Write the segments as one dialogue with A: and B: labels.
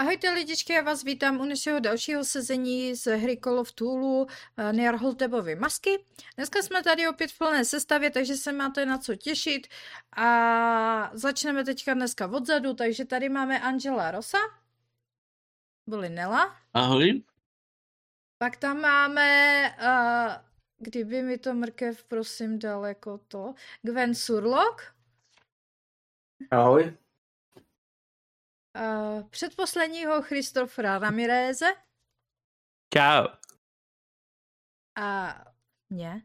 A: Ahojte lidičky, já vás vítám u našeho dalšího sezení z hry Call of Tulu Niarholtebovy masky. Dneska jsme tady opět v plné sestavě, takže se máte na co těšit. A začneme teďka dneska odzadu, takže tady máme Angela Rosa, byli Nela.
B: Ahoj.
A: Pak tam máme, uh, kdyby mi to mrkev prosím daleko to, Gwen Surlock.
C: Ahoj.
A: Uh, předposledního Christofra Ramireze
B: Čau.
A: a mě.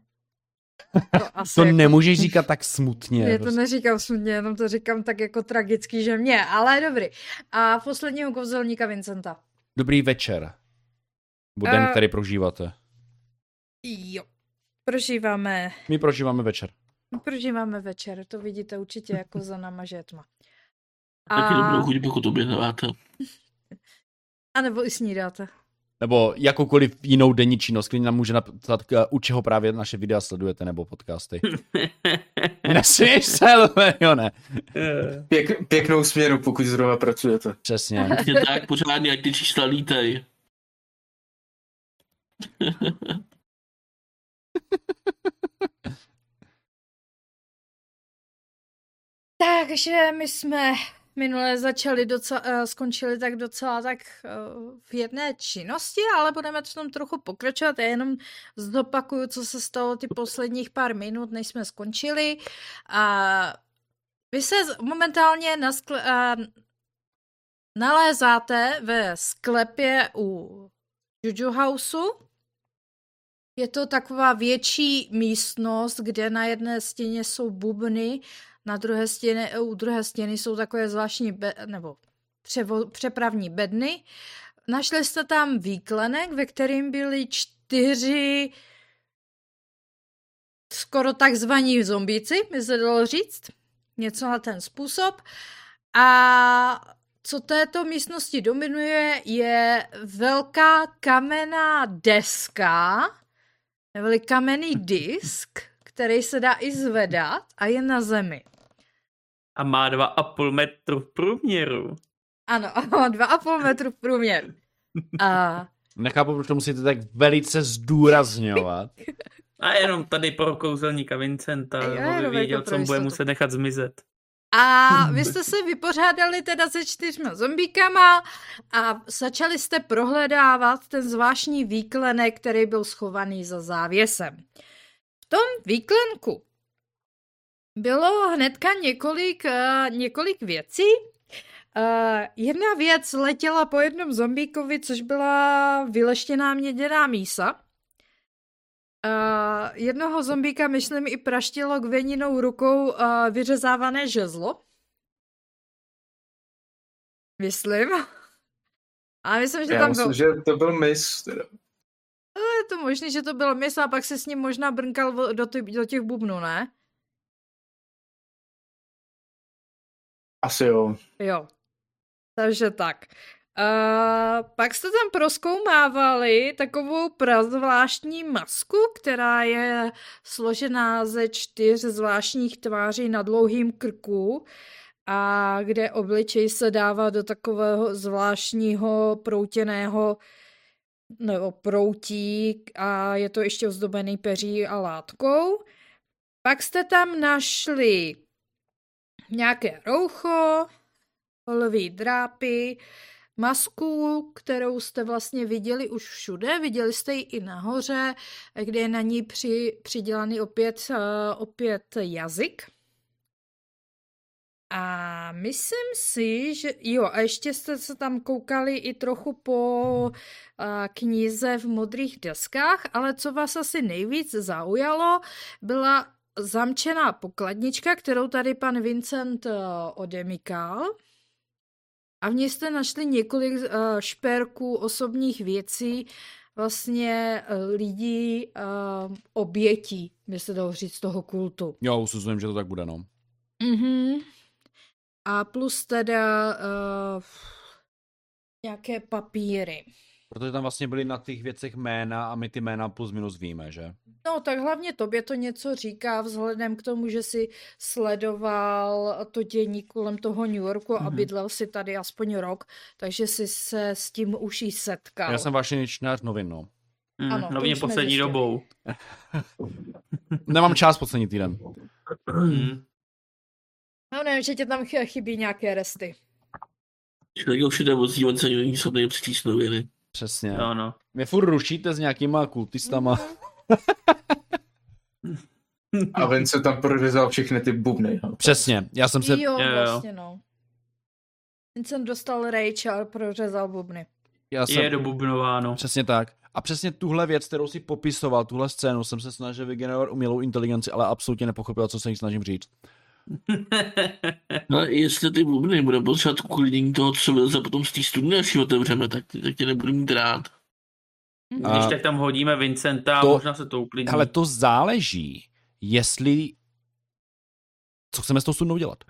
A: To, asi
D: To
A: jako-
D: nemůžeš říkat tak smutně.
A: Já to
D: prostě.
A: neříkám smutně, jenom to říkám tak jako tragicky, že mě, ale dobrý. A posledního kouzelníka Vincenta.
D: Dobrý večer. Bo den,
A: Eh.
D: který prožíváte.
A: Jo. Prožíváme,
D: My prožíváme večer.
A: prožíváme večer, to vidíte určitě jako za náma, že je tma.
B: Taky
A: A,
B: dobrou chuť, pokud objednáváte.
A: a nebo i snídáte.
D: Nebo jakoukoliv jinou denní činnost, klidně nám může napsat, k- u čeho právě naše videa sledujete, nebo podcasty. Nesmíš se, jo ne.
C: Pěk, pěknou směru, pokud zrovna pracujete.
D: Přesně.
B: Je tak pořádně, ať ty čísla lítej.
A: Takže my jsme minule začali, docela, eh, skončili tak docela tak eh, v jedné činnosti, ale budeme v tom trochu pokračovat. Já jenom zopakuju, co se stalo ty posledních pár minut, než jsme skončili. A vy se z- momentálně na skle, eh, nalézáte ve sklepě u Juju Houseu. Je to taková větší místnost, kde na jedné stěně jsou bubny, na druhé stěny, u druhé stěny jsou takové zvláštní be, nebo převo, přepravní bedny. Našli jste tam výklenek, ve kterým byly čtyři skoro takzvaní zombíci, mi se dalo říct. Něco na ten způsob. A co této místnosti dominuje, je velká kamenná deska, neboli kamenný disk, který se dá i zvedat a je na zemi.
E: A má dva a půl metru v průměru.
A: Ano, a má dva a půl metru v průměru. A
D: Nechápu, proč to musíte tak velice zdůrazňovat.
E: A jenom tady pro kouzelníka Vincenta,
A: Jo,
E: jo,
A: jenom
E: aby
A: jako
E: věděl,
A: pro
E: co mu bude
A: jistotu.
E: muset nechat zmizet.
A: A vy jste se vypořádali teda se čtyřma zombíkama a začali jste prohledávat ten zvláštní výklenek, který byl schovaný za závěsem. V tom výklenku bylo hnedka několik, eh, několik věcí. Eh, jedna věc letěla po jednom zombíkovi, což byla vyleštěná měděná mísa. Uh, jednoho zombíka, myslím, i praštilo gveninou rukou uh, vyřezávané žezlo. Myslím. A myslím, že
C: Já
A: tam
C: myslím,
A: byl...
C: že to byl mis. Teda.
A: Je to možný, že to bylo měso a pak se s ním možná brnkal vo- do, ty, do těch bubnů, ne?
C: Asi jo.
A: Jo. Takže tak. Uh, pak jste tam proskoumávali takovou prazvláštní masku, která je složená ze čtyř zvláštních tváří na dlouhým krku a kde obličej se dává do takového zvláštního proutěného nebo proutí a je to ještě ozdobený peří a látkou. Pak jste tam našli nějaké roucho, olivý drápy, masku, kterou jste vlastně viděli už všude, viděli jste ji i nahoře, kde je na ní při, přidělaný opět, uh, opět jazyk. A myslím si, že jo, a ještě jste se tam koukali i trochu po uh, knize v modrých deskách, ale co vás asi nejvíc zaujalo, byla zamčená pokladnička, kterou tady pan Vincent eh, odemykal. A v ní jste našli několik eh, šperků osobních věcí, vlastně eh, lidí eh, obětí, by se dalo říct, toho kultu.
D: Jo, usuzujem, že to tak bude, no.
A: Mm-hmm. A plus teda uh, nějaké eh, papíry.
D: Protože tam vlastně byly na těch věcech jména a my ty jména plus minus víme, že?
A: No, tak hlavně tobě to něco říká vzhledem k tomu, že jsi sledoval to dění kolem toho New Yorku a
D: Mhm.
A: bydlel si tady aspoň rok, takže jsi se s tím už jí setkal.
D: Já jsem vášně čtenář novin, no.
E: Mm,
A: Ano, to
E: hlavně
A: už jsme
E: poslední
A: zjistili.
E: dobou.
D: Nemám čas poslední týden.
E: Mm.
A: No ne, že tě tam ch- chybí nějaké resty.
B: Člověk už jde vozí, on se není schopný přitýsnověny.
D: Přesně.
E: Jo, no.
D: Mě furt rušíte s nějakýma kultistama.
C: A
A: Mhm.
C: ven se tam prořezal všechny ty bubny. no.
D: Přesně, já jsem se...
A: Jo,
E: jo, jo.
A: vlastně no. Ten jsem dostal rage a prořezal bubny.
D: Já
E: Je
D: jsem
E: dobubnováno.
D: přesně tak. A přesně tuhle věc, kterou si popisoval, tuhle scénu, jsem se snažil vygenerovat umělou inteligenci, ale absolutně nepochopil, co se jí snažím říct.
B: No, jestli ty bubny budou potřebovat uklidnění toho, co vyleze potom z té studny, až ji otevřeme, tak, tak tě nebudu mít rád.
E: Když
D: A-
E: tak tam hodíme Vincenta,
D: To-
E: to... možná se to uklidní.
D: Ale to záleží, jestli... Co chceme s tou studnou dělat?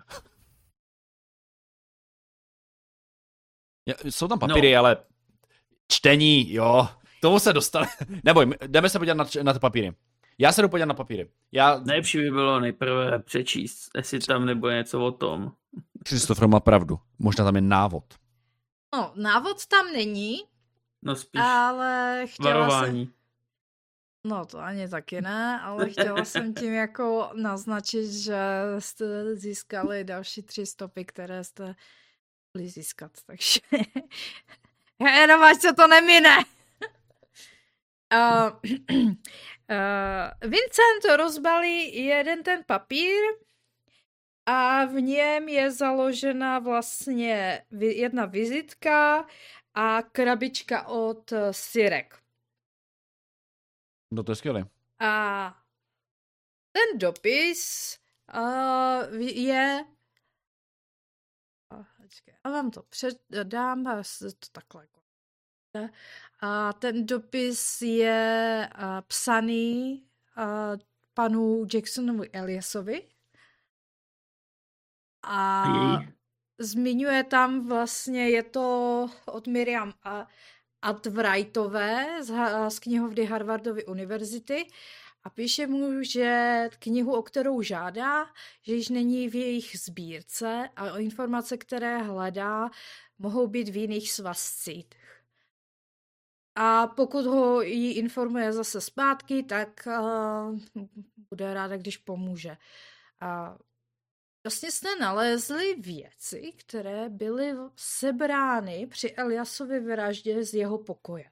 D: Ja- Jsou tam papíry, no. ale čtení, jo, k tomu se dostane. Neboj, my- jdeme se podívat na, č- na ty papíry. Já se jdu podívat na papíry. Já...
E: Nejlepší by bylo nejprve přečíst, jestli tam nebo něco o tom.
D: Kristofer má pravdu. Možná tam je návod.
A: No, návod tam není,
E: No spíš
A: ale chtěla jsem...
E: varování.
A: No to ani taky ne, ale chtěla jsem tím jako naznačit, že jste získali další tři stopy, které jste mohli získat, takže jenom až se to nemine. Uh, uh, Vincent rozbalí jeden ten papír a v něm je založena vlastně vi- jedna vizitka a krabička od eh, Sirek.
D: No to je skvělé.
A: A ten dopis uh, je... A vám to předám, a s- to takhle. jako- A ten dopis je uh, psaný uh, panu Jacksonovu Eliasovi. A
B: Jej.
A: zmiňuje tam vlastně, je to od Miriam a Atwrightové z, Ha- z knihovny Harvardovy univerzity a píše mu, že knihu, o kterou žádá, že již není v jejich sbírce a o informace, které hledá, mohou být v jiných svazcích. A pokud ho jí informuje zase zpátky, tak uh, bude ráda, když pomůže. A vlastně jste nalezli věci, které byly v- sebrány při Eliasově vraždě z jeho pokoje.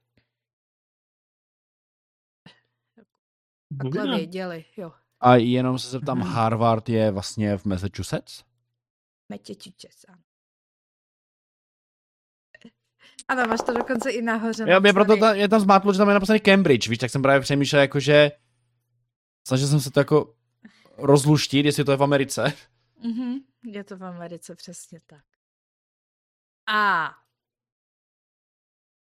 A: Takhle věděli, jo.
D: A jenom se zeptám,
E: Mhm.
D: Harvard je vlastně v Massachusetts?
A: Metěčičec, ano. Ano, máš to dokonce i nahoře.
D: Já, mě
A: napsaný.
D: proto ta, je tam zmátlo, že tam je napsaný Cambridge, víš, tak jsem právě přemýšlel, jakože snažil jsem se to jako rozluštit, jestli to je v Americe.
A: Mhm, je to v Americe přesně tak. A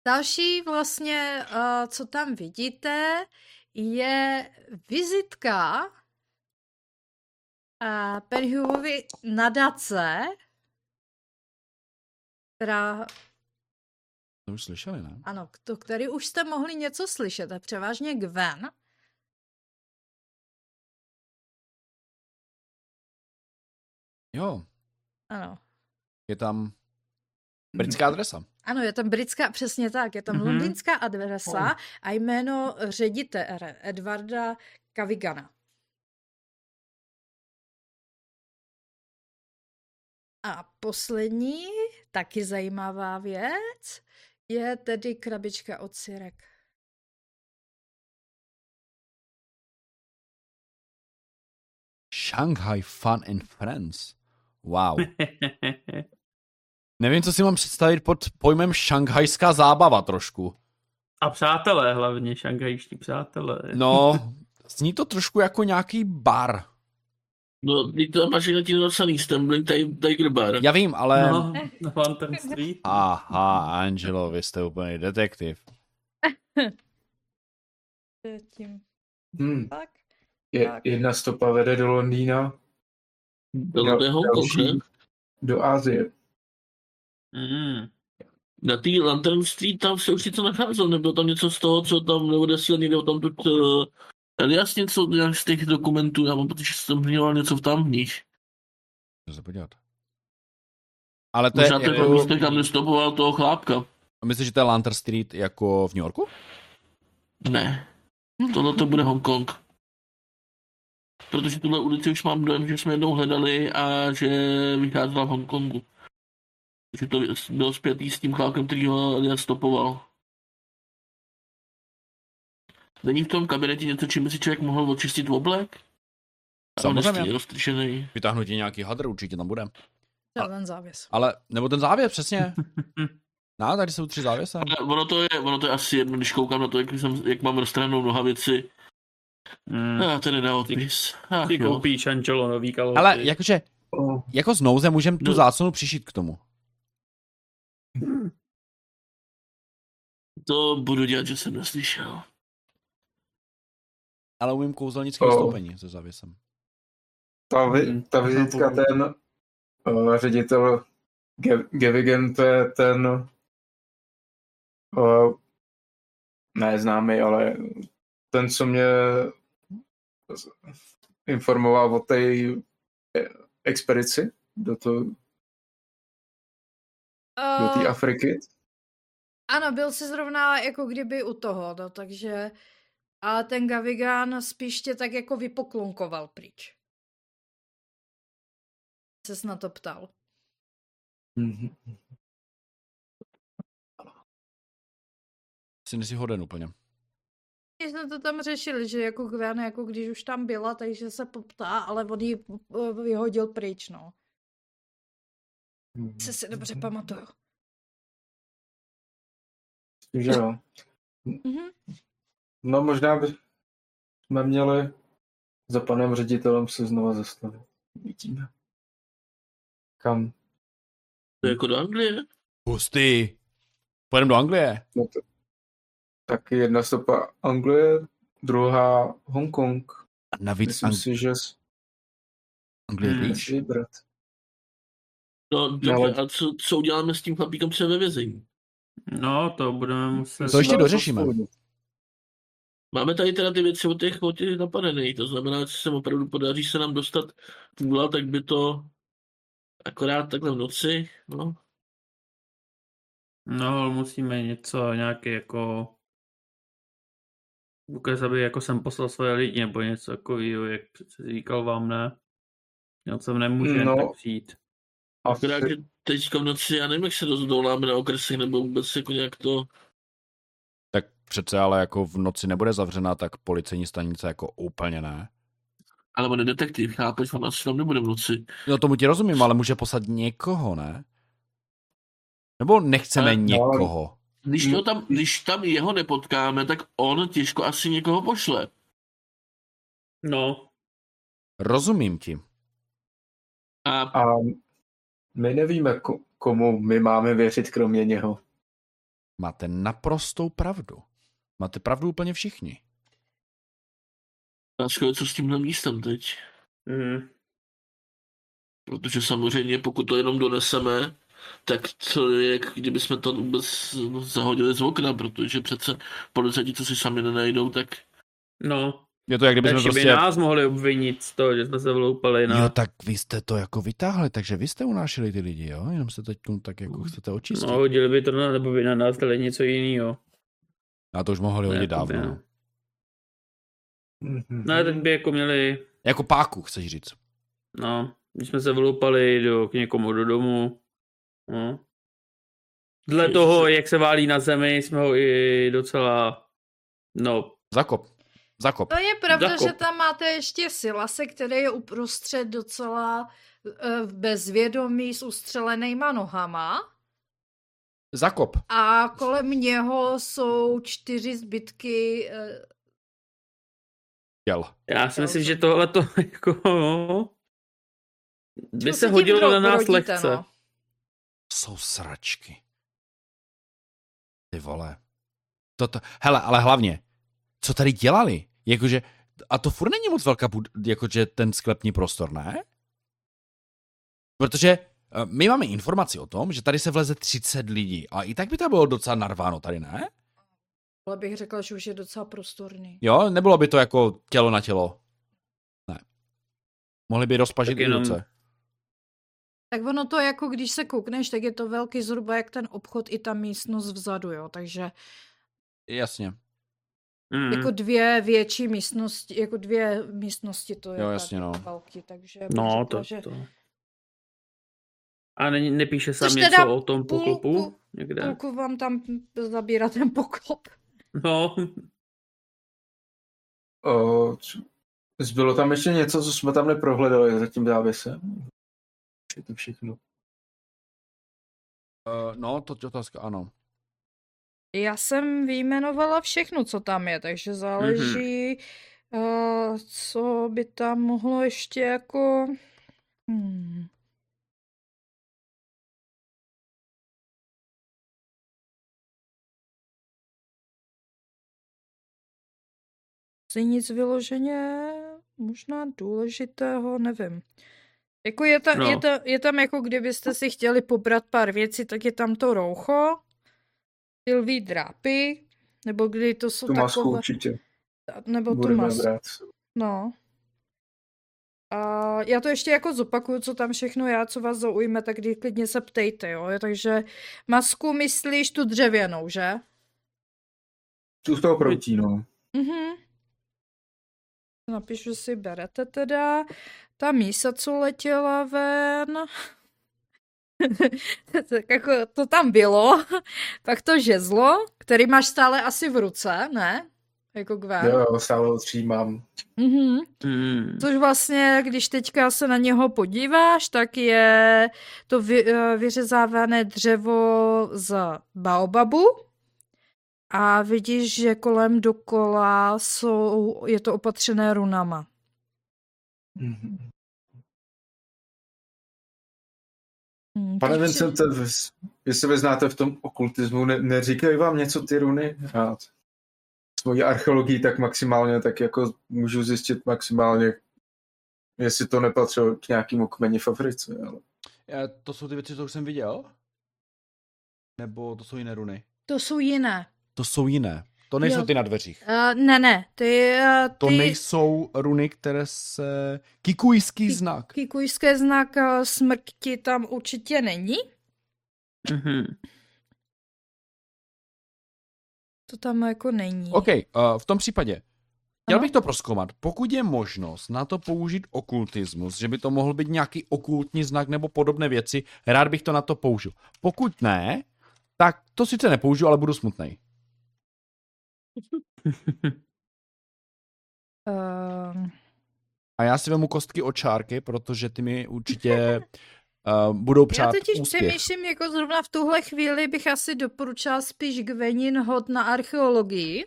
A: další vlastně, eh, co tam vidíte, je vizitka eh, Penhuovy nadace, která
D: To už slyšeli, ne?
A: Ano, k- to, který už jste mohli něco slyšet, a převážně Gwen.
D: Jo,
A: Ano.
D: je tam britská adresa.
A: Ano, je tam britská, přesně tak, je tam
E: Mhm.
A: londýnská adresa a jméno ředitele Edvarda Kavigana. A poslední, taky zajímavá věc, je tedy krabička od Sirek.
D: Shanghai Fun and Friends. Wow. Nevím, co si mám představit pod pojmem šanghajská zábava trošku.
E: A přátelé hlavně, šanghajští přátelé.
D: No, zní to trošku jako nějaký bar.
B: No, ty to máš na tím napsaný, Stumbling Ti- Tiger Bar.
D: Já vím, ale...
E: no na Phantom Street.
D: Aha, Angelo, vy jste úplný detektiv.
A: Tím.
C: Hmm.
A: Tak.
C: Je,
A: Tak.
C: jedna stopa vede do Londýna,
B: Bylo to jeho
C: další do Asie.
E: Mm.
B: Na té Lantern Street tam se už něco nacházel, nebylo tam něco z toho, co tam nebo desíl někde o tam tu Elias něco nějak z těch dokumentů, já mám pocit, že jsem měl něco v tamních.
D: Můžu se podívat. Ale to je,
B: Možná to je prostě to
D: jako,
B: místo, kam nestopoval toho chlápka.
D: myslíš, že to je Lanter Street jako v New Yorku?
B: Ne. Tohle to bude Hongkong. Protože tuhle ulici už mám dojem, že jsme jednou hledali a že vycházela v Hongkongu. Že to bylo zpětý s tím chlákem, který ho Elias stopoval. Není v tom kabinetě něco, čím by si člověk mohl očistit oblek?
D: Samozřejmě.
B: Je roztrčený.
D: Vytáhnutí nějaký hadr určitě tam bude.
A: To je ten závěs.
D: Ale, nebo ten závěs, přesně. No, tady jsou tři závěse.
B: Ale Ono to, je, ono to je asi jedno, když koukám na to, jak, jsem, jak mám rozstranou nohavici.
E: Mm.
B: A tady na odpis. Ach,
E: Ty
B: jo.
E: koupíš Angelo nový kalhoty.
D: Ale jakože,
B: Oh.
D: jako s nouzem můžeme tu
B: No.
D: záclonu přišít k tomu.
B: To budu dělat, že jsem neslyšel.
D: Ale umím kouzelnické
C: Oh.
D: vystoupení se závěsem.
C: Ta, vi, ta vizitka, ten uh, ředitel Ge- Gevigen, to je ten uh, ne známý, ale ten, co mě z- informoval o té eh, expedici do, to, do té
A: Uh,
C: Afriky.
A: ano, byl si zrovna jako kdyby u toho, no, takže... A ten Gavigan spíš tě tak jako vypoklonkoval pryč. Se na to ptal.
C: Mhm.
D: Si nesi hoden úplně.
A: My jsme to tam řešili, že jako Gwen, jako když už tam byla, takže se poptá, ale on ji eh, vyhodil pryč, no.
C: mhm.
A: Se si dobře pamatuju.
C: Že jo.
A: Mhm.
C: No možná bychom měli za panem ředitelem se znova zastavit. Vidíme. Kam?
B: To je jako do Anglie?
D: Hustý. Pojedeme do Anglie.
C: No to, tak jedna stopa Anglie, druhá Hongkong.
D: A navíc
C: Myslím
D: Ang-
C: si, že
D: Anglie
B: Hmm.
D: hmm.
C: si vybrat.
B: No, dobře,
C: ale-
B: a co, co uděláme s tím chlapíkem, co je ve vězení?
E: No, to budeme muset...
D: To ještě dořešíme.
B: Máme tady teda ty věci o těch, o těch napadených, to znamená, že se opravdu podaří se nám dostat půla, tak by to akorát takhle v noci, no.
E: No, ale musíme něco, nějaký jako... Ukaz, aby jako jsem poslal svoje lidi, nebo něco takového, jak přece říkal vám, ne? Já jsem nemůže jen
C: No.
E: tak přijít.
C: A
B: Akorát, že teďka v noci, já nevím, jak se rozdoláme na okresy, nebo vůbec jako nějak to,
D: Tak přece ale jako v noci nebude zavřená, tak policejní stanice jako úplně ne.
B: ale on je detektiv, chápeš, on asi tam nebude v noci.
D: No tomu ti rozumím, ale může poslat někoho, ne? Nebo nechceme
E: Eh, no,
B: Ale-
D: někoho?
B: Když,
C: No.
B: to tam, když tam jeho nepotkáme, tak on těžko asi někoho pošle.
E: No,
D: Rozumím ti.
B: A
C: a my nevíme, ko- komu my máme věřit kromě něho.
D: Máte naprostou pravdu. Máte pravdu úplně všichni.
B: otázka je, co s tímhle místem teď.
E: mm.
B: Protože samozřejmě, pokud to jenom doneseme, tak to je, jak kdyby jsme to vůbec no, zahodili z okna, protože přece policajti, co si sami nenajdou, tak
E: no.
D: Je to jak kdyby jsme
E: Takže by
D: prostě...
E: nás no. mohli obvinit z toho, že jsme se vloupali na...
D: Jo, tak vy jste to jako vytáhli, takže vy jste unášeli ty lidi, jo? Jenom se teď tomu tak jako chcete očistit.
E: No, hodili by to na, nebo by na nás dali něco jiného.
D: A to už mohli hodit
E: Jakoby,
D: dávno.
E: no.
D: no.
C: Mhm.
E: No, tak by jako měli,
D: Jako páku, chceš říct.
E: no, když jsme se vloupali do, k někomu do domu, no. Dle
B: Ježiši.
E: toho, jak se válí na zemi, jsme ho i docela, no,
D: Zakop. Zakop.
A: To je pravda,
E: Zakop.
A: že tam máte ještě Silase, který je uprostřed docela eh, v bezvědomí s ustřelenýma nohama
D: Zakop.
A: a kolem něho jsou čtyři zbytky eh,
D: Jel.
E: já si
A: Já
E: myslím,
A: už-
E: že tohle to jako, no, by
A: co
E: se
A: tím
E: hodilo na
A: dro-
E: nás
A: rodíte,
E: lehce.
A: no.
D: Jsou sračky. Ty vole. Toto, hele, ale hlavně, co tady dělali? Jakože, a to furt není moc velká, bud- jakože ten sklepní prostor, ne? Protože Eh, My máme informaci o tom, že tady se vleze 30 lidí a i tak by to bylo docela narváno tady, ne?
A: Ale bych řekla, že už je docela prostorný.
D: Jo, nebylo by to jako tělo na tělo. Ne. Mohli by rozpažit
E: Tak
D: i
E: jenom-
D: ruce.
A: Tak ono to jako, když se koukneš, tak je to velký zhruba jak ten obchod i ta místnost vzadu, jo. Takže
E: Hmm.
D: Jasně.
E: Mm.
A: jako dvě větší místnosti, jako dvě místnosti to je
D: Jo,
A: tak
D: jasně, no.
A: velký, takže bych
E: No,
A: řekla,
E: to,
A: že
E: to. A ne, nepíše sám
A: Což
E: něco
A: teda
E: o tom
A: půlku-
E: poklopu? Někde?
A: půlku vám tam zabírá ten poklop.
E: No,
C: O, c- zbylo tam ještě něco, co jsme tam neprohledali za tím závěsem? Je to všechno.
D: Uh, no, to je otázka, ano.
A: Já jsem vyjmenovala všechno, co tam je, takže záleží, eh, co by tam mohlo ještě jako... Hmm. Si nic vyloženě možná důležitého, nevím. Jako je, ta, je,
E: No.
A: ta, je tam jako kdybyste si chtěli pobrat pár věcí, tak je tam to roucho, silví drápy, nebo kdy to jsou
C: Tu
A: takové...
C: masku určitě
A: A- Nebo tu
C: budeme
A: masku,
C: brát.
A: no. A já to ještě jako zopakuju, co tam všechno já, co vás zaujme, tak kdy klidně se ptejte, jo. Takže masku myslíš tu dřevěnou, že?
C: Tu z toho proutí, no.
A: Mhm. Napíšu si, berete teda. Ta mísa, co letěla ven. tak jako to tam bylo. Pak to žezlo, který máš stále asi v ruce, ne? Jako Gwen.
C: Jo, jo, stále tří mám.
A: Mhm.
E: mm.
A: Což vlastně, když teďka se na něho podíváš, tak je to vy, eh, vyřezávané dřevo z baobabu a vidíš, že kolem dokola jsou, je to opatřené runama.
C: Mhm.
A: Hm,
C: Pane
A: takže-
C: Vincente, vy, vy se vyznáte v tom okultismu, ne, neříkají vám něco ty runy? Já s mojí archeologií tak maximálně, tak jako můžu zjistit maximálně, jestli to nepatřilo k nějakému kmeni v Africe. Ale...
D: Eh, To jsou ty věci, co už jsem viděl? Nebo to jsou jiné runy?
A: To jsou jiné.
D: To jsou jiné. To nejsou
A: Jo.
D: ty na dveřích.
A: Uh, ne, ne, ty, uh,
D: To
A: ty
D: nejsou runy, které se... Kikujský znak.
A: kikujské znak eh, smrti tam určitě není.
E: Mhm.
A: To tam jako není.
D: OK, uh, v tom případě. Chtěl
A: Ano.
D: bych to proskoumat. Pokud je možnost na to použít okultismus, že by to mohl být nějaký okultní znak nebo podobné věci, rád bych to na to použil. Pokud ne, tak to sice nepoužiju, ale budu smutný.
A: Ehm,
D: A já si vemu kostky od čárky, protože ty mi určitě uh, budou
A: Já
D: přát
A: totiž
D: úspěch.
A: přemýšlím, jako zrovna v tuhle chvíli bych asi doporučila spíš Gvenin hod na archeologii,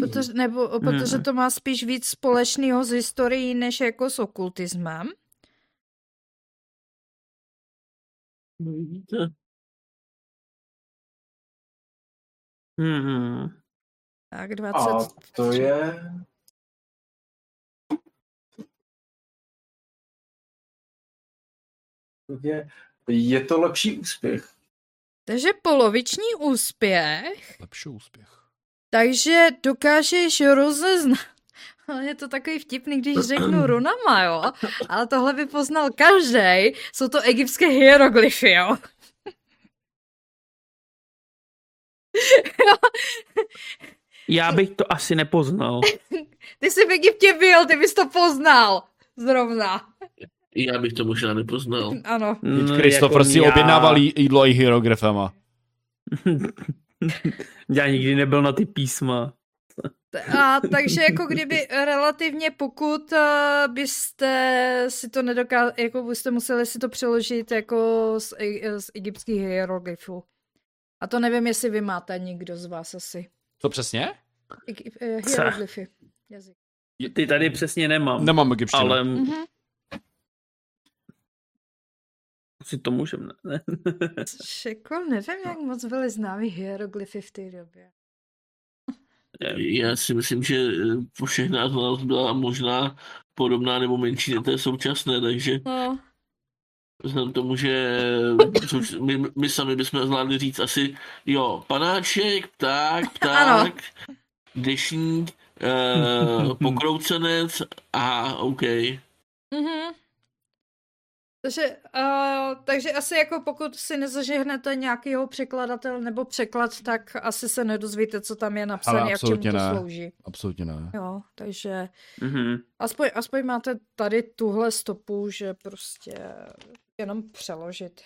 A: protože, nebo, protože
E: Hmm.
A: to má spíš víc společného s historií, než jako s okultismem.
E: No vidíte. Mhm.
A: Tak 20.
C: A to je... To je... Je to lepší úspěch.
A: Takže poloviční úspěch,
D: Lepší úspěch.
A: takže dokážeš rozeznat. Ale je to takový vtipný, když řeknu runama, jo. Ale tohle by poznal každý. Jsou to egyptské hieroglyfy, jo.
E: Já bych to asi nepoznal.
A: Ty jsi v Egyptě byl, ty bys to poznal. Zrovna.
B: Já bych to možná nepoznal.
A: Ano.
E: Mm,
D: Kristofer
E: jako
D: si
E: já-
D: objednával jí- jídlo i hierografama.
E: Já nikdy nebyl na ty písma.
A: T- A takže jako kdyby relativně pokud eh, byste si to nedokázali, jako byste museli si to přeložit jako z, e- z egyptských hieroglyfů. A to nevím, jestli vy máte někdo z vás asi.
D: Co přesně?
A: Egy- eh, hieroglyfy. Jazyk.
E: Ty tady přesně nemám.
D: Nemám no. egyptštinu.
E: ale
A: Mhm.
E: si to můžeme. ne? Ne?
A: Což Jako nevím, jak moc byly známy hieroglyfy v té době.
B: Já si myslím, že eh, všechna z nás byla možná podobná nebo menší než té současné, takže
A: No,
B: Vzhledem k tomu, že souč- my, my sami bychom zvládli říct asi, jo, panáček, pták,
A: Ano.
B: pták, dešník, eh, pokroucenec a OK.
A: Mhm. Takže, uh, takže asi jako pokud si nezažehnete nějakýho překladatel nebo překlad, tak asi se nedozvíte, co tam je napsané a k čemu
D: absolutně
A: to
D: ne.
A: slouží.
D: Absolutně ne.
A: Jo, takže
E: Mhm.
A: aspoň, aspoň máte tady tuhle stopu, že prostě jenom přeložit.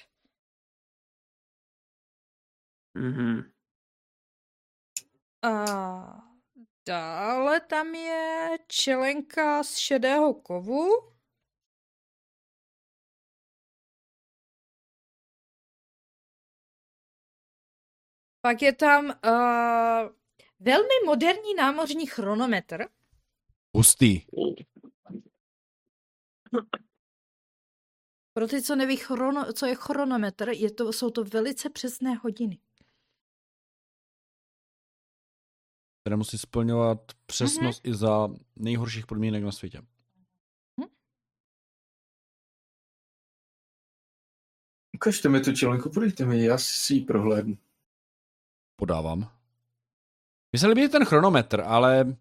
E: Mhm.
A: A dále tam je čelenka z šedého kovu. Pak je tam uh, velmi moderní námořní chronometr.
D: Hustý.
A: Pro ty, co neví, chrono, co je chronometr, je to, jsou to velice přesné hodiny.
D: které musí splňovat přesnost
E: Mhm.
D: i za nejhorších podmínek na světě.
C: Ukažte mi tu čelenku, podejte mi, já si ji prohlédnu.
D: Podávám. Mně se líbí ten chronometr, ale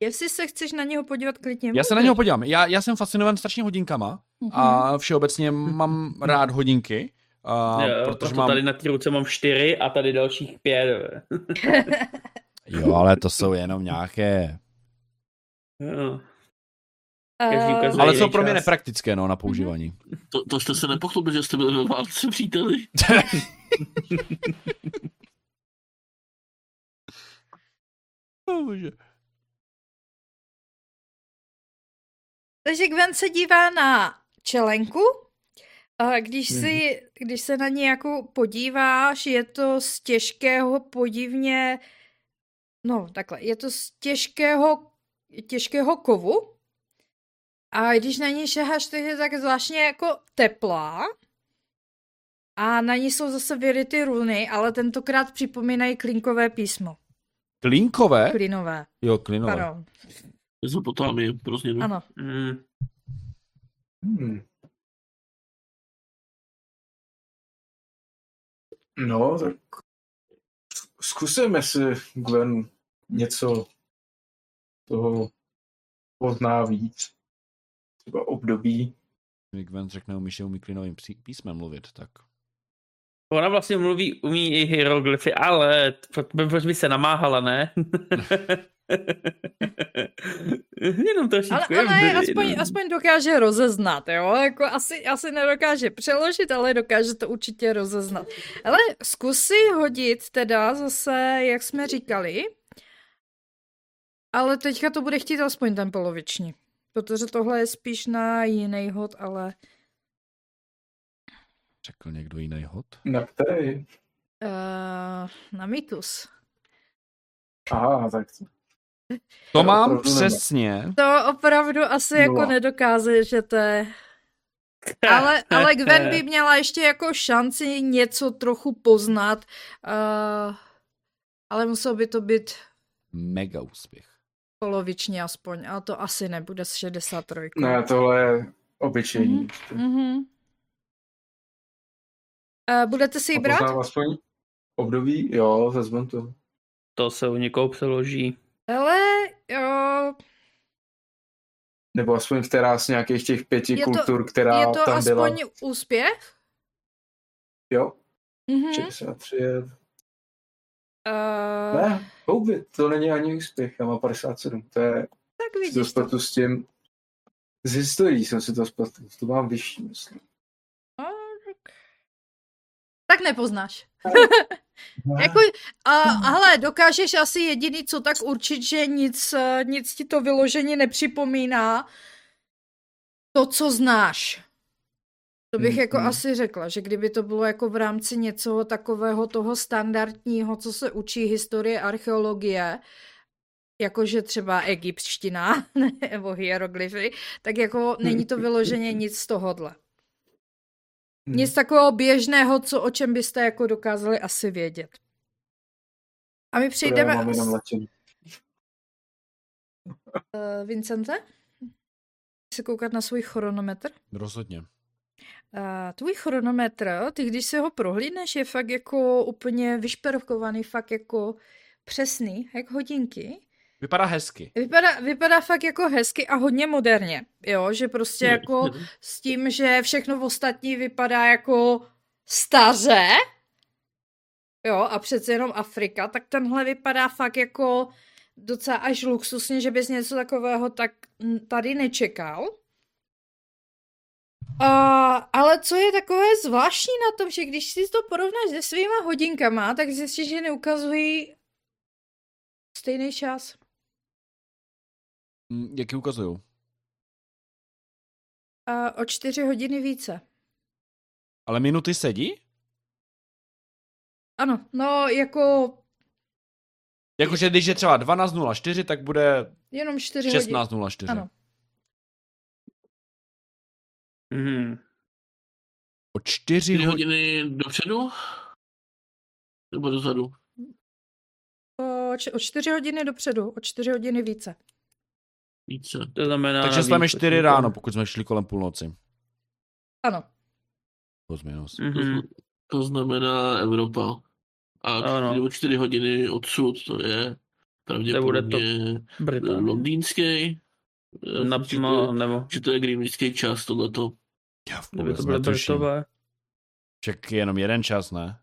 A: Jestli se chceš na něho podívat, klidně Mhm.
D: já se na něho podívám. Já, já jsem fascinován strašně hodinkama a všeobecně mám rád hodinky, a
E: Mhm. jo,
D: protože
E: proto
D: mám...
E: tady na té ruce mám čtyři a tady dalších pět. ve.
D: Jo, ale to jsou jenom nějaké...
E: Jo. každý
A: uh,
E: ukazuje-
D: Ale
E: je
D: jsou pro mě
E: čas.
D: nepraktické, no, na používání.
B: To, to jste se nepochopil, že jste byli ve válce, příteli.
D: Oh,
E: Mhm.
D: bože.
A: Takže Gwen se dívá na čelenku. A když, si, když se na ně jako podíváš, je to z těžkého podivně, no takhle, je to z těžkého, těžkého kovu. A když na ní šaháš, tak je tak zvláštně jako teplá. A na ní jsou zase vyryty runy, ale tentokrát připomínají klinkové písmo.
D: Klinkové?
A: Klinové,
D: Jo, klinové.
A: pardon.
B: Mezopotámie, pro změnu.
A: Ano.
E: Mhm.
C: Hmm. No, tak zkusíme si Gwen něco toho pozná víc. Třeba období.
D: Když Gwen řekne, umíš že umí klinovým psí- písmem mluvit, tak...
E: Ona vlastně mluví, umí i hieroglyfy, ale pro- proč by se namáhala, ne? Jenom
A: Ale
E: trošičku.
A: ona je
E: jenom-
A: aspoň, aspoň dokáže rozeznat, jo? Jako asi, asi nedokáže přeložit, ale dokáže to určitě rozeznat. Ale zkus si hodit teda zase, jak jsme říkali, ale teďka to bude chtít aspoň ten poloviční. Protože tohle je spíš na jiný hod, ale
D: Řekl někdo jiný hod?
C: Na který?
A: uh, na mýtus.
C: Aha, tak
D: To
C: Já
D: mám
C: opravdu nemám.
D: přesně.
A: To opravdu asi jako
C: Nula.
A: nedokážete. Ale, ale Gwen by měla ještě jako šanci něco trochu poznat, uh, ale muselo by to být
D: Mega úspěch.
A: polovičně aspoň, a to asi nebude s 63.
C: ne, tohle je obyčejný. Mm-hmm.
A: Mhm. Uh, budete si ji brát?
C: aspoň období? Jo, vezmu to.
E: To se u někoho přeloží.
A: Ale jo,
C: Nebo aspoň která z nějakých těch pěti
A: Je to-
C: kultur, která
A: je to
C: tam byla.
A: aspoň úspěch?
C: Jo,
A: Mhm.
C: 63 je...
A: Uh,
C: Ne, houby, to není ani úspěch, já mám 57. To je,
A: tak
C: si to
A: vidíš to.
C: spletu s tím, z historií jsem si to spletu, to mám vyšší, myslím.
A: No, tak- Tak nepoznáš.
C: Ne.
A: Jako, a, ale dokážeš asi jediný co tak určit, že nic, eh, nic ti to vyloženě nepřipomíná to, co znáš. To bych
C: Mhm.
A: jako asi řekla, že kdyby to bylo jako v rámci něčeho takového toho standardního, co se učí historie, archeologie, jakože třeba egyptština nebo hieroglyfy, tak jako není to vyloženě nic z tohohle.
C: Hmm.
A: Nic takového běžného, co o čem byste jako dokázali asi vědět. A my přejdeme...
C: Máme
A: s-
C: jenom latin.
A: eh, Vincente? Chci se koukat na svůj chronometr.
D: Rozhodně.
A: A tvůj chronometr, ty když se ho prohlídneš, je fakt jako úplně vyšperkovaný, fakt jako přesný, jak hodinky.
D: Vypadá hezky.
A: Vypadá, vypadá fakt jako hezky a hodně moderně, jo, že prostě jako s tím, že všechno ostatní vypadá jako staře, jo, a přece jenom Afrika, tak tenhle vypadá fakt jako docela až luxusně, že bys něco takového tak mm, tady nečekal. A, ale co je takové zvláštní na tom, že když si to porovnáš se svýma hodinkama, tak zjistíš, že neukazují stejný čas.
D: Hm, Jak ji ukazují?
A: A o čtyři hodiny více.
D: Ale minuty sedí?
A: Ano, no jako
D: Jakože když je třeba 12.04, tak bude
A: jenom čtyři hodiny.
D: 16.04.
A: Ano.
E: Mhm.
D: O 4
B: Tři
D: hodiny.
B: hodiny dopředu? Nebo dozadu?
A: O, č- o čtyři hodiny dopředu, o čtyři hodiny více.
B: Více.
E: To znamená...
D: Takže
E: navíc,
D: jsme
E: tak
D: 4
E: to-
D: ráno, pokud jsme šli kolem půlnoci.
A: Ano,
D: Plus minus.
E: Mhm.
B: To znamená Evropa. A
E: Ano.
B: ano. 4 hodiny odsud to je pravděpodobně eh,
E: Británie.
B: londýnský.
E: Na,
B: Že to
E: no,
B: je-
E: nebo...
B: že to je greenwichský čas, tohleto.
D: Já
E: Kdyby to
D: vůbec
E: byly
D: netuším.
E: Britové.
D: Však je jenom jeden čas, ne?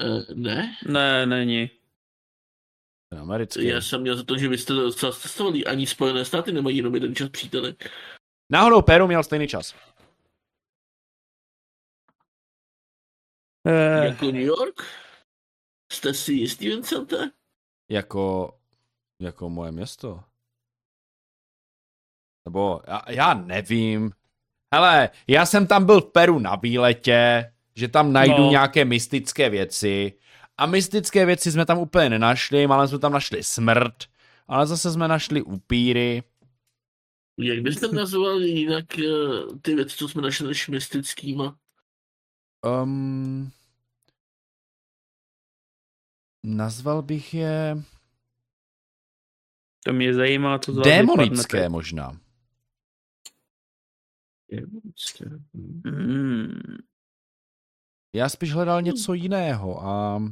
B: Eh, ne,
E: Ne, není.
D: Ten americký.
B: já jsem měl za to, že vy jste to docela cestovali. Ani Spojené státy nemají jenom jeden čas, příteli.
D: Náhodou Peru měl stejný čas.
E: Eh,
B: Jako New York? Jste si jistý, Vincente?
D: Jako, jako moje město. Nebo já, já nevím. Hele, já jsem tam byl v Peru na výletě, že tam najdu
E: No.
D: no. nějaké mystické věci. A mystické věci jsme tam úplně nenašli, ale jsme tam našli smrt. Ale zase jsme našli upíry.
B: Jak byste nazval jinak eh, ty věci, co jsme našli než mystickýma?
D: Um, nazval bych je
E: to mě zajímá, co z vás
D: démonické
E: vypadne
D: možná.
E: teď. Mhm.
D: Já spíš
E: Hmm.
D: hledal něco jiného a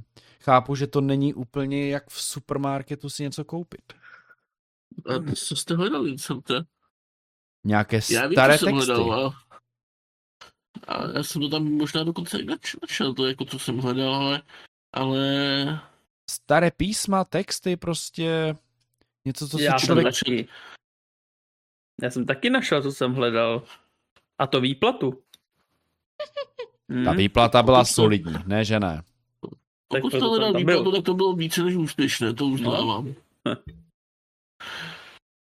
D: chápu, že to není úplně jak v supermarketu si něco koupit.
E: Hmm.
B: A co jste hledal, Vincente?
D: Nějaké
B: Já vím,
D: staré
B: co jsem
D: texty.
B: hledal. A, a já jsem to tam možná dokonce i nač- našel, to jako co jsem hledal, ale, ale
D: Staré písma, texty, prostě něco, co si
E: Já jsem
D: člověk...
E: taky. Já jsem taky našel, co jsem hledal. A to výplatu. Mhm.
D: Ta výplata byla
B: Pokud to-
D: solidní, ne že ne?
E: Tak
B: pokud
E: proto
B: jste
E: tam
B: hledal
E: tam
B: výplatu,
E: byl.
B: tak to bylo více než úspěšné, to uznávám.
E: Hm.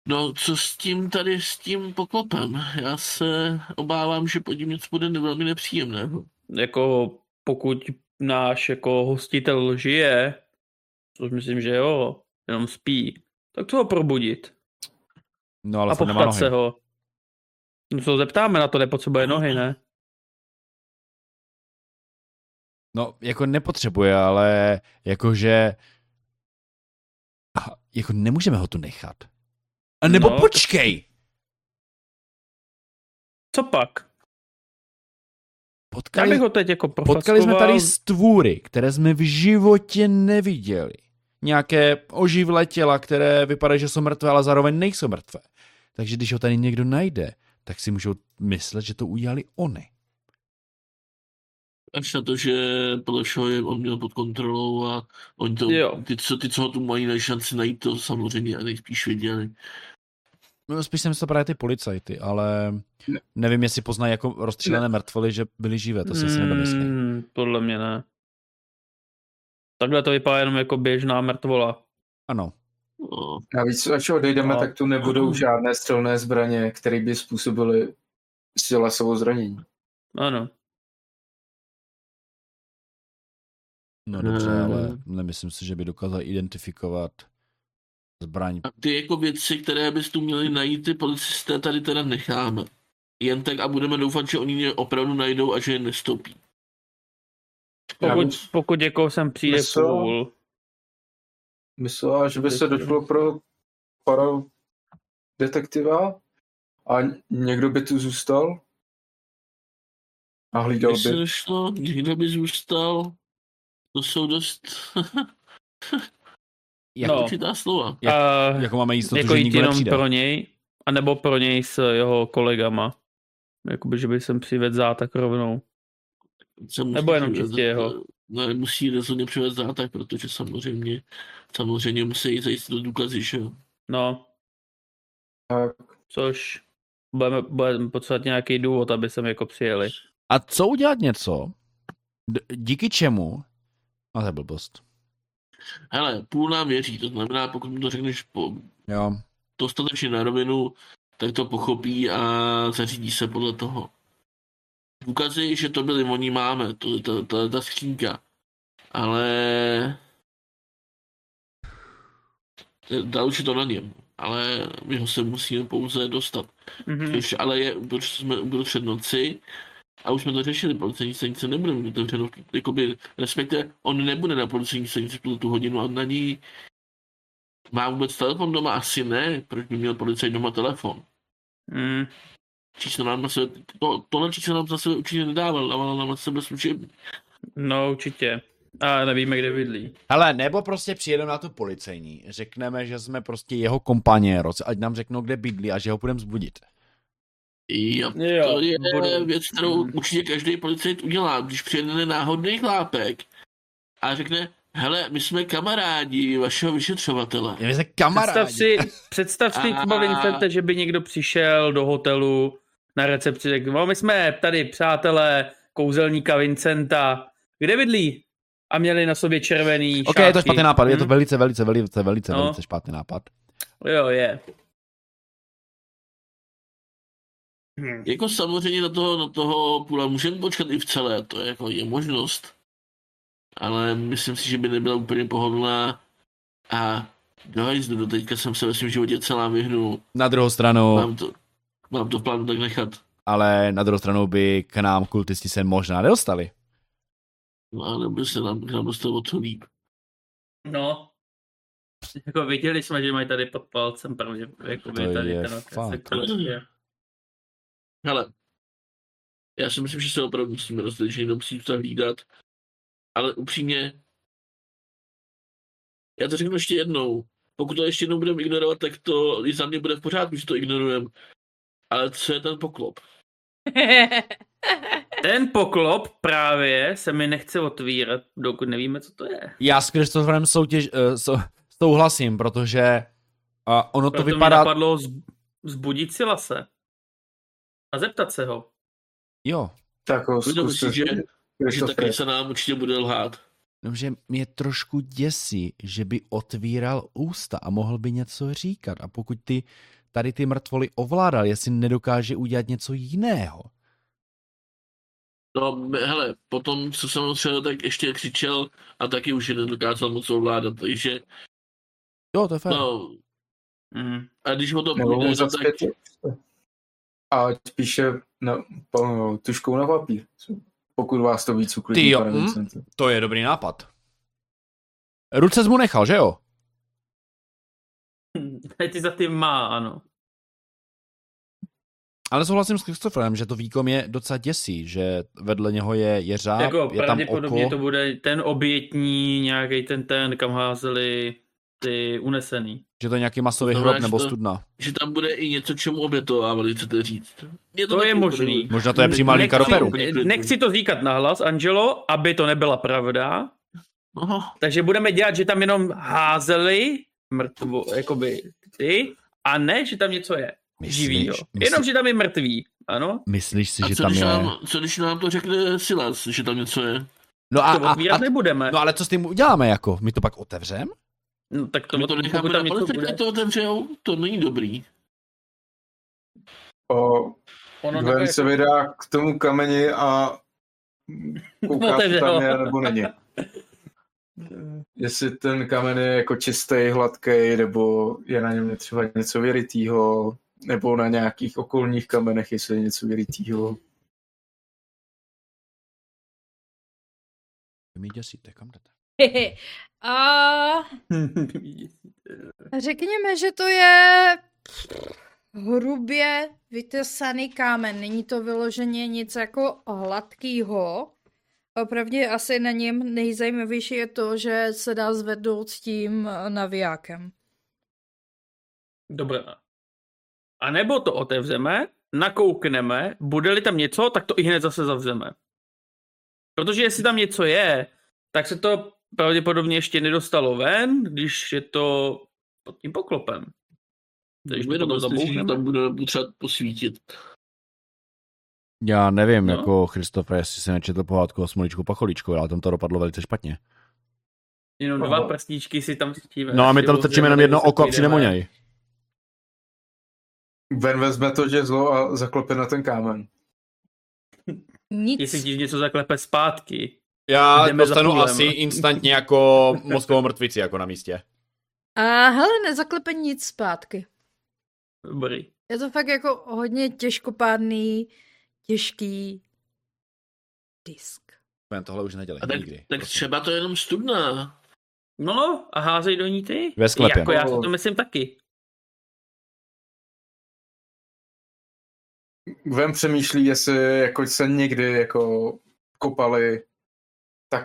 B: No, co s tím tady, s tím poklopem? Já se obávám, že pod ním něco bude ne- velmi nepříjemného.
E: Jako pokud náš jako hostitel žije, což myslím, že jo, jenom spí, tak to ho probudit
D: No ale
E: a
D: furt nemá
E: poptat
D: nohy.
E: se ho. No co zeptáme na to, nepotřebuje nohy, ne?
D: No, jako nepotřebuje, ale jakože... A jako nemůžeme ho tu nechat. A nebo
E: No,
D: no,
E: tak-
D: počkej!
E: Co pak? Já
D: Potkali,
E: bych ho teď jako
D: Potkali jsme
E: profackoval.
D: tady stvůry, které jsme v životě neviděli. Nějaké oživlé těla, které vypadají, že jsou mrtvé, ale zároveň nejsou mrtvé. Takže když ho tady někdo najde, tak si můžou myslet, že to udělali oni.
B: Až na to, že podle všeho je on měl pod kontrolou a oni to,
E: Jo.
B: ty, co, ty, co ho tu mají, mají šanci najít, to samozřejmě a nejspíš viděli.
D: No, spíš jsem se právě ty policajty, ale nevím, jestli poznají jako rozstřílené mrtvoly, že byly živé, to si asi nedomyslím.
E: Mm, podle mě ne. Takhle to vypadá jenom jako běžná mrtvola.
D: Ano.
B: No,
C: Navíc, až odejdeme,
E: No.
C: tak tu
B: Mhm.
C: nebudou žádné střelné zbraně, které by způsobily tělesovo zranění.
E: Ano.
D: No dobře,
B: Hmm.
D: ale nemyslím si, že by dokázal identifikovat zbraň.
B: A ty jako věci, které bys tu měli najít, ty policisté tady teda necháme. Jen tak a budeme doufat, že oni je opravdu najdou a že je nestopí.
C: Já
E: Pokud,
C: bych
E: pokud jako sem přijde
C: Myslel-
E: půl,
C: myslel, že by se došlo pro para detektiva a někdo by tu zůstal A hlídal
B: Když se
C: by.
B: nešlo, někdo by zůstal. To jsou dost
D: Jak,
E: No.
D: no.
B: určitá slova.
D: Jak-
E: a
D: jako máme jistotu,
E: jako
D: že
E: jít
D: nikdo
E: jenom
D: nepřijde.
E: pro něj, anebo pro něj s jeho kolegama. Jakoby, že by jsem přivedl zátak rovnou.
B: Se musí
E: Nebo jenom
B: přivést-
E: čistě jeho.
B: Ne, musí rozhodně přivést zátak, protože samozřejmě, samozřejmě musí zajistit do důkazy, že jo.
E: No,
C: Tak,
E: což budeme, budeme potřebovat nějaký důvod, aby sem jako přijeli.
D: A co udělat něco, d- díky čemu, a to je blbost.
B: Hele, půl nám věří, to znamená, pokud mu to řekneš po,
D: Jo.
B: dostatečně na rovinu, tak to pochopí a zařídí se podle toho. Důkazy, že to byli oni, máme, to je ta, ta, ta skřínka. Ale... Dál už je to na něm, ale my ho se musíme pouze dostat.
E: Mhm.
B: Což ale je, protože jsme uprostřed noci a už jsme to řešili, policejní stanice nebude mít otevřeno, jakoby, respektive on nebude na policejní stanici v tuto tu hodinu a na ní má vůbec telefon doma? Asi ne, proč by měl policajt doma telefon?
E: Mm.
B: Číslo nám na sebe, to, tohle číslo nám za sebe určitě nedával, dával nám na sebe služební.
E: No určitě. A nevíme, kde bydlí.
D: Hele, nebo prostě přijedeme na tu policejní, řekneme, že jsme prostě jeho kompaněro, ať nám řeknou, kde bydlí a že ho budeme zbudit.
B: Jo,
E: Jo,
B: to je
E: budu-
B: věc, kterou
E: Mm.
B: určitě každý policajt udělá, když přijede náhodný chlápek a řekne, hele, my jsme kamarádi vašeho vyšetřovatele.
D: Je se
E: Představ
D: kamarádi.
E: si, představ si
B: A-
E: třeba Vincente, že by někdo přišel do hotelu na recepci, tak no, my jsme tady přátelé kouzelníka Vincenta, kde bydlí? A měli na sobě červený
D: Ok,
E: šátky.
D: je to špatný nápad, je to
E: Hm?
D: velice, velice, velice, velice,
E: No.
D: velice špatný nápad.
E: Jo, je. Hm.
B: Jako samozřejmě na toho, na toho půla můžeme počkat i v celé, to je, jako, je možnost. Ale myslím si, že by nebyla úplně pohodlná. A do hajzdu, do teďka jsem se ve svém životě celá vyhnul.
D: Na druhou stranu,
E: No.
B: Mám to, mám to v plánu tak nechat.
D: ale na druhou stranu by k nám kultisti se možná nedostali.
B: No a nebo se nám, k nám dostalo o to líp.
E: No. Jako viděli jsme, že mají tady pod palcem pravdě, jako
D: To
E: by tady
D: je
E: ten okresek
D: fakt.
E: prostě.
B: Hele, já si myslím, že se opravdu musíme rozdělit, že někdo musí to hlídat. Ale upřímně, já to řeknu ještě jednou. Pokud to ještě jednou budeme ignorovat, tak to i za mě bude v pořádku, že to ignorujeme. Ale co je ten poklop?
E: Ten poklop právě se mi nechce otvírat, dokud nevíme, co to je.
D: Já s Kristoforem soutěž, uh, sou, souhlasím, protože uh, ono
E: Proto
D: to
E: mi
D: vypadá...
E: napadlo z- zbudit si lase. A zeptat se ho.
D: Jo,
C: tak ho
B: Uvědomil
C: zkuste.
B: si, že- Takže
C: Kristofere.
B: taky se nám určitě bude lhát.
D: Jenomže mě trošku děsí, že by otvíral ústa a mohl by něco říkat. A pokud ty tady ty mrtvoly ovládal, jestli nedokáže udělat něco jiného.
B: No, m- hele, potom, co jsem odšel, tak ještě křičel a taky už je nedokázal moc ovládat, takže,
D: Jo, to je fér. No.
B: no,
E: Mm.
B: a když ho to
C: Nebo mu
B: půjde, no, tak,
C: zaspět. A ať píše na, po, tuškou na papír. Pokud vás to víc
D: Ty
C: uklidní,
D: jo,
C: pane
D: hm?
C: Vincente.
D: To je dobrý nápad. Ruce jsi mu nechal, že jo?
E: Ty za tím má, ano.
D: Ale souhlasím s Kristoforem, že to výkom je docela děsí, že vedle něho je jeřáb,
E: jako
D: je tam
E: pravděpodobně
D: oko.
E: to bude ten obětní, nějaký ten ten, kam házeli ty unesený.
D: že to je nějaký masový
B: To
D: hrob
B: máš
D: nebo
B: to.
D: studna.
B: že tam bude i něco, čemu obětovávali, chcete říct. Mě
E: To je
B: taky
E: možný.
B: úplně-
D: Možná to je přímá
E: Nechci-
D: linka do Peru.
E: Nechci to říkat nahlas, Angelo, aby to nebyla pravda.
B: No,
E: Takže budeme dělat, že tam jenom házeli mrtvo, jakoby ty, a ne, že tam něco je. Živý, jo. Jenom, že tam je mrtvý, ano?
D: myslíš si,
B: a
D: že
B: co,
D: tam
B: když
D: je...
B: nám, co když nám to řekne Silas, že tam něco je?
D: No a,
E: To
D: a,
E: otvírat
D: a,
E: nebudeme.
D: no ale co s tím uděláme jako? My to pak otevřeme?
E: No, tak
B: To,
E: to,
B: My to
E: pokud
B: necháme na
E: tam něco
B: policie,
E: bude,
B: to otevřou, to není dobrý.
C: O,
E: ono
C: Gwen
E: takové-
C: se vydá k tomu kameni a
B: No,
C: kouká, co
E: Otevře ho.
C: tam je nebo není. Jestli ten kamen je jako čistý, hladký, nebo je na něm třeba něco věritýho, nebo na nějakých okolních kamenech, jestli je něco věritýho.
D: Vy mi děsíte, kam jdete?
A: A řekněme, že to je hrubě vytesaný kámen. Není to vyloženě nic jako hladkýho. Opravdu asi na něm nejzajímavější je to, že se dá zvednout s tím eh, navijákem.
E: Dobrá. A nebo to otevřeme, nakoukneme, bude-li tam něco, tak to i hned zase zavřeme. Protože jestli tam něco je, tak se to pravděpodobně ještě nedostalo ven, když je to pod tím poklopem. Když to potom
B: Uvědomil jste si, že
E: zabouchneme.
B: tam budeme potřebovat posvítit.
D: Já nevím,
E: No.
D: jako Christopher, jestli jsem nečetl pohádku o smoličku pacholičku, ale tam to dopadlo velice špatně.
E: Jenom dva
C: Aha.
E: prstíčky si tam stíme.
D: No a my tam strčíme jenom jedno oko a přijdeme o něj.
C: Ven vezme to žezlo a zaklope na ten kámen.
A: Nic.
E: Jestli ti něco zaklepe zpátky.
D: Já
E: Jdeme za
D: dostanu
E: půlem.
D: asi instantně jako mozkovou mrtvici jako na místě.
A: A hele, nezaklepe nic zpátky.
E: Dobrý.
A: Je to fakt jako hodně těžkopádný, těžký disk.
D: Ben, tohle už nedělej
B: A tak,
D: nikdy.
B: tak
D: Prostě.
B: třeba to je jenom studna.
E: No a házej do ní ty.
D: Ve sklepě.
E: Jako já si to myslím taky.
C: Vem přemýšlí, jestli jako se někdy jako kopali tak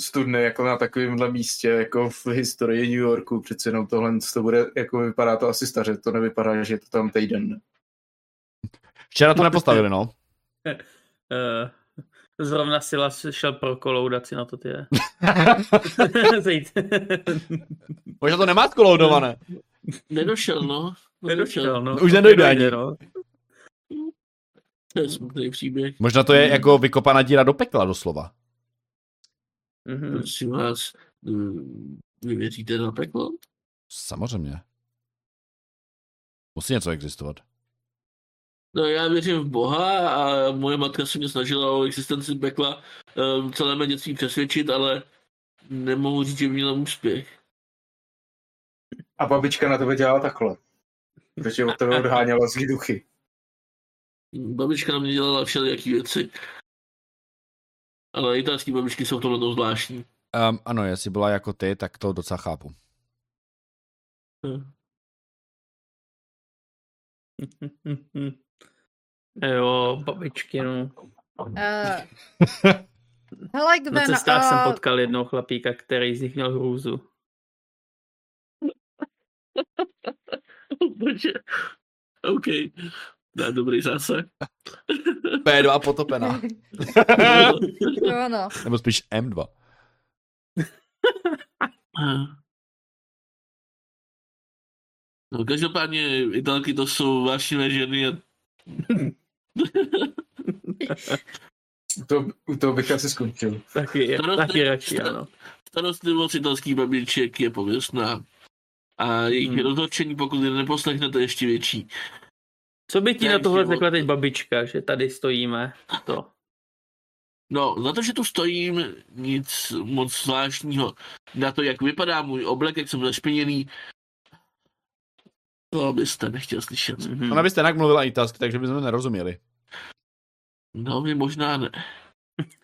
C: studny jako na takovémhle místě, jako v historii New Yorku, přece jenom tohle to bude, jako vypadá to asi staře, to nevypadá, že je to tam týden.
D: Včera to nepostavili, no.
E: Eh, zrovna Sila šel pro koloudat si na to ty. Zajít.
D: Možná to nemá skoloudované.
B: Nedošel, no.
E: Nedošel, no.
D: Už nedojde ani.
E: No.
B: To je smutný příběh.
D: Možná to je jako vykopaná díra do pekla doslova.
E: Mhm.
B: Prosím vás, mm, vy věříte na peklo?
D: Samozřejmě. Musí něco existovat.
B: No já věřím v Boha a moje matka se mě snažila o existenci pekla um, celé mé dětství přesvědčit, ale nemohu říct, že měla úspěch.
C: A babička na tebe dělala takhle. Protože od tebe odháněla zlý duchy.
B: Babička na mě dělala všelijaký věci. Ale italské babičky jsou v tomhle tom zvláštní.
D: Um, ano, jestli byla jako ty, tak to docela chápu.
B: Hm.
E: Mhm. jo, babičky, no.
A: Uh, hele, Gwen,
E: Na cestách
A: eh,
E: jsem potkal jednoho chlapíka, který z nich měl hrůzu.
B: Bože. OK. To je dobrý zásah.
D: P2 a potopená.
A: jo, no.
D: Nebo spíš M2.
B: No, každopádně Italky to jsou vášnivé ženy a
C: To, u toho bych asi skončil.
E: Taky,
B: To dost-
E: taky radši, ano.
B: starostlivost italských babiček je pověstná. A jejich
E: Hmm.
B: hmm. rozhorčení, pokud je neposlechnete, je ještě větší.
E: Co by ti
B: Ne,
E: na tohle
B: život.
E: řekla teď babička, že tady stojíme? To.
B: No, za to, že tu stojím, nic moc zvláštního. Na to, jak vypadá můj oblek, jak jsem zašpiněný, to byste nechtěl slyšet.
E: Mhm.
D: Ona byste No, jinak mluvila italsky, takže bychom nerozuměli.
B: No, vy možná ne.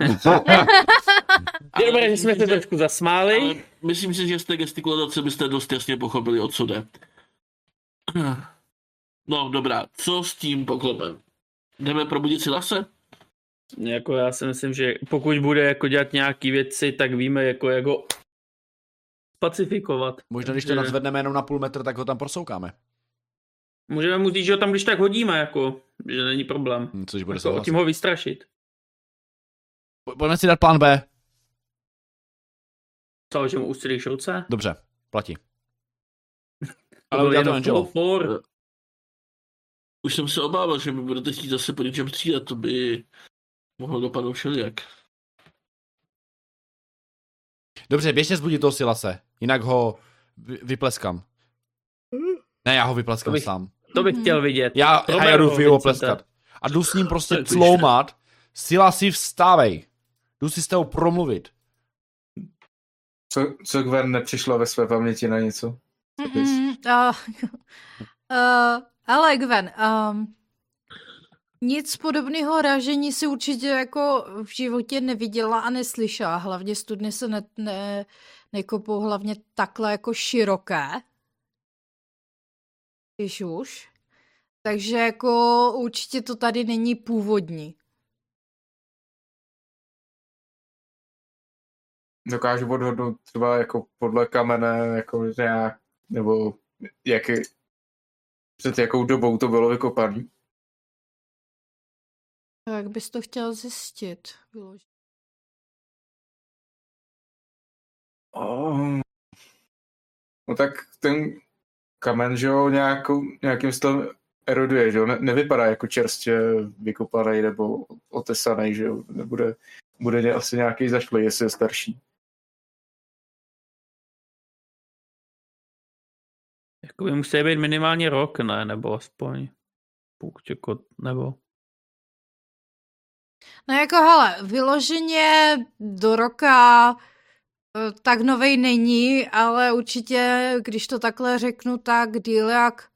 E: Je dobré, že
B: myslím
E: jsme
B: si,
E: se trošku
B: ale
E: zasmáli.
B: myslím si, že z té gestikulace byste dost jasně pochopili, o co jde. No, dobrá, co s tím poklopem? Jdeme probudit si lase?
E: Jako já si myslím, že pokud bude jako dělat nějaký věci, tak víme jako jako pacifikovat.
D: Možná, když to
E: Takže
D: nadzvedneme jenom na půl metr, tak ho tam prosoukáme.
E: Můžeme mu říct, že ho tam když tak hodíme, jako, že není problém.
D: Hm, Což bude
E: Jako,
D: jako
E: tím ho vystrašit.
D: Po- Pojďme si dát plán B.
E: Co, že mu ustřelíš ruce?
D: Dobře, platí.
E: To
D: Ale
E: byl
D: udělá to
E: jenom
D: Angelo.
E: for.
B: Už jsem se obával, že mi budete chtít zase po něčem střídat, to by mohlo dopadnout všelijak.
D: Dobře, běžte zbudit toho Silase, jinak ho vy- vypleskám. Ne, já ho vypleskám
E: Hmm. To bych-
D: sám.
E: To bych
A: Mhm.
E: chtěl vidět.
D: Já, já
E: Roberto
D: jdu Fiu
E: Vincenta.
D: pleskat. A jdu s ním
B: To
D: prostě
B: je
D: cloumat. Sila si vstávej. Jdu si s tebou promluvit.
C: Co, co Gwen nepřišla ve své paměti na něco?
A: Mm, uh, uh, ale Gwen, um, nic podobného ražení si určitě jako v životě neviděla a neslyšela. Hlavně studny se ne, ne, nekopou hlavně takhle jako široké. Když už. Takže jako určitě to tady není původní.
C: Dokážu odhodnout třeba jako podle kamene, jako nějak, nebo jak, je- před jakou dobou to bylo vykopaný.
A: Jak bys to chtěl zjistit? vyloženě?
C: Oh. No tak ten kamen, že jo, nějakou, nějakým stylem eroduje, že jo, ne, nevypadá jako čerstvě vykopaný nebo otesaný, že jo, nebude, bude ně- asi nějaký zašlý, jestli je starší.
E: Jakoby Jako musí být minimálně rok, ne? Nebo aspoň. Pokud jako, nebo.
A: No jako hele, vyloženě do roka eh, tak novej není, ale určitě, když to takhle řeknu, tak díl jak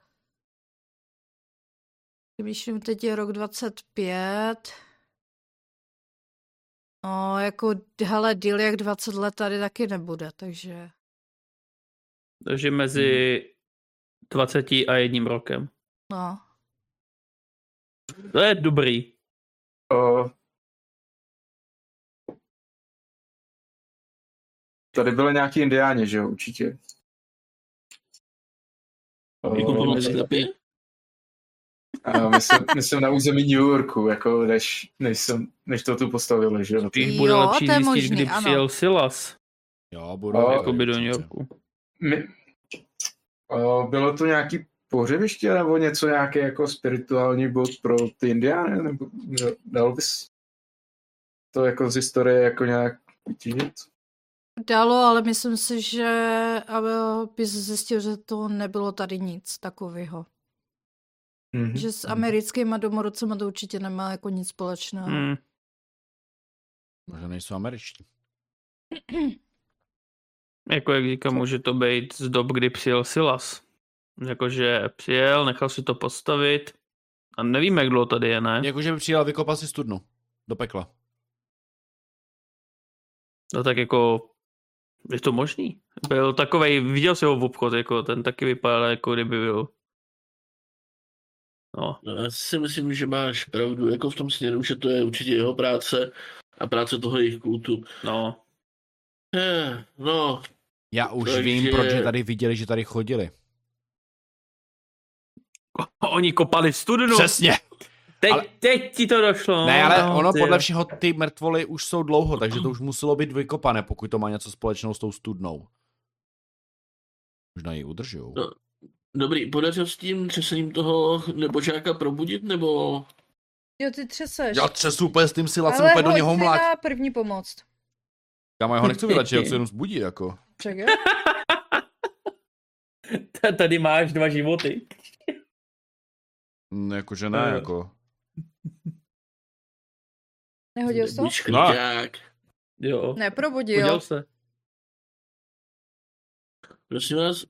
A: Myslím, teď je rok 25. No, jako, hele, díl jak 20 let tady taky nebude, takže...
E: Takže mezi
D: Mhm.
E: 20 a jedním rokem.
A: No.
E: To je dobrý.
C: Uh, tady byly nějaký indiáni, že jo, určitě. Eh,
B: Jako pomoc slepě.
C: a myslím, myslím, na území New Yorku, jako než, než, jsem, než to tu postavili, že jo.
E: Když
A: Jo,
E: bude
A: to je
E: lepší zjistit,
A: možný,
E: kdy
A: ano.
E: přijel Silas.
D: Jo, budu.
C: A-
E: Jakoby No, jako do New Yorku.
C: My, uh, bylo to nějaký pohřebiště nebo něco, nějaký jako spirituální bod pro ty indiány? Nebo ne- dalo bys to jako z historie jako nějak vytížit?
A: Dalo, ale myslím si, že aby bys zjistil, že to nebylo tady nic takového.
C: Mm-hmm.
A: Že s americkýma domorodcema to určitě nemá jako nic společného.
E: Hmm.
D: Možná nejsou američtí.
E: Jako jak říkám, může to být z dob, kdy přijel Silas. Jakože přijel, nechal si to postavit. A nevíme, jak dlouho tady je, ne?
D: Jakože by přijel vykopat si studnu. Do pekla.
E: No tak jako, je to možný. Byl takovej, viděl jsi ho v obchod, jako ten taky vypadal, jako kdyby byl. No,
B: No, já si myslím, že máš pravdu, jako v tom směru, že to je určitě jeho práce a práce toho jejich kultu.
E: no.
B: Eh, No,
D: Já už
B: Takže-
D: vím, proč je tady viděli, že tady chodili.
E: Oni kopali studnu.
D: Přesně.
E: teď,
D: ale-
E: teď ti to došlo.
D: Ne, ale
E: no,
D: ono
E: ty
D: podle
E: jo.
D: všeho ty mrtvoly už jsou dlouho, takže to už muselo být vykopané, pokud to má něco společného s tou studnou. Možná ji udržujou.
B: No. dobrý, podařilo s tím třesením toho nebožáka probudit, nebo...
A: Jo, ty třeseš.
D: Já třesu úplně s tím silacem, úplně do něho mlát.
A: první pomoc.
D: Kámo, já ho nechci vydat, že ho chci jenom zbudit, jako.
A: Čekaj.
E: Ta- Tady máš dva životy.
D: Mm, Jakože ne,
E: Eh.
D: jako.
A: Nehodil jsi to?
B: Buď škrťák.
E: Jo.
A: Neprobudil.
E: Udělal se.
B: Prosím vás,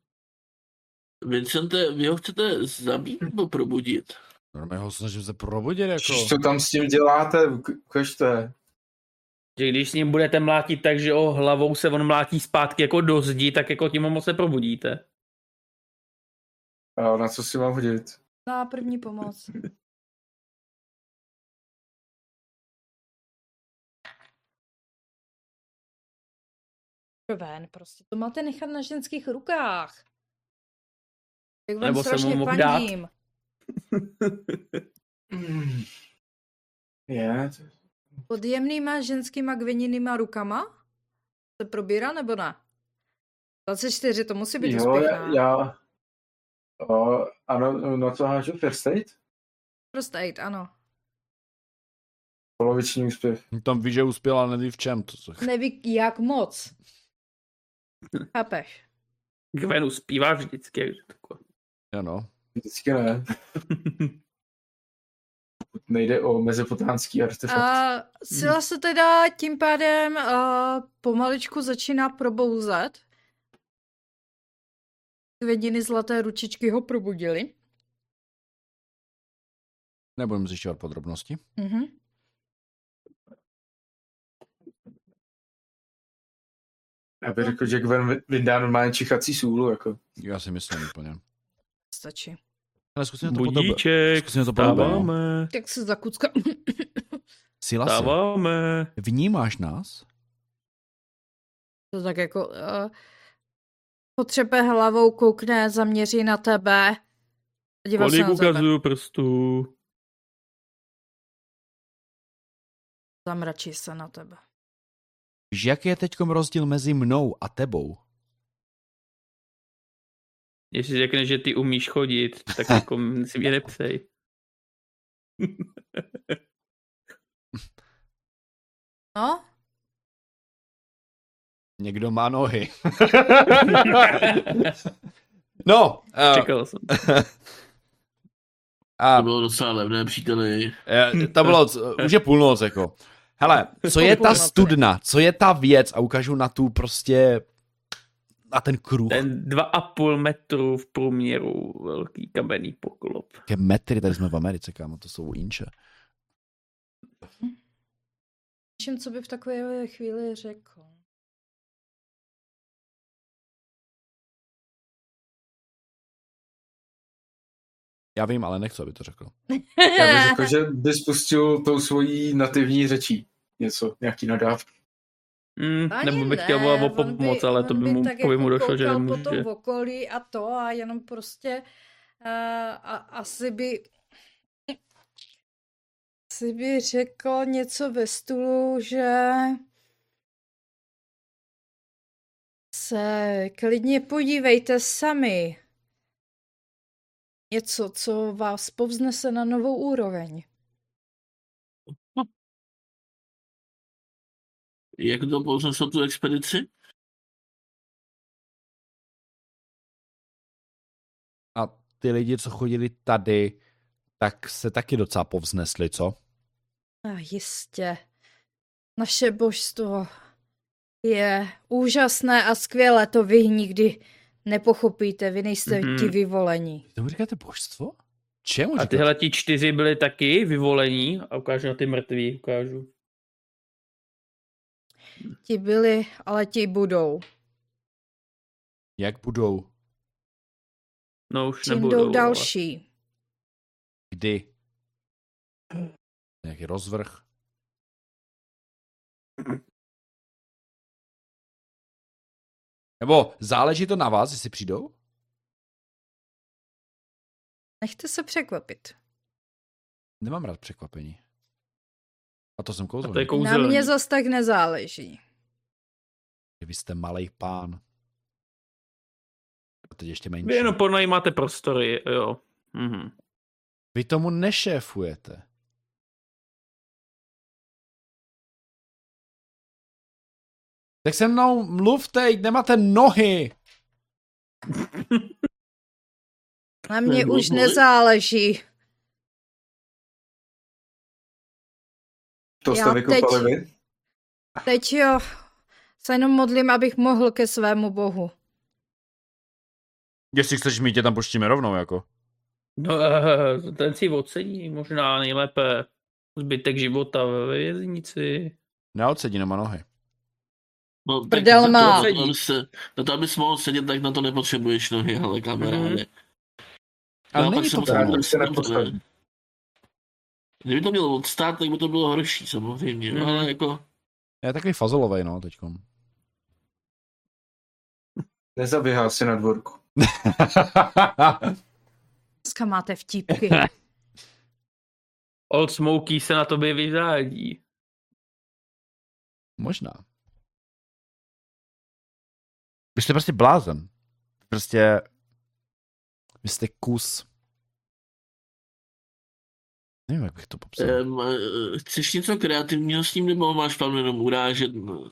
B: Vincente, vy ho chcete zabít nebo probudit?
D: Normálně ho snažím se probudit, jako.
C: Co tam s tím děláte? Uk- Ukažte.
E: Že když s ním budete mlátit tak, že o hlavou se on mlátí zpátky jako do zdi, tak jako tím ho moc neprobudíte.
C: A na co si mám hodit?
A: Na první pomoc. Ven, prostě. To máte nechat na ženských rukách. Jak vám
E: Nebo jsem mu
A: strašně
E: mohl dát.
A: fandím.
C: Mm. Je,
A: Pod jemnýma ženskýma gviněnýma rukama se probírá nebo ne? 24, to musí být
C: jo,
A: úspěch,
C: já,
A: ne?
C: já o, ano, na co hážu first aid?
A: First aid, ano.
C: Poloviční úspěch.
D: Tam ví, že uspěl, ale neví v čem. To se...
A: Neví jak moc. Chápeš?
E: Gvenu zpívá vždycky. jak- tako.
D: Jo, no.
C: Vždycky ne. Pokud nejde o mezopotánský artefakt. A...
A: A Sila se teda tím pádem uh, pomaličku začíná probouzet. Kvědiny zlaté ručičky ho probudily.
D: Nebudem zjišťovat podrobnosti.
A: Mhm.
C: Já bych řekl, že Gwen vy- vyndá normálně čichací sůlu, jako.
D: Já si myslím úplně.
A: Stačí.
D: Ale zkusíme to potom.
E: Budíček,
D: Zkusíme to potom.
E: stáváme,
A: Tak se zakucka.
D: Sila se.
E: stáváme.
D: Vnímáš nás?
A: To tak jako uh, potřebe hlavou koukne, zaměří na tebe. a Dívá se
E: Kolik
A: na tebe.
E: ukazuju prstů?
A: Zamračí se na tebe.
D: Víš, jaký je teď rozdíl mezi mnou a tebou?
E: Jestli řekne, že ty umíš chodit, tak jako si mě neptej.
A: No,
D: Někdo má nohy. no, uh,
E: Čekal jsem.
D: a
B: To bylo docela levné, příteli.
D: Eh, to bylo, eh, už je půlnoc, jako. Hele, co je ta studna, co je ta věc a ukážu na tu prostě, na ten kruh. Ten...
E: Ten 2,5 metru v průměru velký kamenný poklop.
D: metry, tady jsme v Americe, kámo, to jsou inče.
A: čím, co by v takové chvíli řekl.
D: Já vím, ale nechci, aby to řekl.
C: Já bych řekl, že by spustil tou svojí nativní řečí něco, nějaký nadávku.
E: Mm,
A: Ani
E: nebo bych chtěl
A: ne,
E: volat o
A: on
E: pomoc, ale to
A: on
E: by mu,
A: tak
E: jako by mu došlo, že
A: koukal
E: nemůže.
A: po tom okolí a to a jenom prostě uh, a, asi by asi by řekl něco ve stolu, že se klidně podívejte sami. Něco, co vás povznese na novou úroveň.
B: Jak to poznesl tu expedici?
D: A ty lidi, co chodili tady, tak se taky docela povznesli, co?
A: A jistě. Naše božstvo je úžasné a skvělé, to vy nikdy nepochopíte, vy nejste
E: Mhm.
A: mm-hmm. ti vyvolení.
D: Vy Tomu říkáte božstvo? Čemu
E: A
D: říkáte?
E: tyhle ti čtyři byli taky vyvolení a ukážu na ty mrtví, ukážu.
A: Ti byli, ale ti budou.
D: Jak budou?
E: No už
A: Čím
E: nebudou.
A: jdou
E: vole.
A: další.
D: Kdy? Nějaký rozvrh? Nebo záleží to na vás, jestli přijdou?
A: Nechte se překvapit.
D: Nemám rád překvapení. A to jsem
E: A to
D: kouzelník.
E: je
D: Jako...
A: Na
E: kouzelný.
A: mě zas tak nezáleží.
D: Vy jste malý pán. A teď ještě menší.
E: Vy jenom pronajímáte prostory, jo. Mhm.
D: Vy tomu nešéfujete. Tak se mnou mluvte, jít nemáte nohy.
A: Na
B: je
A: mě
B: důvod,
A: už
B: Molly?
A: nezáleží.
C: To
A: Já
C: jste
A: teď-
C: vykopali vy?
A: Teď jo, se jenom modlím, abych mohl ke svému bohu.
D: Jestli chceš mít, tě tam poštíme rovnou, jako.
E: No, eh, ten si ocení možná nejlépe zbytek života ve věznici.
D: Neodsedí, nemá nohy.
B: No, tak
A: Prdel
B: na to,
A: má.
B: na to, aby se- Na to, abys mohl sedět, tak na to nepotřebuješ nohy, ale
A: Mhm.
B: kamaráde.
D: Ale
B: No,
D: není
B: pak
D: to
B: se musím-
D: tak.
C: Tak se nepostaví.
B: ne. Kdyby to mělo odstát, tak by to bylo horší samozřejmě,
E: Mhm.
B: mm. ale jako
D: Já takový fazolovej, no, teďkom.
C: Nezaběhá si na dvorku.
A: Dneska máte vtípky.
E: Old Smokey se na tobě vyřádí.
D: Možná. Vy jste prostě blázen. Prostě... Vy jste kus... Nevím, jak bych to popsal.
B: um, chceš něco kreativního s ním, nebo máš plán jenom urážet? No,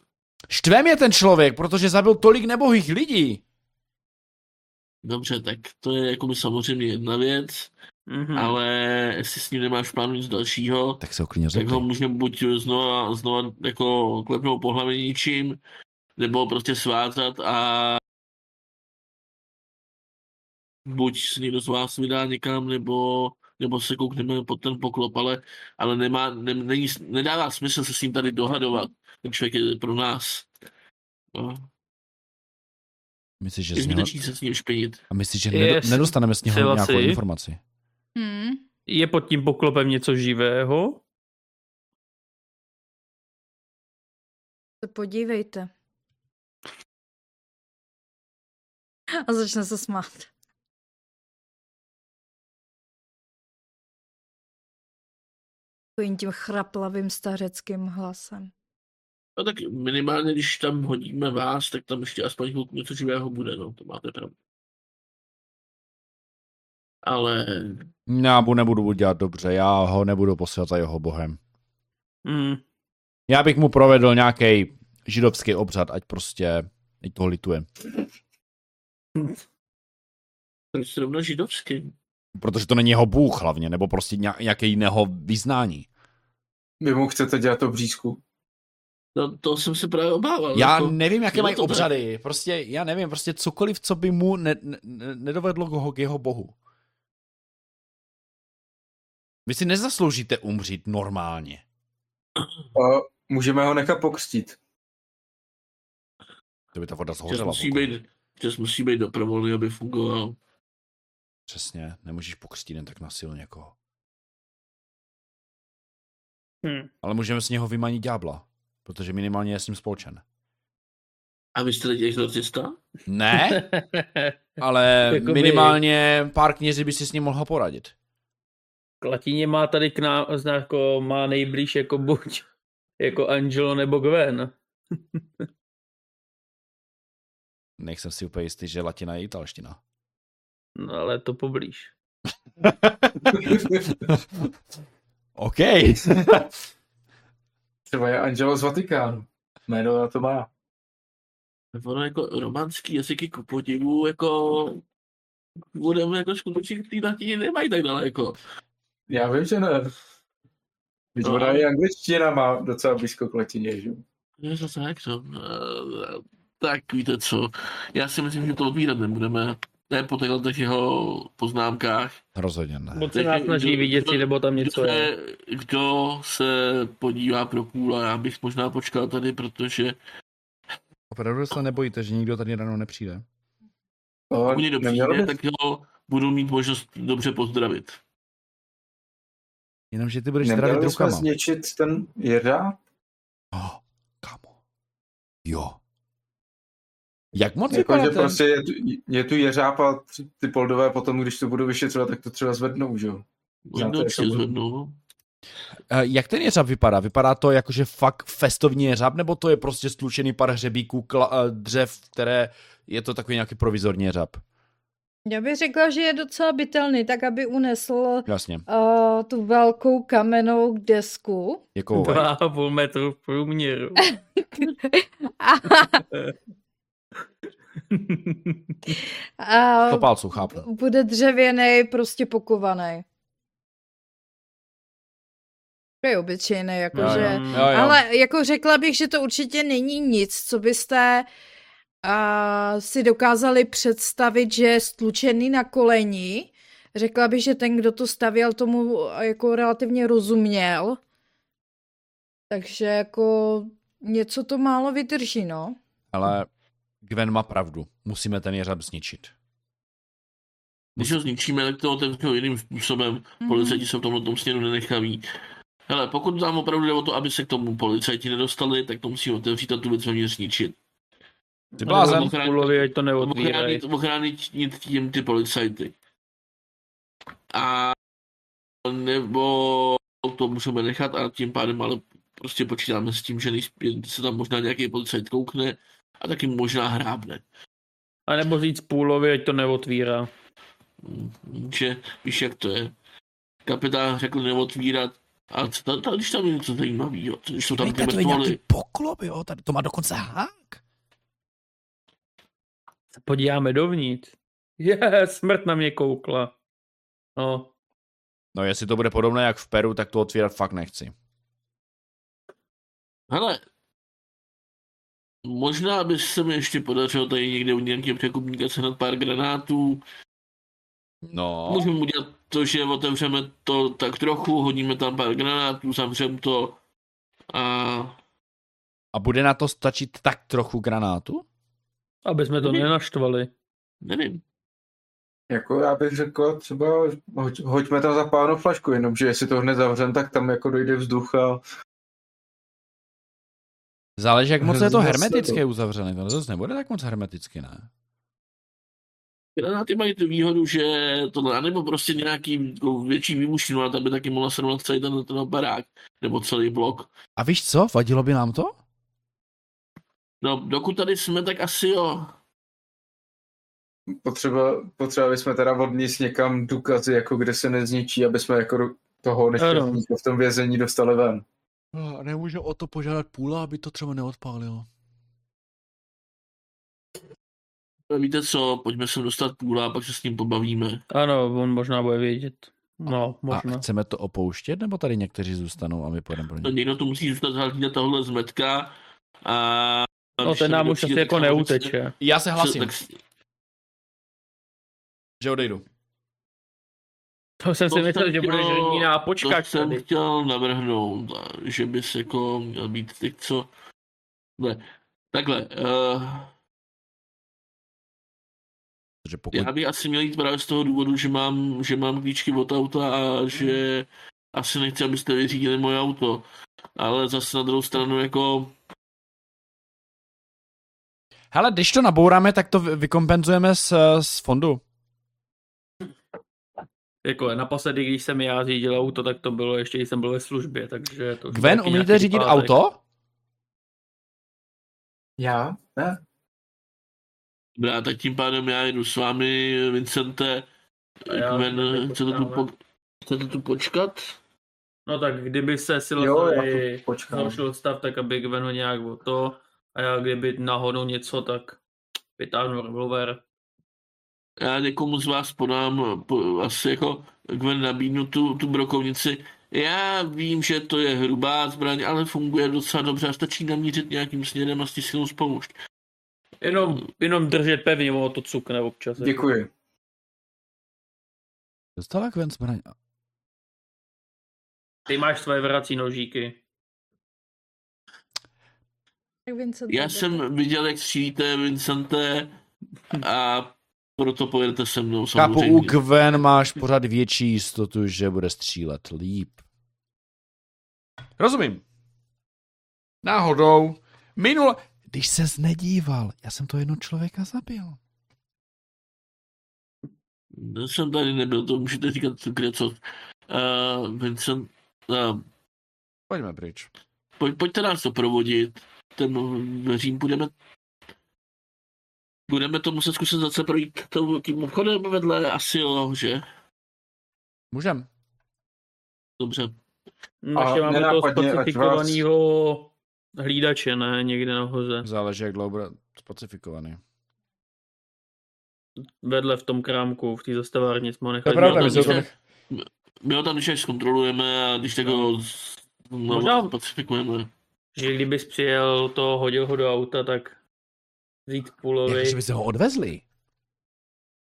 D: Štve mě ten člověk, protože zabil tolik nebohých lidí.
B: Dobře, tak to je jako by samozřejmě jedna věc,
E: Mhm.
B: mm. ale jestli s ním nemáš plánu nic dalšího,
D: Tak se ho klidně
B: tak
D: řekl.
B: ho můžeme buď znova, znova jako klepnout po hlavě ničím, nebo prostě svázat a buď se někdo z vás vydá někam, nebo, nebo se koukneme pod ten poklop, ale, ale nemá, ne, není, nedává smysl se s ním tady dohadovat. Ten člověk je pro nás. No,
D: Myslíš, že
B: je
D: z něho...
B: zbytečný se s ním špinit.
D: A myslíš, že
E: Jest,
D: nedo- nedostaneme s něho
E: souhlasí.
D: nějakou informaci?
A: Hm?
F: Hmm.
E: Je pod tím poklopem něco živého?
A: Se podívejte. A začne se smát. Takovým tím chraplavým stařeckým hlasem.
B: No tak minimálně, když tam hodíme vás, tak tam ještě aspoň chvilku něco živého bude, no, to máte pravdu. Ale
D: Já mu nebudu dělat dobře, já ho nebudu posílat za jeho bohem.
E: Hmm.
D: Já bych mu provedl nějaký židovský obřad, ať prostě, ať toho lituje.
B: ten je rovno židovský.
D: Protože to není jeho bůh hlavně, nebo prostě nějaké jiného vyznání.
C: Vy mu chcete dělat obřízku.
B: No to jsem se právě obával.
D: Já
B: jako,
D: nevím, jaké
B: jo,
D: mají
B: to tak.
D: obřady, prostě já nevím, prostě cokoliv, co by mu ne, ne, ne- nedovedlo ho k jeho bohu. Vy si nezasloužíte umřít normálně.
C: A můžeme ho nechat pokřtít.
D: To by ta voda
B: Čas
D: zhořela.
B: musí,
D: pokud-
B: být, čas musí být doprovolný, aby fungoval.
D: Přesně, nemůžeš pokřtít jen tak na sílu někoho.
A: Hm.
E: Hmm.
D: Ale můžeme z něho vymanit ďábla, protože minimálně je s ním spolčen.
B: A vy jste lidi exorcista?
D: Ne, ale
E: Jakoby-
D: minimálně pár kněží by si s ním mohla poradit.
E: K latině má tady k nám, zná- jako, má nejblíž jako buď jako Angelo nebo Gwen.
D: Nejsem si úplně jistý, že latina je italština.
E: No, ale to poblíž.
D: OK.
C: Třeba je Angelo z Vatikánu. Jméno na to má.
B: Ono jako románský jazyky ku podivu, jako budeme jako skutečně k té latině nemají tak daleko.
C: Já vím, že ne. Víš,
B: No.
C: ona i angličtina má docela blízko k latině, že? jo?
B: Je zase jak no. eh, Tak víte co, já si myslím, že to odbírat nebudeme. Ne po těchto těch jeho poznámkách.
D: Rozhodně ne.
E: Moc se nás snaží vidět, jestli nebo tam něco
B: Kdo,
E: je.
B: se, kdo se podívá pro kůla, já bych možná počkal tady, protože
D: Opravdu se nebojíte, že nikdo tady ráno nepřijde?
C: No,
B: pokud někdo
C: nemělo
B: přijde,
C: by-
B: tak ho budu mít možnost dobře pozdravit.
D: Jenomže ty budeš zdravit
C: Neměli bychom
D: rukama.
C: zničit ten jedá?
D: Oh, kamo. Jo. Jak moc
C: Jako,
D: vypadá
C: že
D: ten...
C: prostě je tu, je tu jeřáb a ty- ty poldové potom, když to budu vyšetřovat, tak to třeba zvednou, že jo? Znáte,
B: Jednou
C: jak to jako
B: určitě
C: bude.
B: zvednou. no.
D: Eh, Jak ten jeřáb vypadá? Vypadá to jako, že fakt festovní jeřáb, nebo to je prostě stlučený pár hřebíků, kla, eh, dřev, které je to takový nějaký provizorní jeřáb?
A: Já bych řekla, že je docela bytelný, tak aby unesl
D: Jasně,
A: uh, tu velkou kamennou desku.
D: jako
E: Dva a půl metru v průměru.
A: A, a
D: to palců, chápu.
A: bude dřevěný, prostě pokovaný. To je obyčejný,
D: Jo,
A: jakože...
D: jo. Jo, jo.
A: Ale jako řekla bych, že to určitě není nic, co byste a, si dokázali představit, že je stlučený na koleni. Řekla bych, že ten, kdo to stavěl, tomu a, jako relativně rozuměl. Takže jako něco to málo vydrží, no.
D: Ale Gwen má pravdu. Musíme ten jeřáb zničit.
B: Když ho zničíme, tak to otevřou jiným způsobem.
A: Mhm.
B: Policajti se v tomhle tom směru nenechaví. Hele, pokud nám opravdu jde o to, aby se k tomu policajti nedostali, tak to musí otevřít a tu věc oni zničit.
D: Ty
E: No,
B: Ale
D: blázen.
B: ochránit-
E: Kulovi, ať to neotvírají.
B: Ochránit, ochránit tím ty policajty. A nebo to můžeme nechat a tím pádem ale prostě počítáme s tím, že nejspíš se tam možná nějaký policajt koukne a taky možná hrábne.
E: A nebo říct půlovi, ať to neotvírá.
B: Mm, že víš, jak to je. Kapitán řekl neotvírat, a co tam, tam, když tam je něco zajímavého, co když jsou tam ty mrtvoly.
D: poklop, jo? Tady to má dokonce hák.
E: Se podíváme dovnitř. Je, smrt na mě koukla. No,
D: No jestli to bude podobné jak v Peru, tak to otvírat fakt nechci.
B: Hele, možná by se mi ještě podařilo tady někde u nějakého překupníka sehnat pár granátů.
D: No,
B: Můžeme udělat to, že otevřeme to tak trochu, hodíme tam pár granátů, zavřeme to a
D: a bude na to stačit tak trochu granátu?
E: aby jsme to nenaštvali.
B: nevím.
C: Jako já bych řekl třeba, hoď, hoďme tam zapálenou flašku, jenomže jestli to hned zavřem, tak tam jako dojde vzduch a
D: Záleží, jak moc je to
C: Hrozně
D: hermetické
C: sledu.
D: uzavřené. To zase nebude tak moc hermeticky, ne?
B: Granáty mají tu výhodu, že tohle, anebo prostě nějaký jako větší výbušninu, a ta by taky mohla srovnat celý ten, ten barák, nebo celý blok.
D: A víš co? Vadilo by nám to?
B: No, dokud tady jsme, tak asi jo.
C: potřeba, potřebovali jsme teda odníst někam důkazy, jako kde se nezničí, aby jsme jako toho nešťastníka v tom vězení dostali ven.
D: Nemůžu o to požádat půla, aby to třeba neodpálilo.
B: Víte co, pojďme sem dostat půla a pak se s ním pobavíme.
E: Ano, on možná bude vědět. No,
D: A
E: možná.
D: chceme to opouštět, nebo tady někteří zůstanou a my půjdeme pro
B: No,
D: ně?
B: někdo to musí zůstat zahlídat tohle zmetka a... a
E: No,
B: když
E: ten
B: tam
E: nám
B: někdo
E: už
B: přijde,
E: asi
B: tak
E: jako
B: samozřejmě-
E: neuteče.
D: Já se
B: se-
D: hlasím,
B: Tak,
D: že odejdu.
E: To jsem si
B: To
E: myslel,
B: jsem
E: že bude
B: chtěl-
E: ženiná,
B: to
E: počkat
B: jsem
E: tady.
B: chtěl navrhnout, že bys jako měl být ty, co... Ne, takhle, uh,
D: Protože pokud...
B: já bych asi měl jít právě z toho důvodu, že mám, že mám klíčky od auta a že asi nechci, abyste vyřídili moje auto. Ale zase na druhou stranu jako
D: Hele, když to nabouráme, tak to vy- vykompenzujeme z, z fondu.
E: Jako naposledy, když jsem já řídil auto, tak to bylo ještě, když jsem byl ve službě, takže to... už
D: Gwen,
E: taky nějaký
D: umíte řídit
E: pátek.
D: auto?
C: Já? Ne.
B: Dobrá, tak tím pádem já jedu s vámi, Vincente.
E: A já
B: Kmen,
E: tady
B: chcete tu, po,
E: počkáme.
B: chcete tu počkat?
E: No tak kdyby se si
C: Jo, jako, já
E: Lazarovi
C: to počkám.
E: zhoršil stav, tak aby Gwen ho nějak o to, a já kdyby náhodou něco, tak vytáhnu revolver.
B: Já někomu z vás podám, po, asi jako Gwen nabídnu tu, tu brokovnici. Já vím, že to je hrubá zbraň, ale funguje docela dobře a stačí namířit nějakým směrem a stisknout spoušť.
E: Jenom, jenom držet pevně, ono to cukne občas.
C: Děkuji.
D: Dostala Gwen zbraň.
E: Ty máš své vrací nožíky.
A: Tak Vincent,
B: Já
A: jde.
B: jsem viděl, jak střílíte, Vincente, a proto pojedete se mnou
D: Chápu, u
B: samozřejmě.
D: Gwen máš pořád větší jistotu, že bude střílet líp. Rozumím. Náhodou. Minule... Když ses nedíval, já jsem to jedno člověka zabil.
B: Já jsem tady nebyl, to můžete říkat kde co. Uh, Vincent, uh,
D: Pojďme pryč.
B: poj, pojďte nás to provodit. Ten no, Řím budeme budeme to muset zkusit zase projít tou- tím obchodem vedle, asi jo, že?
D: Můžem.
B: Dobře.
E: No, ještě máme toho
C: nenápadně, ať vás-
E: specifikovaného hlídače, ne? Někde nahoře.
D: Záleží, jak dlouho bude spacifikovaný.
E: Vedle v tom krámku, v té zastavárně jsme ho nechali.
B: pravda, my se
E: Měl
B: to
E: tam-
B: My ho tam když tak zkontrolujeme a když tak ho z-
E: Možná-
B: no, pacifikujeme.
E: Že kdybys přijel to, hodil ho do auta, tak vzít půlovi.
D: by se ho odvezli.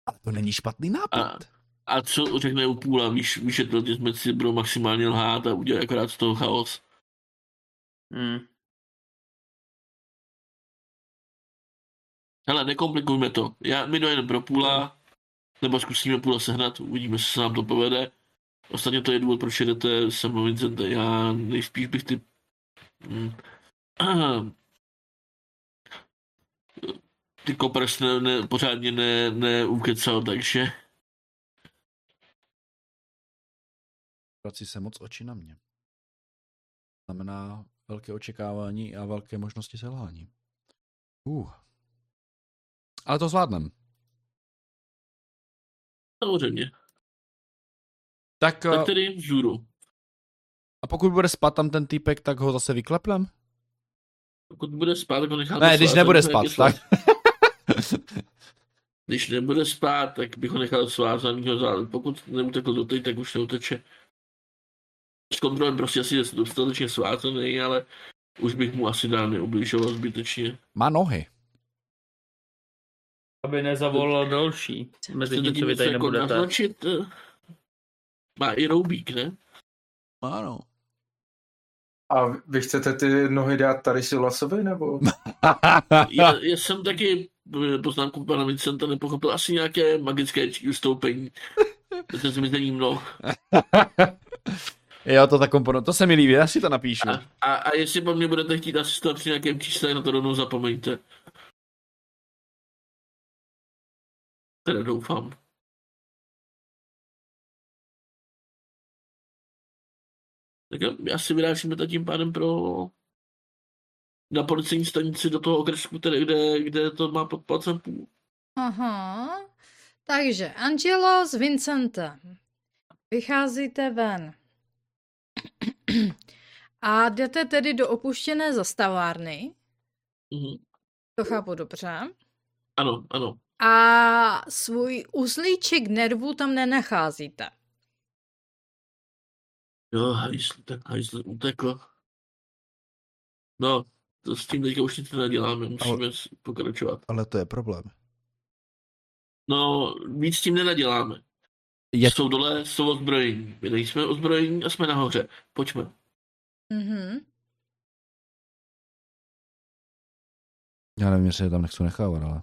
D: Ale to není špatný nápad.
B: A co řekne u půla, víš, víš, že to že jsme si budou maximálně lhát a udělat akorát z toho chaos.
E: Hmm.
B: Hele, nekomplikujme to. Já, my dojedeme pro půla, nebo zkusíme půla sehnat, uvidíme, jestli se nám to povede. Ostatně to je důvod, proč jedete se mnou Vincente. Já nejspíš bych ty... Hmm. Mm. ty kopers ne, ne, pořádně ne, neukecal, takže...
D: Vrací se moc oči na mě. Znamená velké očekávání a velké možnosti selhání. Uh. Ale to zvládnem.
B: Samozřejmě.
D: Tak,
B: Tak
D: eh,
B: tedy vzůru.
D: a pokud bude spát tam ten týpek, tak ho zase vyklepnem?
B: Pokud bude spát, tak ho necháme
D: Ne, když
B: spát,
D: nebude
B: tak to
D: spát,
B: je
D: tak.
B: svat. Když nebude spát, tak bych ho nechal svázanýho zále. Pokud neutekl do teď, tak už neuteče. S kontrolem prostě asi je dostatečně svázaný, ale už bych mu asi dál neubližoval zbytečně.
D: Má nohy.
E: Aby nezavolal další. Mezi
B: Chcete
E: tím, co
B: tím
E: vy
B: něco
E: tady
B: jako
E: nebudete.
B: naznačit? eh? Má i roubík, ne? no.
D: Ano.
C: A vy chcete ty nohy dát tady si lasovi, nebo?
B: Já, já jsem taky eh, poznámku pana Vincenta nepochopil asi nějaké magické či- ustoupení. To se mi zdením, no.
D: Jo, to, ta kompono... to se mi líbí, já si to napíšu.
B: A, a, a jestli po mně budete chtít asistovat při nějakém čísle, na to rovnou zapomeňte. Teda doufám. Tak jo, asi vyrážíme to tím pádem pro na policejní stanici do toho okresku, tedy kde, kde to má pod palcem půl.
A: Aha. Takže Angelo s Vincentem. Vycházíte ven. A jdete tedy do opuštěné zastavárny.
B: Mhm.
A: To chápu dobře.
B: Ano, ano.
A: A svůj uzlíček nervů tam nenacházíte.
B: Jo, hajzl, ten hajzl utekl. No, to s tím teďka už nic neděláme, musíme s- pokračovat.
D: Ale to je problém.
B: No, víc s tím nenaděláme.
D: Je-
B: Jsou dole, jsou ozbrojení. My nejsme ozbrojení a jsme nahoře. Pojďme.
A: Mhm.
D: Já nevím, jestli je tam nechci nechávat, ale...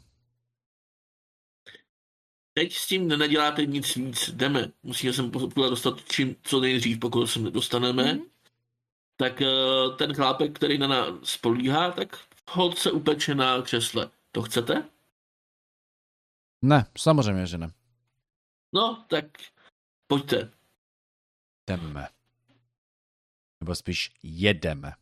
B: Teď s tím nenaděláte nic víc. Jdeme. Musíme se pokudat dostat čím, co nejdřív, pokud se nedostaneme.
A: Mhm.
B: Tak eh, ten chlápek, který na nás spolíhá, tak hod se upeče na křesle. To chcete?
D: Ne, samozřejmě, že ne.
B: No, tak pojďte.
D: Jdeme. Nebo spíš jedeme.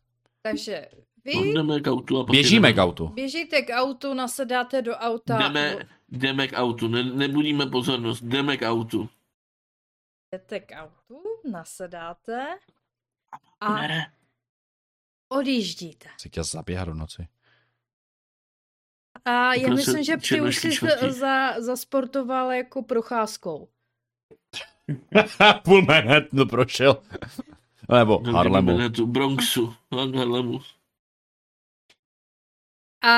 A: Takže vy
B: No, Jdeme k autu a potom
D: Běžíme
B: jdeme.
D: k autu.
A: běžíte k autu, nasedáte do auta.
B: Jdeme, jdeme k autu, ne, nebudíme pozornost, jdeme k autu.
A: Jdete k autu, nasedáte a
B: Ne,
A: odjíždíte.
D: Chci tě zaběhat do noci.
A: A já
B: Úplně se
A: myslím, že ty už
B: černošky
A: jsi
B: čtvrtí.
A: za, zasportoval jako procházkou.
D: Půl Manhattanu prošel. Nebo
B: jdeme
D: Harlemu.
B: do Manhattanu, Bronxu, Harlemu.
A: A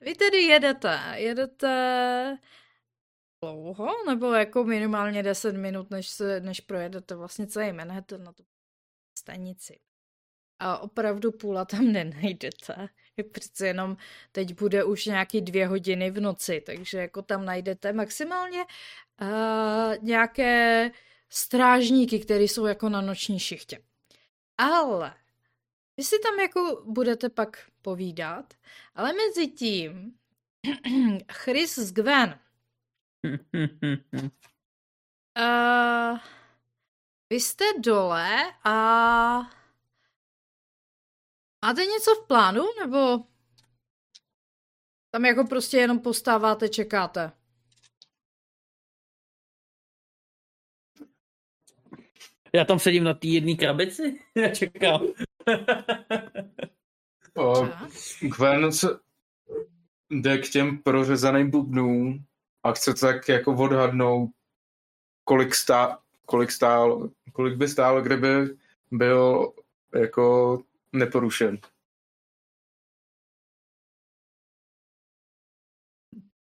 A: vy tedy jedete. Jedete dlouho, nebo jako minimálně 10 minut, než, se, než projedete vlastně celý Manhattan na tu stanici. A opravdu půla tam nenajdete. Přece jenom teď bude už nějaký dvě hodiny v noci, takže jako tam najdete maximálně uh, nějaké strážníky, které jsou jako na noční šichtě. Ale vy si tam jako budete pak povídat, ale mezi tím Chris s Gwen Uh, vy jste dole a máte něco v plánu, nebo tam jako prostě jenom postáváte, čekáte?
E: Já tam sedím na té jedné krabici a čekám.
C: O, Gwen se jde k těm prořezaným bubnům a chce tak jako odhadnout, kolik, stá, kolik, stál, kolik by stálo, kdyby byl jako neporušen.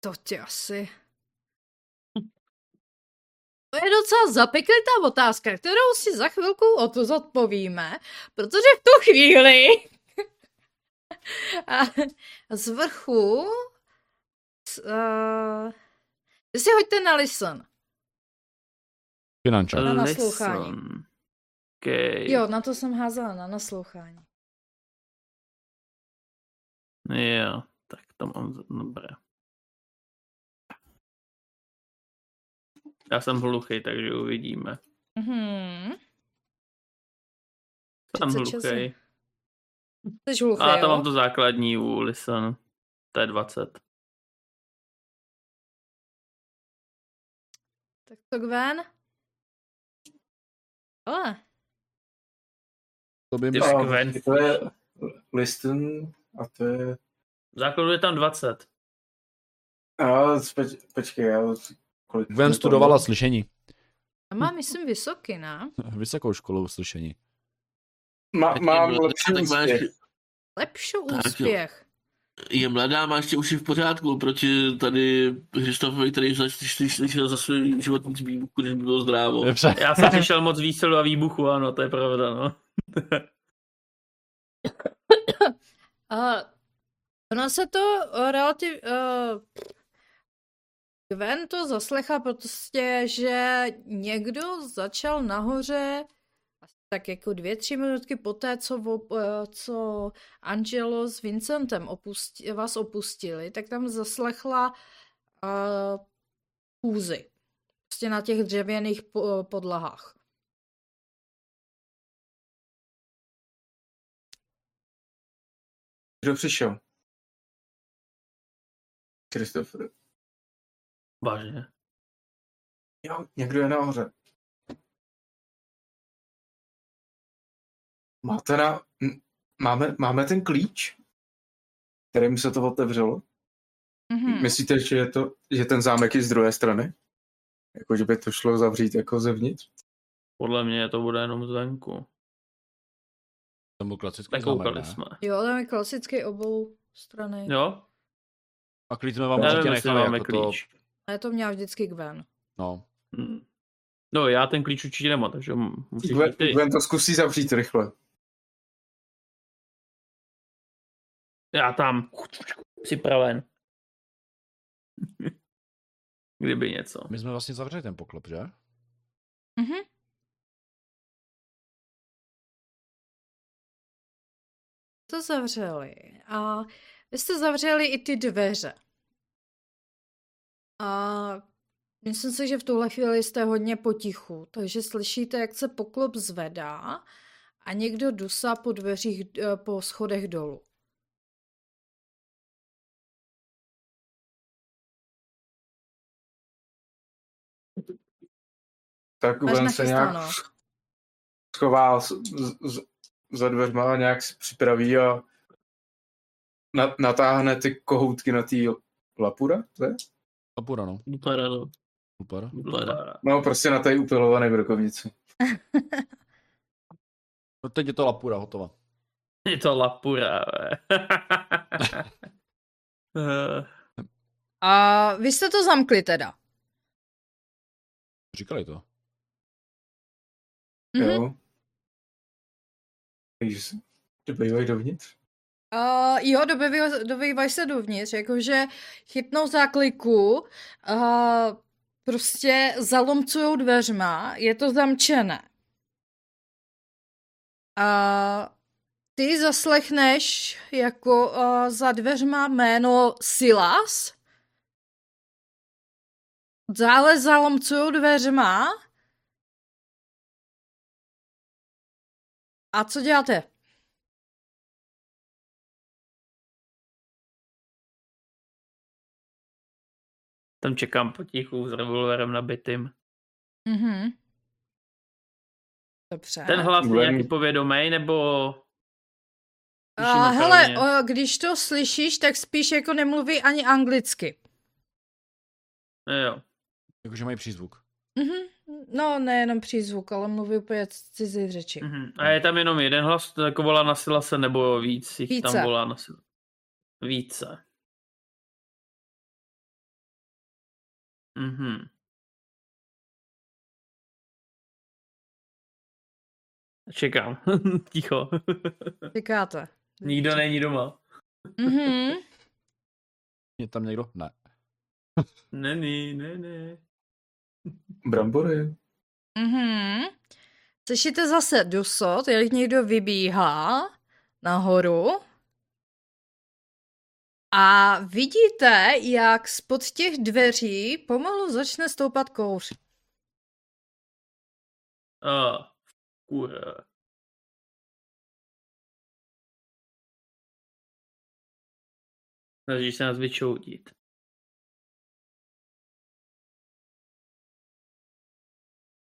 A: To tě asi... To je docela zapeklitá otázka, kterou si za chvilku od- zodpovíme, protože v tu chvíli a z vrchu s, uh, vy si hoďte na listen.
D: Finančák.
A: Na naslouchání.
E: Listen. Okay.
A: Jo, na to jsem házela, na naslouchání.
E: Jo, tak to mám, z- dobré. Já jsem hluchý, takže uvidíme.
A: Mhm.
E: Jsem
A: 36.
E: hluchý.
A: Jsi hluchý,
E: A
A: jo?
E: tam mám to základní u Listen. To je 20.
A: Tak to Gwen. Ale,
D: To by
E: Ty
D: mě...
E: vole.
C: A
E: Gwen.
C: To je listen a to je...
E: V základu je tam 20.
C: A peč, počkej, já... Kolik
D: Gwen studovala slyšení.
A: já mám, myslím, vysoký, ne?
D: Vysokou školou slyšení.
C: Má,
B: Tak
C: mám
B: je-
C: lepší
B: tak máš-
C: úspěch.
A: Lepší
B: jo.
A: úspěch.
B: Je mladá, má ještě uši v pořádku, proti tady Hristofovi, který za- slyš- slyšel za svůj životní zbývku, když bylo zdrávo.
D: Dobře.
E: Já jsem slyšel moc výstřelu a výbuchu, ano, to je pravda, no.
A: A Ono se to eh, relativ... Uh, Gwen to zaslechla prostě, že někdo začal nahoře asi tak jako dvě, tři minutky poté, co, uh, co Angelo s Vincentem opusti, vás opustili, tak tam zaslechla uh, půzy. Prostě na těch dřevěných po, podlahách.
C: Kdo přišel? Kristofer.
E: Vážně.
C: Jo, někdo je nahoře. Máte na... m- Máme, máme ten klíč, kterým se to otevřelo? Hmm.
A: Mhm.
C: Myslíte, že, je to, že ten zámek je z druhé strany? Jako, že by to šlo zavřít jako zevnitř?
E: Podle mě to bude jenom zvenku.
D: To byl klasický zámek,
E: Nekoukali
D: ne?
E: jsme.
A: Jo, tam je klasický obou strany.
E: Jo?
D: A klíč jsme vám
E: Já
D: určitě
E: nevím, jestli
D: nechali
E: máme
D: jako to...
E: klíč.
A: Ale to měla vždycky Gwen.
D: No.
E: Hm. No, já ten klíč určitě nemám, takže m- musíš
C: Gwen,
E: mít ty.
C: Gwen to zkusí zavřít rychle.
E: Já tam. Připraven. Kdyby něco.
D: My jsme vlastně zavřeli ten poklop, že?
A: Mhm. To zavřeli. A vy jste zavřeli i ty dveře. A myslím si, že v tuhle chvíli jste hodně potichu, takže slyšíte, jak se poklop zvedá a někdo dusá po dveřích, eh, po schodech dolů.
C: Tak
A: Máš
C: Gwen se nějak
A: nachystáno.
C: schová z, z, z, za dveřma a nějak se připraví a na, natáhne ty kohoutky na té lapura, to je?
D: A půjde, no.
B: Vypadá, no.
D: Super.
B: Vypadá.
C: No prostě na té upilované brokovnici.
D: No teď je to lapura hotová.
E: Je to lapura, ve. Eh,
A: A vy jste to zamkli teda.
D: Říkali to.
A: Mhm.
C: Mm-hmm. Jo. Takže se dobývají dovnitř.
A: Uh, jo, dobývaj- dovývají se dovnitř, jakože chytnou zákliku, uh, prostě zalomcují dveřma, je to zamčené. A ty zaslechneš jako uh, za dveřma jméno Silas, dále zalomcují dveřma. A co děláte?
E: Tam čekám potichu s revolverem nabitým.
A: Mhm. Dobře.
E: Ten hlas je
C: Gwen-
E: nějaký povědomý, nebo...
A: a,
E: Slyšíme
A: hele,
E: prvně.
A: o, když to slyšíš, tak spíš jako nemluví ani anglicky.
E: No Jo.
D: Jakože mají přízvuk.
A: Mhm. No, nejenom přízvuk, ale mluví úplně c- cizí řeči.
E: Mhm. A je tam jenom jeden hlas, to jako volá na Silase, nebo víc jich
A: Více.
E: tam volá na Silase. Více. Mhm. Čekám. Ticho.
A: Říkáte.
E: Nikdo není doma.
A: Mhm.
D: Je tam někdo? Ne.
E: Není, ne, ne.
C: Brambory.
A: Mhm. Slyšíte zase dusot, jak někdo vybíhá nahoru. A vidíte, jak spod těch dveří pomalu začne stoupat kouř.
E: A, kurva. Snažíš se nás vyčoudit.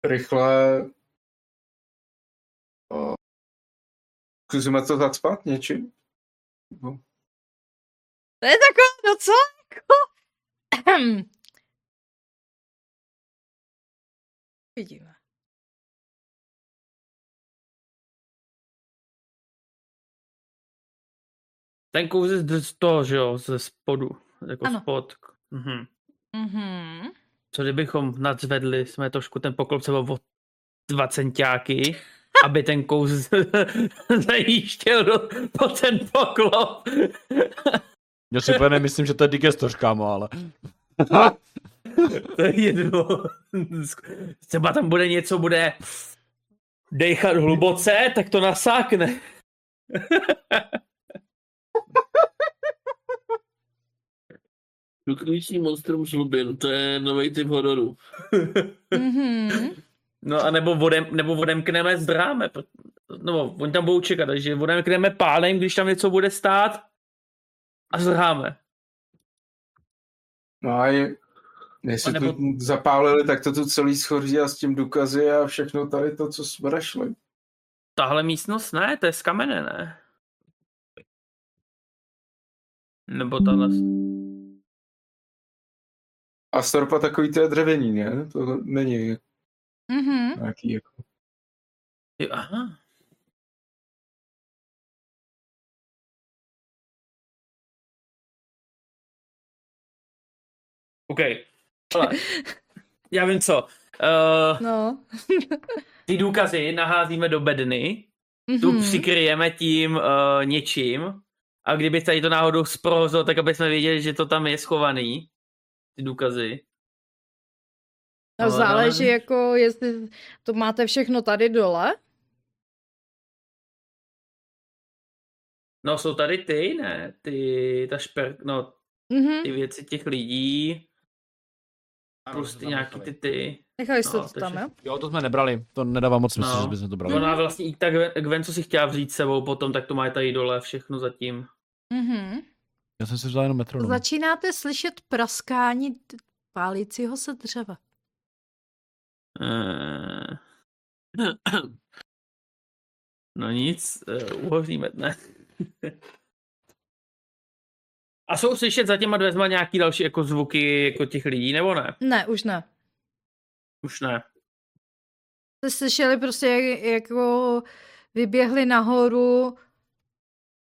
C: Rychle. O, Zkusíme to zacpat něčím.
A: To je taková docela jako... Ahem. Vidíme.
E: Ten kous je z- z toho, že jo, ze spodu. Jako
A: Ano.
E: spod. Mhm.
A: Mhm.
E: Co kdybychom nadzvedli, jsme trošku ten poklop třeba o dva centiáky, aby ten kous zajíštěl do, po ten poklop.
D: Já si úplně nemyslím, že to je digestor, kámo, ale...
E: To je jedno. Třeba tam bude něco, bude dejchat hluboce, tak to nasákne.
B: Dokončí monstrum z hlubin, to je nový typ hororu.
A: Mhm.
E: No a nebo, odem, nebo odemkneme zdráme. No, oni tam budou čekat, takže odemkneme pálem, když tam něco bude stát a zdráme.
C: No a je, jestli
E: A nebo-
C: nebo... to zapálili, tak to tu celý schoří a s tím důkazy a všechno tady to, co jsme našli.
E: Tahle místnost ne, to je z kamene, ne? Nebo tahle...
C: A storpa takový to je dřevěný, ne? To není
A: Mhm.
C: nějaký jako...
E: Jo, Aha. OK. Ale já vím co. Uh,
A: No.
E: ty důkazy naházíme do bedny, tu
A: Mhm.
E: přikryjeme tím uh, něčím a kdyby tady to náhodou sprovozil, tak aby jsme věděli, že to tam je schovaný, ty důkazy.
A: A
E: Ale-
A: záleží jako, jestli to máte všechno tady dole.
E: No jsou tady ty, ne? Ty, ta šper, no,
A: Mhm.
E: ty věci těch lidí, plus ty Prostě nějaký ty ty.
A: Nechali jste
E: No,
A: to tam,
E: takže-
A: jo?
D: Jo, to jsme nebrali. To nedává moc smysl,
E: No.
D: no. že bychom to brali.
E: Ona vlastně i tak Gwen- Gwen, co si chtěla vzít sebou potom, tak to má tady dole všechno zatím.
A: Mhm.
D: Já jsem si vzal jenom metronom.
A: Začínáte slyšet praskání t- pálícího se dřeva.
E: Eh. No nic, eh, uhoříme, ne? A jsou slyšet za těma dveřma nějaký další jako zvuky jako těch lidí, nebo ne?
A: Ne, už ne.
E: Už ne.
A: Jste slyšeli prostě, jak, jako vyběhli nahoru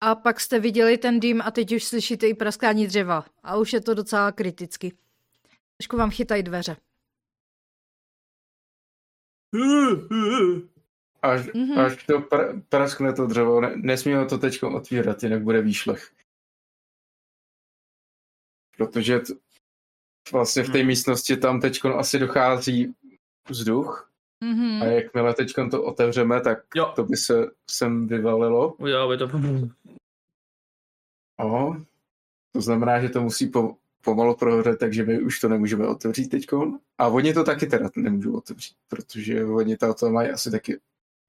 A: a pak jste viděli ten dým a teď už slyšíte i praskání dřeva. A už je to docela kriticky. Trošku vám chytají dveře.
C: Až,
A: Mhm.
C: mm-hmm. až to pr- praskne to dřevo, ne, nesmíme to teď otvírat, jinak bude výšlech. Protože t- vlastně v té
E: Mhm.
C: místnosti tam teď asi dochází vzduch
A: Mhm.
C: a jakmile teď to otevřeme, tak
E: Jo,
C: to by se sem vyvalilo.
E: udělal by to.
C: Aha. To znamená, že to musí po, pomalu prohřet, takže my už to nemůžeme otevřít teď. A oni to taky teda nemůžou otevřít, protože oni to, to mají asi taky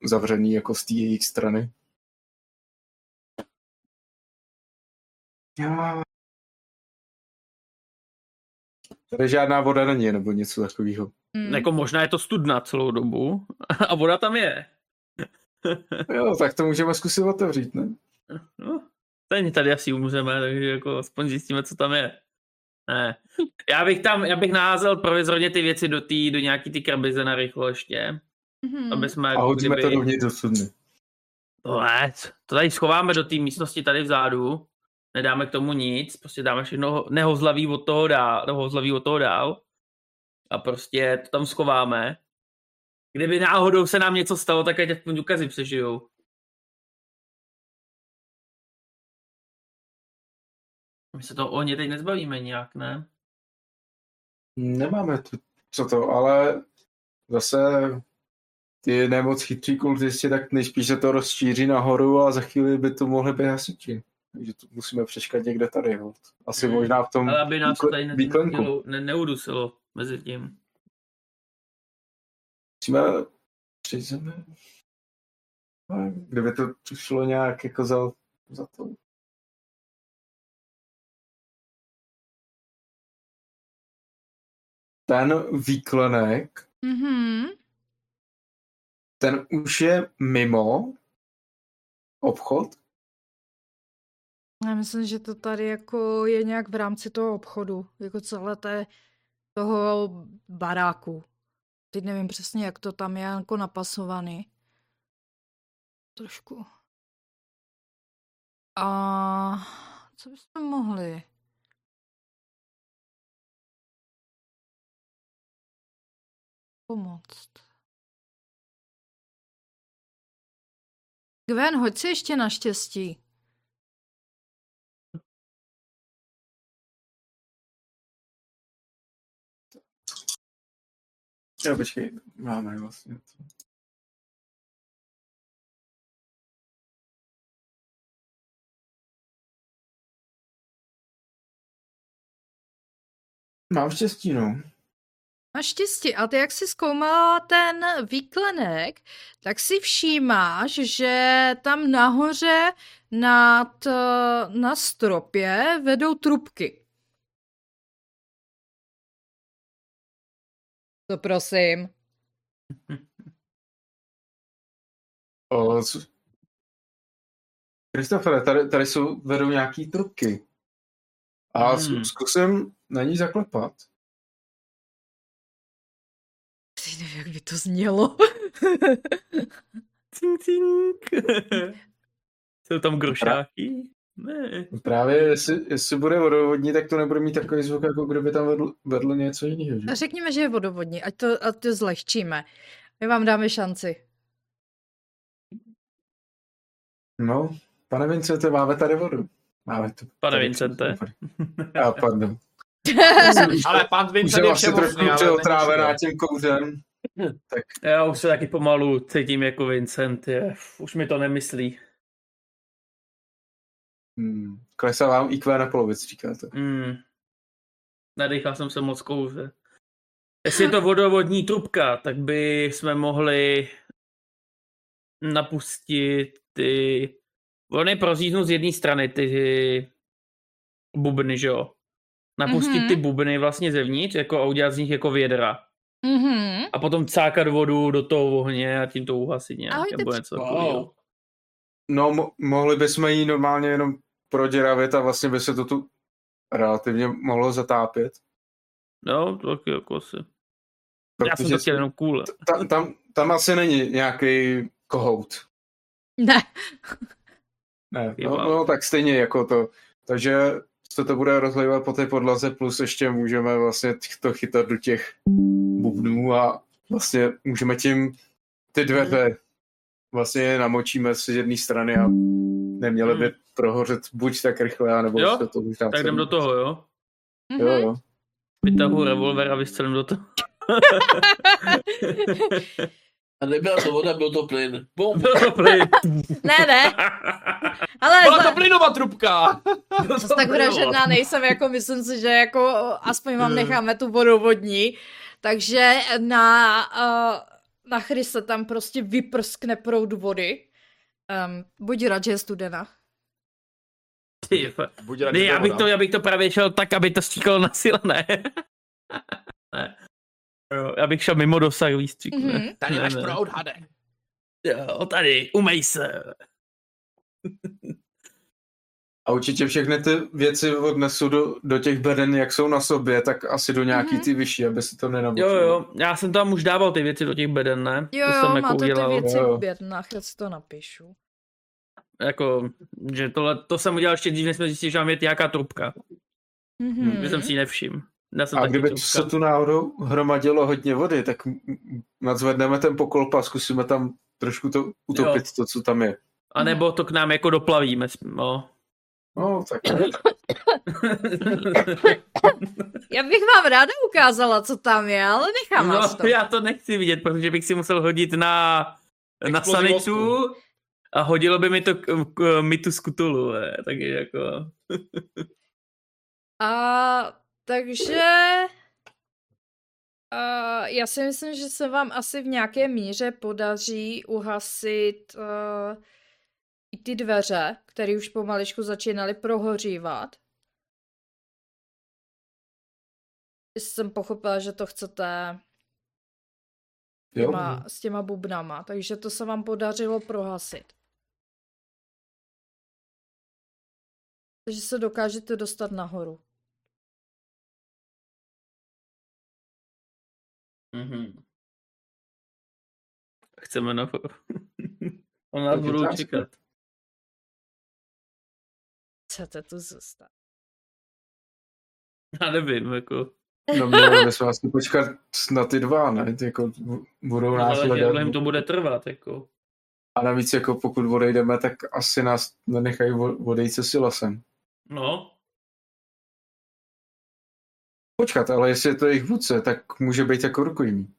C: zavřený jako z té jejich strany. Já... Tady žádná voda není, nebo něco takového.
A: Mm.
E: Jako možná je to studna celou dobu a voda tam je.
C: Jo, tak to můžeme zkusit otevřít, ne?
E: No, stejně tady asi umřeme, takže jako aspoň zjistíme, co tam je. Ne. Já bych tam, já bych názel provizorně ty věci do té, do nějaký ty krabice na rychlo ještě,
A: Mhm.
E: aby jsme
C: A
E: jako
C: hodíme to
E: kdyby-
C: dovnitř do studny.
E: To ne, co- to tady schováme do té místnosti tady vzadu, nedáme k tomu nic, prostě dáme všechno nehozlaví od toho dál, nehozlaví od toho dál a prostě to tam schováme. Kdyby náhodou se nám něco stalo, tak ať aspoň důkazy přežijou. My se to o ně teď nezbavíme nějak, ne?
C: Nemáme tu, co to, ale zase ty nemoc chytří kultisti, tak nejspíš se to rozšíří nahoru a za chvíli by to mohli být hasiči. Takže to musíme přečkat někde tady. Jo. Asi
E: Hmm.
C: možná v tom
E: Ale aby nás to
C: výkle-
E: tady ne,
C: výklenku.
E: ne, neudusilo mezi tím.
C: Musíme přizeme. Kdyby to šlo nějak jako za, za to. Ten výklenek
A: Mhm.
C: ten už je mimo obchod.
A: Já myslím, že to tady jako je nějak v rámci toho obchodu, jako celé té, toho baráku. Teď nevím přesně, jak to tam je jako napasovaný. Trošku. A co bychom mohli? Pomoct. Gwen, hoď si ještě na štěstí.
C: Jo, počkej, máme vlastně to. Mám štěstí, no.
A: Naštěstí, a ty jak si zkoumala ten výklenek, tak si všímáš, že tam nahoře nad, eh, na stropě vedou trubky. To prosím.
C: O, co... Kristofere, tady, tady jsou, vedou nějaký trubky. A
E: Hmm.
C: hmm. zkusím na ní zaklepat.
A: Ty nevím, jak by to znělo.
E: Cink, cink. Jsou tam grošáky? Ne.
C: Právě jestli, jestli bude vodovodní, tak to nebude mít takový zvuk, jako kdyby tam vedl, vedl něco jiného. Že?
A: No, Řekněme, že je vodovodní, ať to, ať to zlehčíme. My vám dáme šanci.
C: No, pane Vincente, máme tady vodu. Máme tu.
E: Pane
C: tady-
E: Vincente.
C: A pardon.
D: Ale pan
C: Už
D: Vincent
C: jsem
D: je
C: vlastně
D: všemocný,
C: trošku
D: ale není
C: přeotrávená
D: všude.
C: tím kouřem.
E: Já už se taky pomalu cítím jako Vincent. Je. Už mi to nemyslí.
C: Hmm. Klesá vám IQ na polovic, říkáte.
E: Mm. Nadechal jsem se moc kouře. Jestli je to vodovodní trubka, tak by jsme mohli napustit ty... On je proříznu z jedné strany ty bubny, že jo? Napustit
A: Mhm.
E: mm-hmm. ty bubny vlastně zevnitř jako a udělat z nich jako vědra.
A: Mhm.
E: A potom cákat vodu do toho ohně a tím to uhasit nějak.
A: Ahojte,
E: nebo něco
B: Wow.
E: takovýho.
C: No, mo- mohli bychom ji normálně jenom proděravit a vlastně by se to tu relativně mohlo zatápět.
E: No, taky jako si. Já jsem
C: Protože
E: to chtěl jenom kůle.
C: ta, tam, tam asi není nějaký kohout.
A: Ne.
C: Ne, no,
E: Vybavit.
C: no tak stejně jako to. Takže se to bude rozhýbat po té podlaze, plus ještě můžeme vlastně t- to chytat do těch bubnů a vlastně můžeme tím ty dveře vlastně je namočíme z jedné strany a neměly by prohořet buď tak rychle, nebo
E: Hmm. Jo,
C: se to možná
E: Tak jdem
C: celý-
E: do toho, jo?
A: Mhm.
C: Jo, jo.
A: Hmm.
E: Vytahu revolver a vystřelím do toho.
B: A nebyla to voda, byl to plyn. Bum.
E: Bylo to plyn.
A: ne, ne, ale
D: Byla
A: za-
D: to plynová trubka!
E: Bylo Eh. to
A: Zas tak
E: plynová.
A: vražedná nejsem, jako myslím si, že jako aspoň vám necháme tu vodovodní. Takže na, eh, na Chryse tam prostě vyprskne proud vody. Um, buď rád, že je studena.
E: Ty vole.
D: Buď rád,
E: Ne,
D: že
E: já bych,
D: voda.
E: to, já bych to právě šel tak, aby to stíkalo na síle, ne? ne. Jo, Já bych šel mimo dosah výstříku, ne?
A: Mhm.
D: Tady máš
E: Ne, ne.
D: proud, hade.
E: Jo, tady, umej se.
C: A určitě všechny ty věci odnesu do, do těch beden, jak jsou na sobě, tak asi do nějaký
A: Mhm.
C: ty vyšší, aby se to
E: Jo,
C: nenamočilo.
E: jo, já jsem tam už dával ty věci do těch beden, ne?
A: Jo,
E: to jsem
A: jo,
E: jako
A: máte ty
E: udělal.
A: věci
C: jo.
A: v bědnách, já si to napíšu.
E: jako, že tohle, to jsem udělal ještě dřív, než jsme zjistili, že mám je nějaká trubka.
A: Mhm.
E: Hmm. Že jsem si ji nevšiml. Já jsem
C: A
E: taky
C: kdyby
E: trubka.
C: se tu náhodou hromadilo hodně vody, tak m- m- nadzvedneme ten pokolp a zkusíme tam trošku to utopit,
E: Jo.
C: to, co tam je.
E: A nebo to k nám jako doplavíme. s- No.
C: No, tak
A: Já bych vám ráda ukázala, co tam je, ale nechám
E: no,
A: vás to.
E: já to nechci vidět, protože bych si musel hodit na, na
D: Explozivovku.
E: sanitu a hodilo by mi to k, k, mi tu skutulu, ne? takže jako...
A: A takže a, já si myslím, že se vám asi v nějaké míře podaří uhasit uh, i ty dveře, které už pomaličku začínaly prohořívat. Jsem pochopila, že to chcete
C: jo.
A: těma, s těma bubnama, takže to se vám podařilo prohasit. Takže se dokážete dostat nahoru.
E: Mm-hmm. Chceme na... On nás
C: Tak je
E: budou
C: otázka.
E: čekat.
A: Chcete tu zůstat.
E: Já nevím, jako...
C: No, měli bychom asi počkat na ty dva, ne? Ty Jako, bu- budou nás
E: Ale jak
C: hledat.
E: dlouho jim to bude trvat, jako...
C: A navíc, jako pokud odejdeme, tak asi nás nenechají vo- odejít se si lesem.
E: No,
C: Počkat, ale jestli je to jejich vůdce, tak může být jako rukojmí.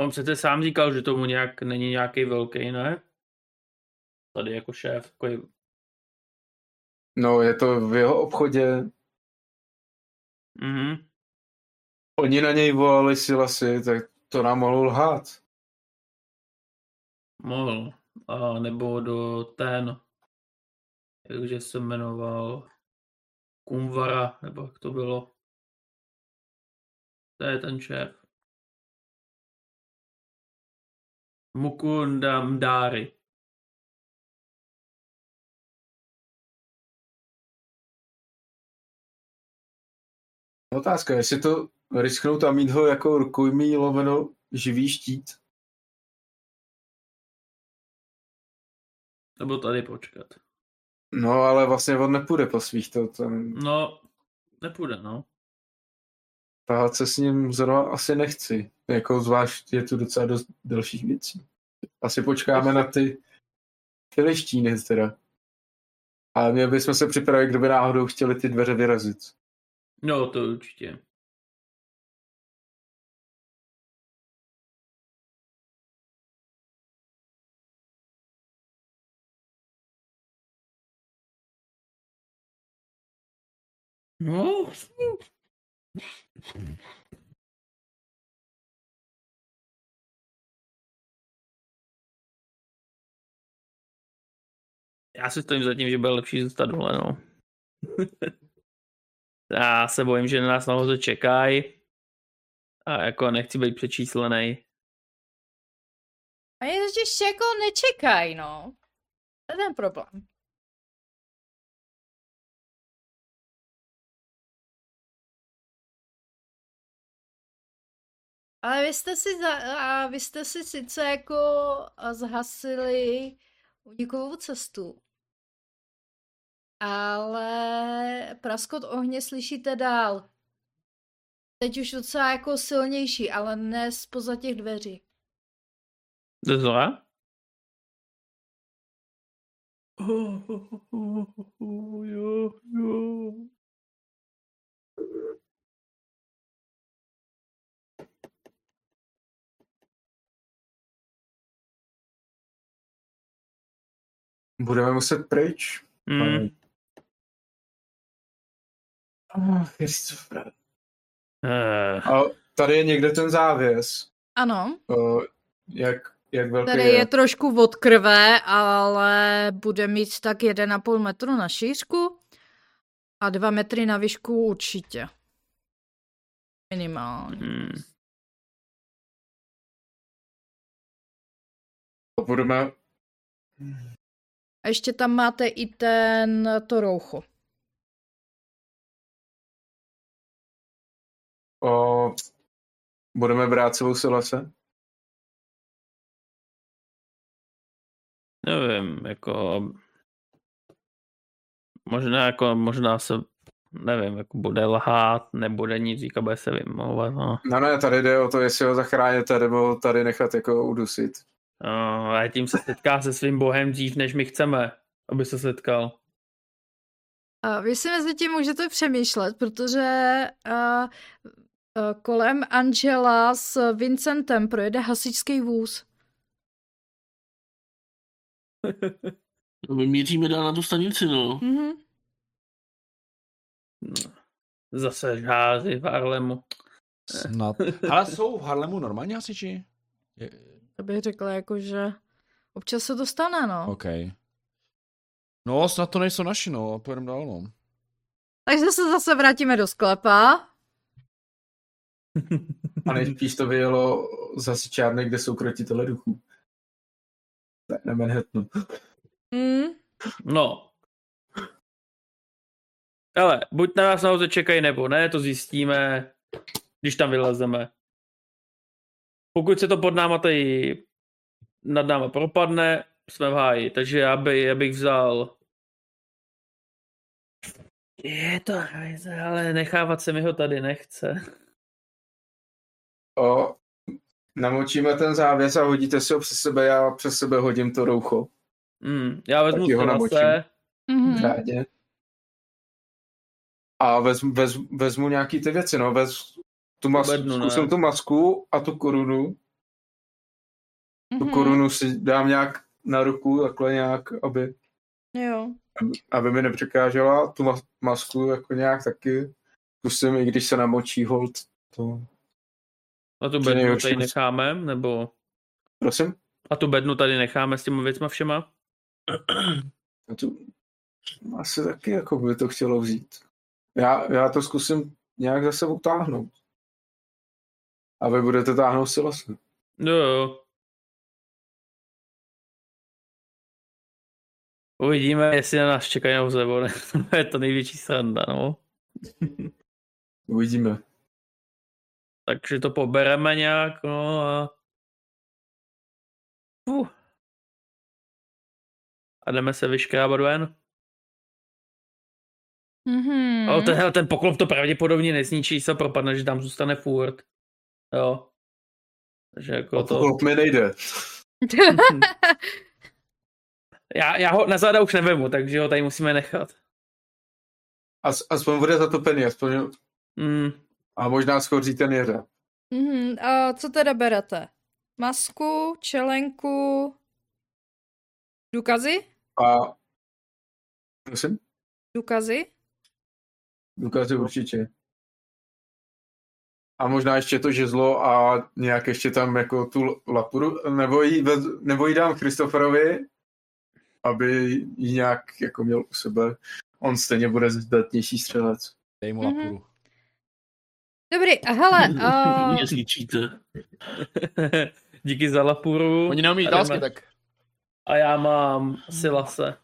E: On přece sám říkal, že tomu nějak není nějaký velký, ne? Tady jako šéf. Jako je...
C: No, je to v jeho obchodě.
E: Mhm.
C: Oni na něj volali Silasy, tak to nám mohlo lhát.
E: Mohl. A nebo do ten, jakže se jmenoval Kumvara, nebo jak to bylo. To je ten šéf. Mukunda Mdari.
C: Otázka, jestli to risknout a mít ho jako rukojmí lomeno živý štít.
E: Nebo tady počkat.
C: No, ale vlastně on nepůjde po svých to, ten,
E: No, nepůjde, no.
C: tahat se s ním zrovna asi nechci. Jako zvlášť je tu docela dost dalších věcí. Asi počkáme na ty filištíny teda. A měli bychom se připravit, kdyby náhodou chtěli ty dveře vyrazit.
E: No, to určitě. No, Já si stojím za tím, že bude lepší zůstat dole, no. Já se bojím, že na nás nahoře čekají. A jako nechci být přečíslený.
A: Oni totiž jako nečekají, no. To je ten problém. Ale vy jste si, za, a vy jste si sice jako a zhasili unikovou cestu. Ale praskot ohně slyšíte dál. Teď už docela jako silnější, ale ne spoza těch dveří.
E: Jde zle? Hmm.
C: Budeme muset pryč.
E: Mm.
C: Ach, Kristův brat.
E: Eh,
C: A tady je někde ten závěs.
A: Ano,
C: O, jak, jak velký
A: tady
C: je.
A: je trošku od krve, ale bude mít tak 1,5 metru na šířku a 2 metry na výšku určitě. Minimálně.
E: mm.
C: Budeme...
A: A ještě tam máte i ten, to roucho.
C: O, budeme brát celou Silase?
E: Nevím, jako... Možná jako, možná se, nevím, jako bude lhát, nebude nic říkat, bude se vymlouvat, no.
C: No ne, tady jde o to, jestli ho zachráníte, nebo ho tady nechat jako udusit.
E: no. A tím se setká se svým bohem dřív, než my chceme, aby se setkal.
A: A vy si mezi tím můžete přemýšlet, protože uh, kolem Angela s Vincentem projede hasičský vůz.
B: No, My míříme dál na tu stanici, no.
A: Mm-hmm.
E: No. Zase žáři v Arlemu.
D: Snad. Ale jsou v Harlemu normální hasiči? Je...
A: To bych řekla jako, že občas se to stane, no. Okay.
D: OK. No, snad to nejsou naši, no. Pojedeme dál, no.
A: Takže se zase vrátíme do sklepa.
C: A nejspíš to vyjelo z hasičárny, kde jsou krotitele duchů. Ne, na Manhattanu.
A: Mm.
E: No. Ale buď na nás nahoře čekají nebo ne, to zjistíme, když tam vylezeme. Pokud se to pod náma tady nad náma propadne, jsme v háji. Takže já, by, já bych vzal... Je to hajze, ale nechávat se mi ho tady nechce.
C: O, namočíme ten závěs a hodíte si ho přes sebe, já přes sebe hodím to roucho.
E: Mm, já vezmu
C: Tak jeho namočím.
E: se
A: Mm-hmm.
C: v řádě. A vezmu, vezmu, vezmu nějaký ty věci, no, vez, tu masku,
E: Bednu, ne.
C: zkusím tu masku a tu korunu. Tu
A: Mhm.
C: korunu si dám nějak na ruku, takhle nějak, aby,
A: Jo.
C: aby mi nepřekážela. Tu mas- masku jako nějak taky zkusím, i když se namočí hold. To...
E: A tu
C: To je
E: bednu
C: nejhorší
E: tady
C: věc.
E: necháme, nebo...
C: Prosím?
E: A tu bednu tady necháme s těma věcma všema?
C: A tu... Asi taky jako by to chtělo vzít. Já, já to zkusím nějak zase utáhnout. A vy budete táhnout si vlastně.
E: No jo. Uvidíme, jestli na nás čekají na nebo ne. to je to největší sranda, no.
C: Uvidíme.
E: Takže to pobereme nějak, no a... Uh. A jdeme se vyškrábat ven.
A: Mhm.
E: Mm. Ale ten, hele, ten poklop to pravděpodobně nezničí, se propadne, že tam zůstane furt. Jo. Takže jako
C: O
E: to...
C: to chlap mi nejde.
E: já, já ho na záda už nevemu, takže ho tady musíme nechat.
C: As, aspoň bude zatopený, aspoň
E: Mm.
C: a možná schoří ten jeře.
A: Mhm, a co teda berete? Masku, čelenku, důkazy?
C: A prosím,
A: Důkazy?
C: důkazy určitě. A možná ještě to žezlo a nějak ještě tam jako tu lapuru, nebo jí, vez, nebo jí dám Kristoferovi, aby ji nějak jako měl u sebe. On stejně bude zdatnější střelec.
D: Dej mu
A: Mhm.
D: lapuru.
A: Dobrý, a hele, a...
B: Mě zničíte.
E: Díky za lapuru.
D: Oni neumí
E: A
D: italsky,
E: jdeme.
D: tak...
E: A já mám Silase.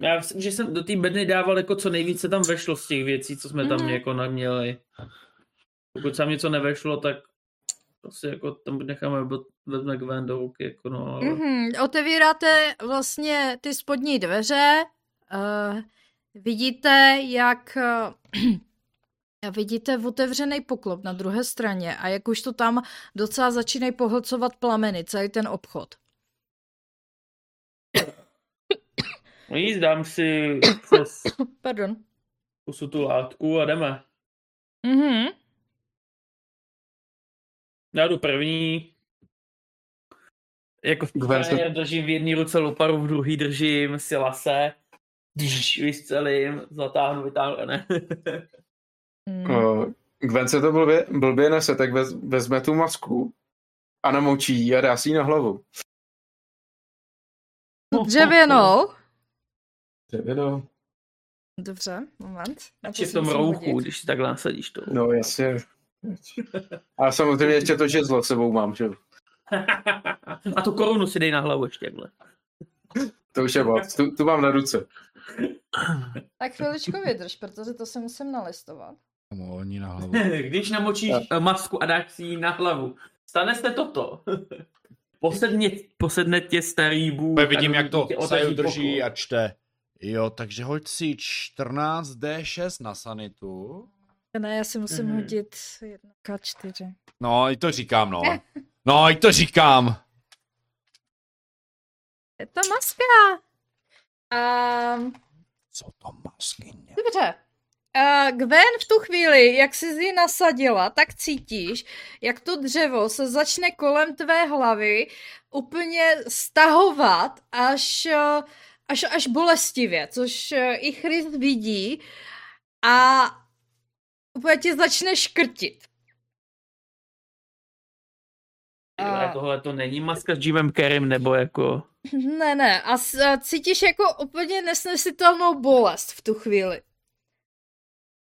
E: Já myslím, že jsem do té bedny dával jako co nejvíce tam vešlo z těch věcí, co jsme tam
A: Mhm.
E: jako naměli. Pokud se něco nevešlo, tak prostě jako tam necháme, bo- vezme Gwen do ruky, jako no. ale-
A: Mhm, otevíráte vlastně ty spodní dveře, uh, vidíte, jak eh, vidíte otevřený poklop na druhé straně a jak už to tam docela začínají pohlcovat plameny, celý ten obchod.
E: No Nic, dám si přes
A: Pardon.
E: pusu tu látku a jdeme.
A: Mhm.
E: Já jdu první. Jako v
C: Gwen se-
E: já držím v jedné ruce loparu, v druhé držím silase. Když vystřelím, zatáhnu, vytáhnu, a ne.
A: Mm.
E: Eh,
C: Uh, Gwen se to blbě, blbě nese, tak vez, vezme tu masku a namočí ji a dá si ji na hlavu.
A: Tu Dřevěnou.
C: Dřevěno.
A: Dobře, moment. Na
E: Či
A: si
E: v tom
A: musím
E: rouchu,
A: hodit.
E: když si takhle nasadíš to.
C: No jasně. A samozřejmě ještě to žezlo s sebou mám, že jo.
E: a tu korunu si dej na hlavu ještě takhle.
C: To už je moc. Tu, tu mám na ruce.
A: Tak chviličku vydrž, protože to se musím nalistovat.
D: Mu Oni na hlavu.
E: Když namočíš eh, masku a dáš si ji na hlavu, stane se toto. Posedně, posedne tě starý bůh.
D: Úplně
E: a
D: vidím, jak to
E: tě
D: Saju
E: otaží
D: drží
E: pokoj.
D: a čte. Jo, takže hoď si 14D6 na sanitu.
A: Ne, já si musím
E: Mhm.
A: hodit 1K4.
D: No, i to říkám, no. No, i to říkám.
A: Je to maska. Um,
D: Co to maskyně?
A: dobře. Uh, Gwen v tu chvíli, jak jsi ji nasadila, tak cítíš, jak to dřevo se začne kolem tvé hlavy úplně stahovat až, eh, až, až bolestivě, což eh, i Chris vidí a úplně tě začne škrtit. Eh,
E: Tyhle, Tohle to není maska s Jimem Kerrym, nebo jako...
A: Ne, ne, a s- a cítíš jako úplně nesnesitelnou bolest v tu chvíli.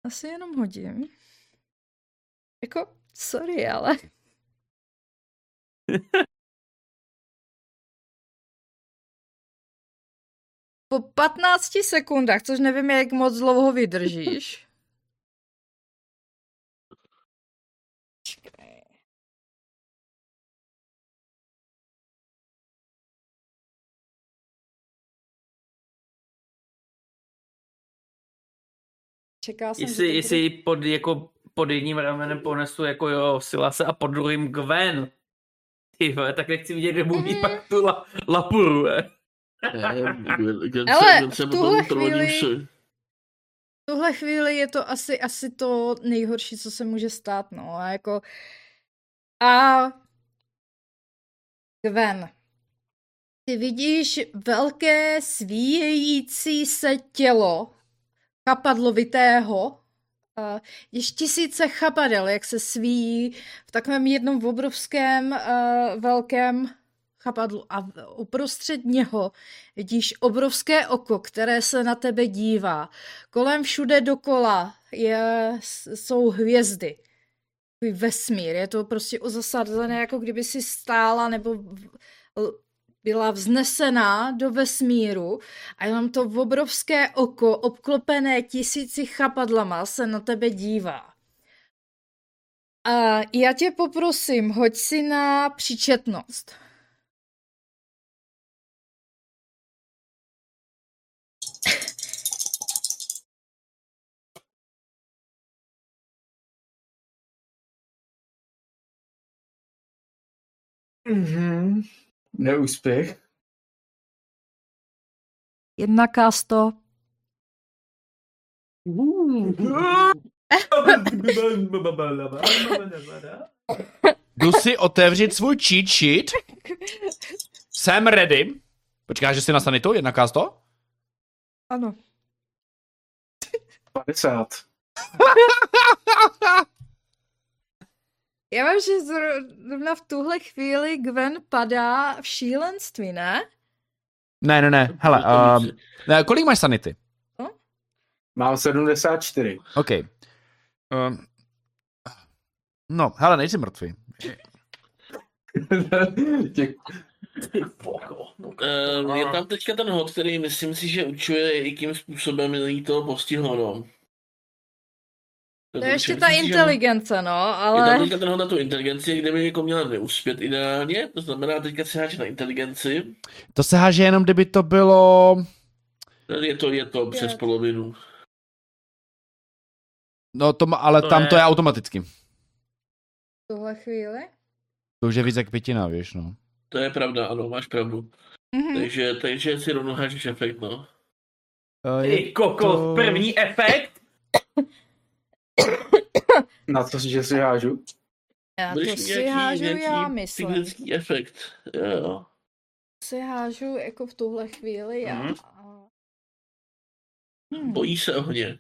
A: Asi jenom hodím. Jako, sorry, ale... Po 15 sekundách, což nevím, jak moc dlouho vydržíš. Počkej. Čeká jsem, že to
E: Jestli,
A: bude-
E: jestli pod, jako, pod jedním ramenem ponesu jako jo, Silase a pod druhým Gwen. Ty vole, tak nechci vidět, kde budu mít
A: Mhm.
E: pak tu la, lapuru, eh.
B: Ne, Gwen- Gwen se-
A: Hele,
B: Gwen se
A: v
B: potom
A: tuhle
B: trollí
A: chvíli-
B: vše.
A: tuhle chvíli je to asi, asi to nejhorší, co se může stát, no. A jako... A... Gwen. Ty vidíš velké svíjející se tělo chapadlovitého, a již tisíce chapadel, jak se svíjí v takovém jednom obrovském uh, velkém chapadlu a v- uprostřed něho vidíš obrovské oko, které se na tebe dívá. Kolem všude dokola je, s- jsou hvězdy. Takový Vesmír, je to prostě ozasazené, jako kdyby si stála nebo v- l- byla vznesená do vesmíru a jenom to obrovské oko, obklopené tisíci chapadlama, se na tebe dívá. A já tě poprosím, hoď si na příčetnost.
C: Mm-hmm. Neúspěch.
A: Jedna kásto.
D: Jdu si otevřít svůj cheat sheet. Jsem ready. Počkáš, že si na sanitu? Jedna kásto?
A: Ano.
C: 50.
A: Já vím, že zrovna v tuhle chvíli Gwen padá v šílenství, ne?
D: Ne, ne, ne. Hele, um,
B: ehm,
D: ne, kolik máš sanity?
C: Mám 74.
D: OK. Ehm, Um, no, hele, nejsi mrtvý.
C: Děkuji.
B: Eh, je tam teďka ten hod, který myslím si, že určuje, jakým způsobem není to postihlo.
A: To je ještě ta inteligence, no,
B: Je
A: ale...
B: tam teďka ten hod na tu inteligenci, kde by jako měla neuspět ideálně, to znamená teďka si háže na inteligenci,
D: To se háže jenom, kdyby to bylo...
B: je to, je to přes
A: Pět.
B: polovinu.
D: No, to, ma- ale
E: To
D: tam
E: je-
D: to je automaticky.
A: V tuhle chvíli?
D: To už je víc jak pětina, víš, no.
B: To je pravda, ano, máš pravdu.
A: Mhm.
B: Takže, takže si rovnou hážeš efekt, no.
D: Eh, je-
E: Ty kokos,
D: To-
E: první efekt?
C: Na to, že si hážu.
A: Já
B: Budeš
A: to
B: mít
A: si
B: nějaký-
A: hážu, já
B: nějaký
A: myslím.
B: Typický efekt, jo.
A: si hážu jako v tuhle chvíli já.
E: Mhm.
A: A- Hm.
B: Bojí se ohně.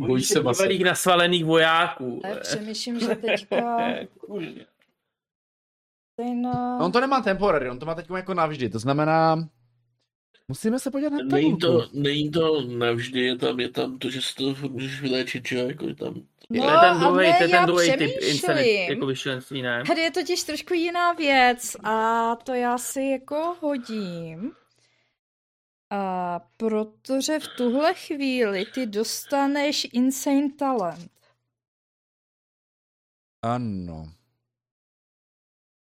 C: Bojí se masy.
E: Bývalých nasvalených vojáků.
A: Ale přemýšlím, že teďka
E: Kurně.
A: ten...
D: No, On to nemá temporary, on to má teď jako navždy, to znamená... Musíme se podívat na
A: No,
B: Není
D: tabulku.
B: to, není to navždy, je tam, je tam to, že si to furt můžeš vyléčit, že jo, jako je tam.
A: No,
E: To je ten
A: a ne,
E: druhý, to je
A: já
E: ten druhý typ
A: přemýšlím.
E: insanity, jako vyšlenství, ne?
A: Tady je totiž trošku jiná věc a to já si jako hodím. A protože v tuhle chvíli ty dostaneš Insane Talent.
D: Ano,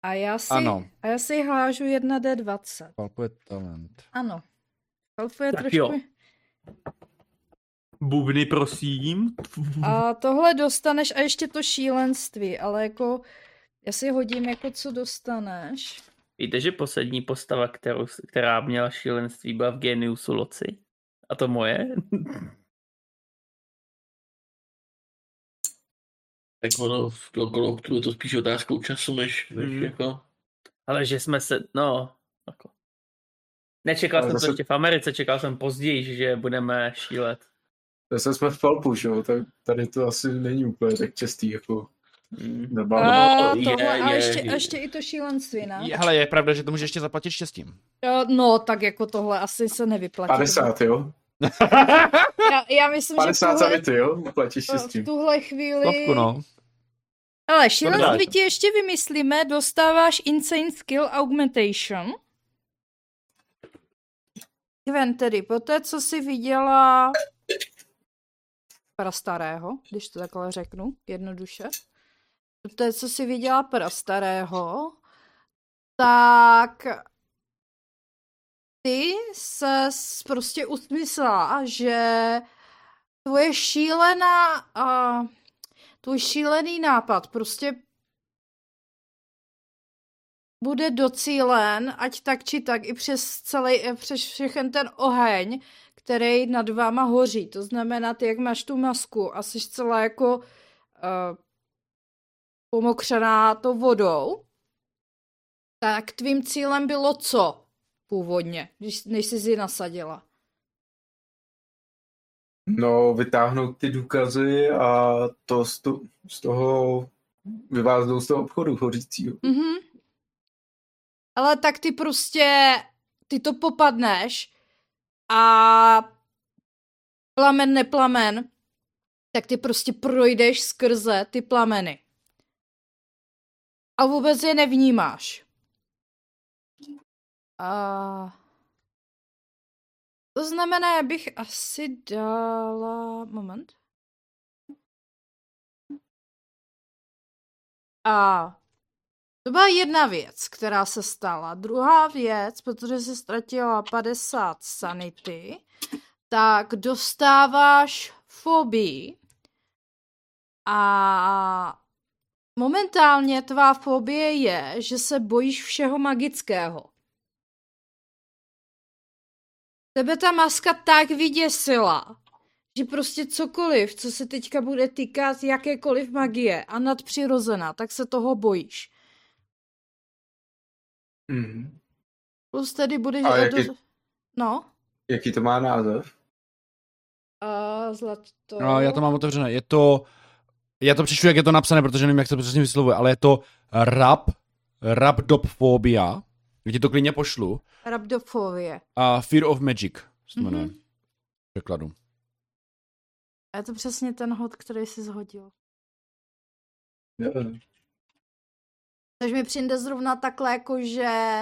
A: A já si,
D: ano,
A: A já si hážu 1D20.
D: palpuje talent.
A: Ano. Kalfuje
E: Tak
A: trošku...
E: jo. Bubny, prosím.
A: A tohle dostaneš a ještě to šílenství, ale jako já si hodím jako co dostaneš.
E: Víte, že poslední postava, kterou, která měla šílenství, byla v Geniusu Loci? A to moje?
B: Tak ono v Koloktu je to spíš otázkou času, než, než
E: Mhm.
B: jako...
E: Ale že jsme se, no, jako. Nečekal
C: Ale
E: jsem to
C: zase-
E: ještě v Americe, čekal jsem později, že budeme šílet.
C: Zase jsme v palpu, že jo? Tak tady to asi není úplně tak častý, jako
E: Mm.
C: na
A: A,
C: bálu.
B: je,
A: tohle, a,
B: je,
A: ještě,
B: je.
A: a ještě i to šílenství, ne?
D: Je, hele, je pravda, že to můžeš ještě zaplatit štěstím.
A: Jo, No, tak jako tohle asi se nevyplatí.
C: 50, jo?
A: Já, já myslím, že
C: 50
A: v tuhle,
C: sanity, jo? Platíš si s
A: v
C: tím.
A: tuhle chvíli...
D: Slavku, no.
A: Ale šílenství ti ještě vymyslíme, dostáváš Insane Skill Augmentation. Gwen tedy, poté co jsi viděla prastarého, když to takhle řeknu, jednoduše, poté co jsi viděla prastarého, tak ty se prostě usmyslela, že tvoje šílená uh, tvůj šílený nápad prostě bude docílen, ať tak či tak, i přes celý, eh, přes všechen ten oheň, který nad váma hoří. To znamená, ty jak máš tu masku a jsi celá jako uh, pomokřená to vodou, tak tvým cílem bylo co původně, když, než jsi ji nasadila?
C: No, vytáhnout ty důkazy a to z, to, z toho vyváznou z toho obchodu hořícího.
A: Mhm. Ale tak ty prostě, ty to popadneš a plamen neplamen, tak ty prostě projdeš skrze ty plameny. A vůbec je nevnímáš. A... To znamená, já bych asi dala... Moment. A to byla jedna věc, která se stala. Druhá věc, protože jsi ztratila 50 sanity, tak dostáváš fobii a momentálně tvá fobie je, že se bojíš všeho magického. Tebe ta maska tak vyděsila, že prostě cokoliv, co se teďka bude týkat jakékoliv magie a nadpřirozená, tak se toho bojíš.
C: Mm.
A: Plus tedy budeš...
C: A
A: eh,
C: jaký-
A: do- No,
C: Jaký to má název?
A: a zlato...
D: No, já to mám otevřené. Je to... Já to přečtu, jak je to napsané, protože nevím, jak se to přesně vyslovuje, ale je to rap, rapdopfobia, kde to klidně pošlu,
A: Rabdofobie.
D: a Fear of Magic se to
A: Mhm.
D: jmenuje. Mm-hmm. Překladu.
A: A je to přesně ten hod, který jsi zhodil. Takže mi přijde zrovna takhle, jako že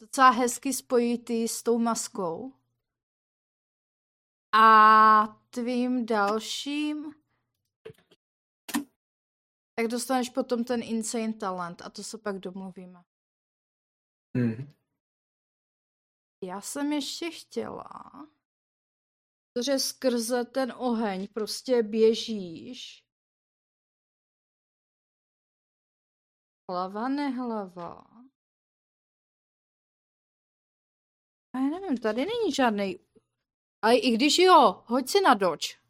A: docela hezky spojitý s tou maskou. A tvým dalším tak dostaneš potom ten insane talent a to se pak domluvíme.
C: Mm.
A: Já jsem ještě chtěla, protože skrze ten oheň prostě běžíš. Hlava, nehlava. A já nevím, tady není žádný. A i když jo, hoď si na doč.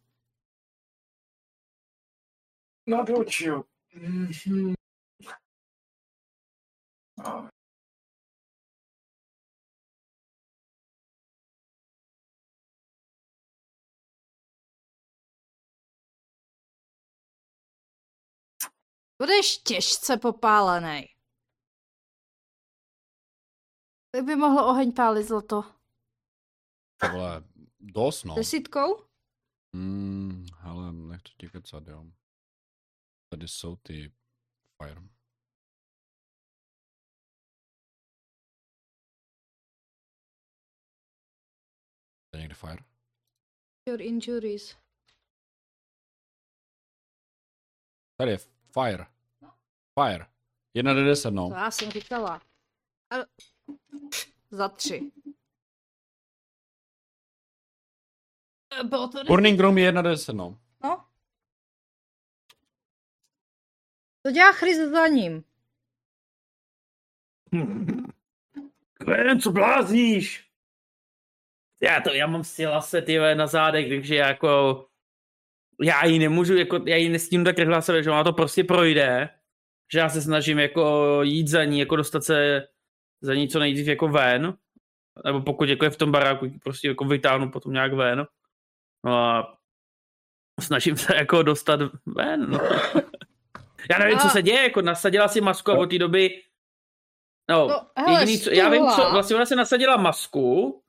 C: Na doč, jo. Mhm. A
A: Budeš těžce popálený. Tak by mohl oheň pálit zlato.
D: To vole, dost, no.
A: Desítkou?
D: Mm, hele, nechci ti kecat, jo. Tady jsou ty fire. To je někde fire?
A: Your injuries.
D: Tady je fire.
E: No.
D: Fire. 1 D10, no.
A: To já jsem říkala. A... Za tři. E, Bylo to
D: Burning Grom je 1 D10, no.
A: no? To dělá Chris za ním.
E: Kven, co blázníš? Já to, já mám silase, ty vole, na zádech, takže já jako... Já ji nemůžu, jako, já ji nestínu tak rychle na sebe, že ona to prostě projde. Že já se snažím jako jít za ní, jako dostat se za ní co nejdřív jako ven. Nebo pokud jako je v tom baráku, ji prostě jako vytáhnu potom nějak ven. No a snažím se jako dostat ven. No. Já nevím, co se děje, jako nasadila si masku a od té doby No,
A: No, hele,
E: hele, jediný, co, já vím, co,
A: stuhla.
E: vlastně ona se nasadila masku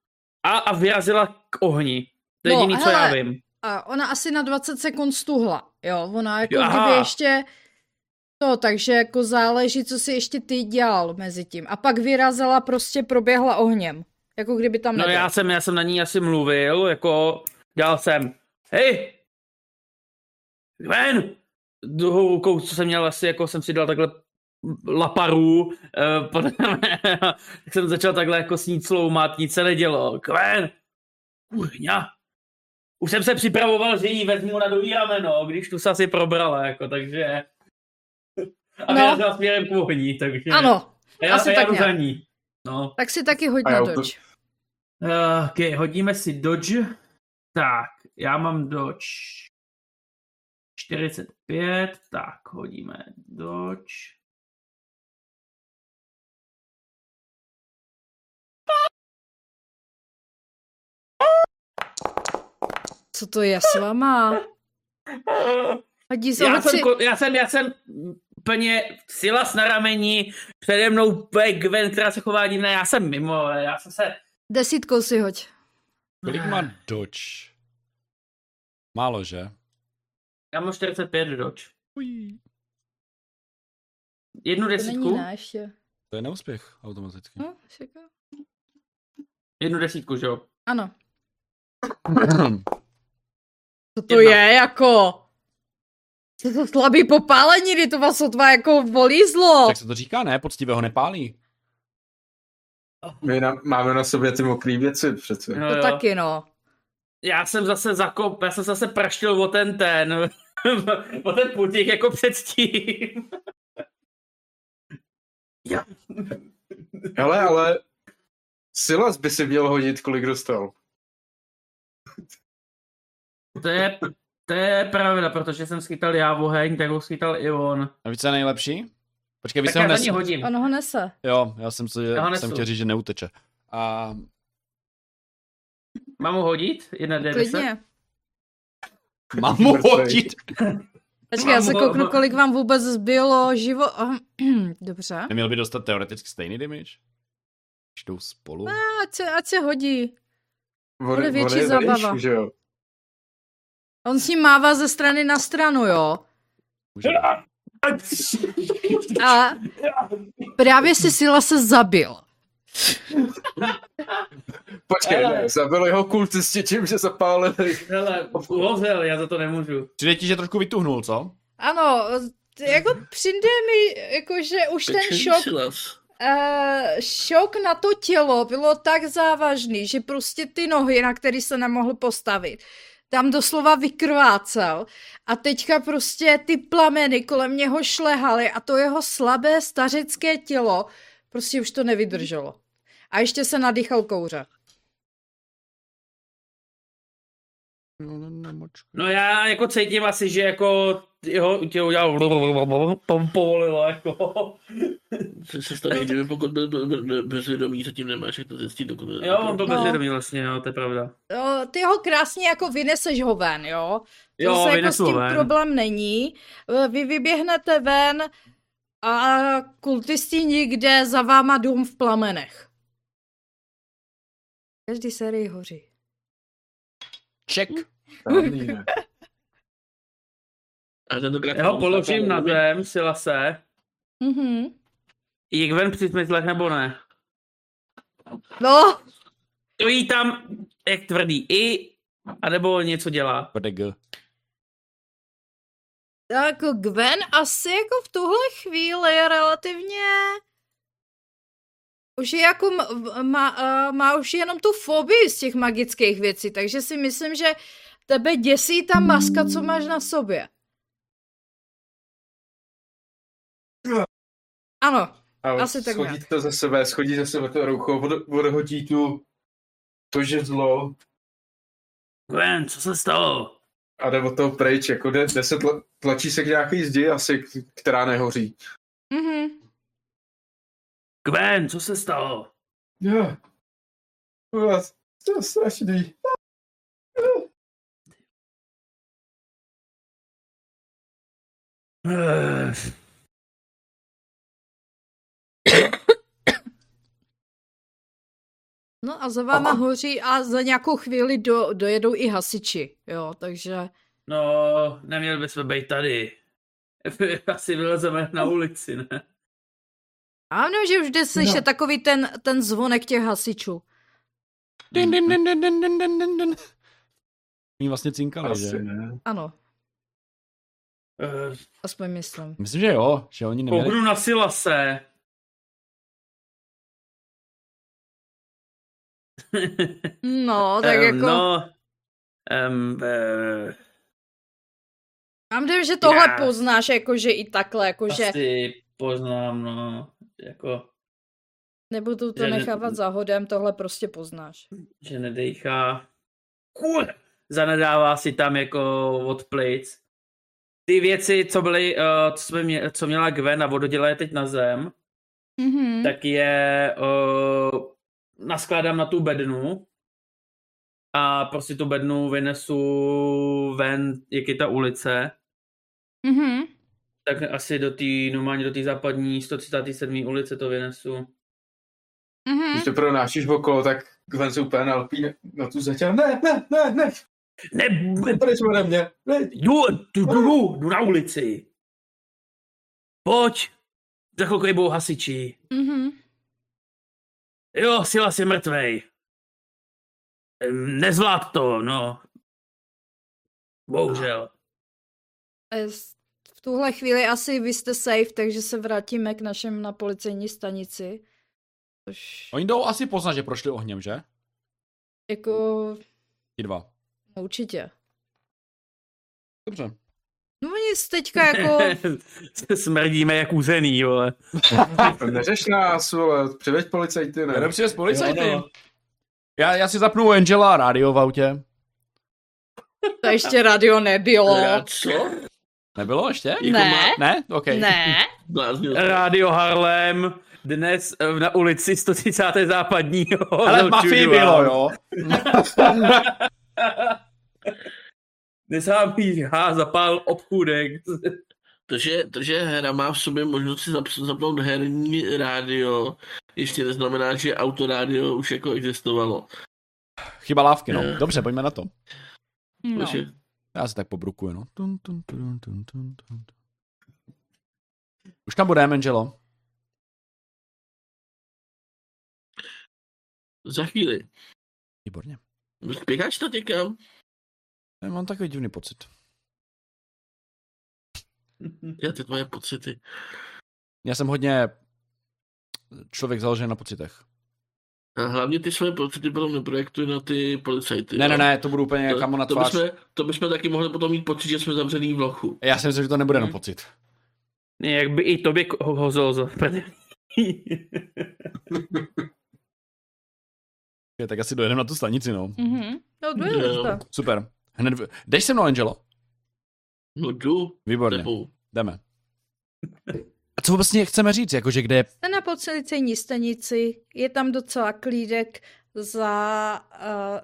E: a, a vyrazila k ohni. To
A: No,
E: je no, jediný, co já
A: hele.
E: vím.
A: A ona asi na 20 sekund stuhla. Jo, ona jako
E: Aha.
A: kdyby ještě... To, takže jako záleží, co si ještě ty dělal mezi tím. A pak vyrazila, prostě proběhla ohněm. Jako kdyby tam
E: No
A: nebyl.
E: já jsem, já jsem na ní asi mluvil, jako dělal jsem, hej, ven! Druhou rukou, co jsem měl asi, jako jsem si dal takhle laparu, eh, pod- tak jsem začal takhle jako s ní cloumat, nic se nedělo, kven, kurňa. Už jsem se připravoval, že jí vezmu na druhý rameno, když tu se asi probrala, jako, takže... A
A: No.
E: no. směrem k ohni, takže...
A: Ano.
E: A já,
A: Asi
E: a já
A: tak
E: jdu
A: nějak.
E: za ní. No.
A: Tak si taky hoď
C: A
A: na
C: já to-
A: doč.
E: Uh, ok, hodíme si dodge. Tak, já mám dodge 45, tak hodíme dodge.
A: Co to je s váma? Hodí se
E: Já
A: hoci...
E: jsem, ko- já jsem, já jsem úplně sila s na rameni, přede mnou úplně Gwen, která se chová divně, já jsem mimo, ale já jsem se...
A: Desítkou si hoď.
D: Kolik má
E: Ah.
D: doč? Málo, že?
E: Já mám 45 dodge. Jednu
A: To není
E: desítku?
A: ne ještě.
D: To je neúspěch automaticky.
A: No, však jo.
E: Jednu desítku, že jo?
A: ano.
E: Hm.
A: Co to
E: Jedna.
A: je jako? Co to slabý popálení, kdy to vás sotva jako volí zlo?
D: Tak se to říká, ne? Poctivého nepálí.
C: My na, máme na sobě ty mokré věci přece.
E: No,
A: To
E: jo.
A: taky no.
E: Já jsem zase zakop, já jsem zase praštil o ten ten, o ten pultík jako předtím. Já.
C: Hele, ale Silas by si měl hodit, kolik dostal.
E: To je, to je pravda, protože jsem schytal já oheň, tak ho schytal i on.
D: A víš, co je nejlepší? Počkej, vy
E: Tak
D: se ho
E: já za
D: nes...
E: ní hodím.
A: On ho nese.
D: Jo, já jsem, se,
E: Já ho
D: jsem
E: nesu.
D: chtěl říct, že neuteče. A
E: Mám ho hodit? Jedna D10?
A: Klidně.
D: mám mu hodit.
A: Počkej, já se
E: Mám ho-
A: kouknu, kolik vám vůbec zbylo živo... Ahem, Dobře.
D: Neměl by dostat teoreticky stejný damage? Když jdou spolu.
A: No, Ať se, ať se hodí.
C: On,
A: Bude větší
C: on je
A: zábava.
C: vejš, že jo?
A: On s ním mává ze strany na stranu, jo.
D: Může.
A: A právě si Sila se zabil.
C: Počkej,
E: Hele.
C: ne, zabili ho kultisti tím, že zapálili.
E: Hele, uhozel, já za to nemůžu.
D: Přijde ti, že trošku vytuhnul, co?
A: Ano, jako přijde mi, jako že už ten šok, eh, šok na to tělo bylo tak závažný, že prostě ty nohy, na který se nemohl postavit, tam doslova vykrvácel a teďka prostě ty plameny kolem něho šlehaly a to jeho slabé stařecké tělo prostě už to nevydrželo. A ještě se nadýchal kouře.
D: No, no, no, močku.
E: No já jako cítím asi, že jako jeho tě udělal tom povolilo jako.
B: Se, se stane, že pokud byl be- be- be- bezvědomý, zatím nemáš jak to zjistit dokonce.
E: Jo, on to
A: No.
E: bezvědomí vlastně, jo, to je pravda.
A: Jo, ty ho krásně jako vyneseš ho ven, jo? To
E: Jo,
A: se jako s
E: vynesu
A: tím
E: ho ven.
A: problém není. E, Vy vyběhnete ven a kultisti nikde za váma dům v plamenech. Každý sérii hoří.
D: Check.
C: Žádný, ne.
B: A tentokrát...
E: Já ho položím na zem, sila se.
A: Mhm.
E: Jigven při smyslech nebo ne?
A: No,
E: Stojí tam, jak tvrdý, i, anebo něco dělá.
D: Prdeg.
A: jako Gwen asi jako v tuhle chvíli je relativně... Už je jako m- má, eh, má už jenom tu fobii z těch magických věcí, takže si myslím, že tebe děsí ta maska, co máš na sobě. Ano.
C: Ale
A: Asi tak
C: schodí
A: nějak.
C: to ze sebe, schodí ze sebe to rucho, od- odhodí tu to, že zlo
E: Gwen, co se stalo?
C: a jde od toho pryč, jako jde, jde se tla, tlačí se k nějaký zdi asi, k- která nehoří.
A: Mhm.
E: Gwen, co se stalo?
C: Jo. To je strašný.
E: Eh,
A: No a za váma hoří a za nějakou chvíli do, dojedou i hasiči, jo, takže
E: No, neměli bychom být tady. Asi vylezeme na ulici, ne?
A: ano, že už jde slyšet no. takový ten, ten zvonek těch hasičů.
D: Din, din, din, din, din, din, din, din, din. Mí vlastně cinkali, že?
C: Asi ne.
A: Ano,
E: Eh,
A: aspoň myslím.
D: Myslím, že jo, že oni neměli.
E: Pohnu na Silase.
A: No, tak
E: Ehm,
A: jako, no.
E: No, um, uh,
A: mám dojem, že tohle jako,
E: Já.
A: poznáš, jakože i takhle, jakože
E: asi poznám, no, jako,
A: Nebudu to
E: Že ne-
A: nechávat záhodem, tohle prostě poznáš.
E: že nedejchá. Kur! Zanadává si tam jako od plic. Ty věci, co byly, eh, co, jsme mě, co měla Gwen a vododěla je teď na zem,
A: Mhm.
E: tak je uh, naskládám na tu bednu a prostě tu bednu vynesu ven, jak je ta ulice,
A: Mhm.
E: tak asi do té, normálně do té západní 137. ulice to vynesu.
A: Mhm.
C: Když to pronášíš okolo, tak Gwen se úplně nalpí na- na tu zatěl. Ne, ne, ne, ne,
E: Ne, b-
C: pryč ode mě. Ne.
E: jdu, jdu, jdu, jdu, jdu na ulici. Pojď, za chvilku budou hasiči.
A: Mhm.
E: Jo, Silas je mrtvej. Ehm, Nezvlád to, no. Bohužel.
A: Eh, s- V tuhle chvíli asi vy jste safe, takže se vrátíme k našem na policejní stanici. Což
D: Oni jdou asi poznat, že prošli ohněm, že?
A: jako
D: Ti dva.
A: no, určitě.
D: Dobře.
A: No nic teďka jako
E: Smrdíme jak uzený, vole.
C: Neřeš nás, vole, přiveď policajty, ne?
D: Jenom přijde s policajty.
E: Jo, no.
D: Já, já si zapnu Angela a rádio v autě.
A: to ještě radio nebylo.
B: Já co?
D: Nebylo ještě?
B: Jako
A: Ne.
D: Ne? OK.
A: Ne,
B: Bláznil.
E: Rádio Harlem, dnes eh, na ulici 130. západního.
D: Ale
E: No,
D: v mafii
E: čudu,
D: bylo,
E: ale.
D: jo.
E: Neshámí há, zapál obchůdek.
B: Takže, takže hra má v sobě možnost si zap- zapnout herní rádio. Ještě neznamená, že autorádio už jako existovalo.
D: Chyba lávky, no. Dobře, pojďme na to.
A: no.
B: Takže
D: Já se tak pobrukuju, no. Tun, tun, tun, tun, tun, tun. Už tam budeme, Angelo.
B: za chvíli.
D: Výborně.
B: Běháš to někam?
D: Já mám takový divný pocit.
B: Já ty tvoje pocity.
D: Já jsem hodně člověk založený na pocitech.
B: A hlavně ty své pocity potom neprojektuj na ty policajty.
D: Ne,
B: jo?
D: ne, ne, to budu úplně
B: To-
D: kamo na
B: to,
D: tvář.
B: bychom, to bychom taky mohli potom mít pocit, že jsme zavřený v lochu.
D: Já si myslím, že to nebude jenom
E: Mhm.
D: pocit.
E: Jak by i tobě ko- ho hozol za
D: Je, tak asi dojedeme na tu stanici, no.
A: Mhm. No, to
B: Jo.
A: je to.
D: Super. Hned... v- Jdeš se mnou, Angelo?
B: No jdu,
D: Výborně,
B: tebou.
D: jdeme. A co vlastně chceme říct, jakože kde je...
A: Jste na policejní stanici, je tam docela klídek za uh,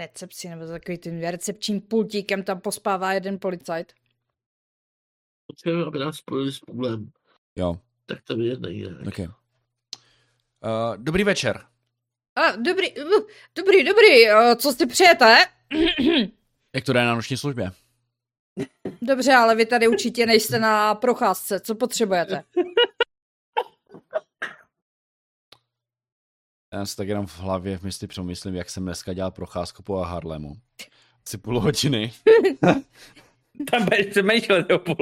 A: recepci, nebo za takovým tím recepčním pultíkem, tam pospává jeden policajt.
B: Potřebujeme, aby nás spojili s půlem.
D: Jo,
B: Tak to vyjednej nějak.
D: ok. Uh, dobrý večer.
A: A, dobrý, uh, dobrý, dobrý, uh, co si přejete?
D: Jak to jde na noční službě?
A: Dobře, ale vy tady určitě nejste na procházce, co potřebujete?
D: Já si tak jenom v hlavě v mysli přemýšlím, jak jsem dneska dělal procházku po Harlemu. Asi půl hodiny.
E: Tam budeš přemýšlet o půl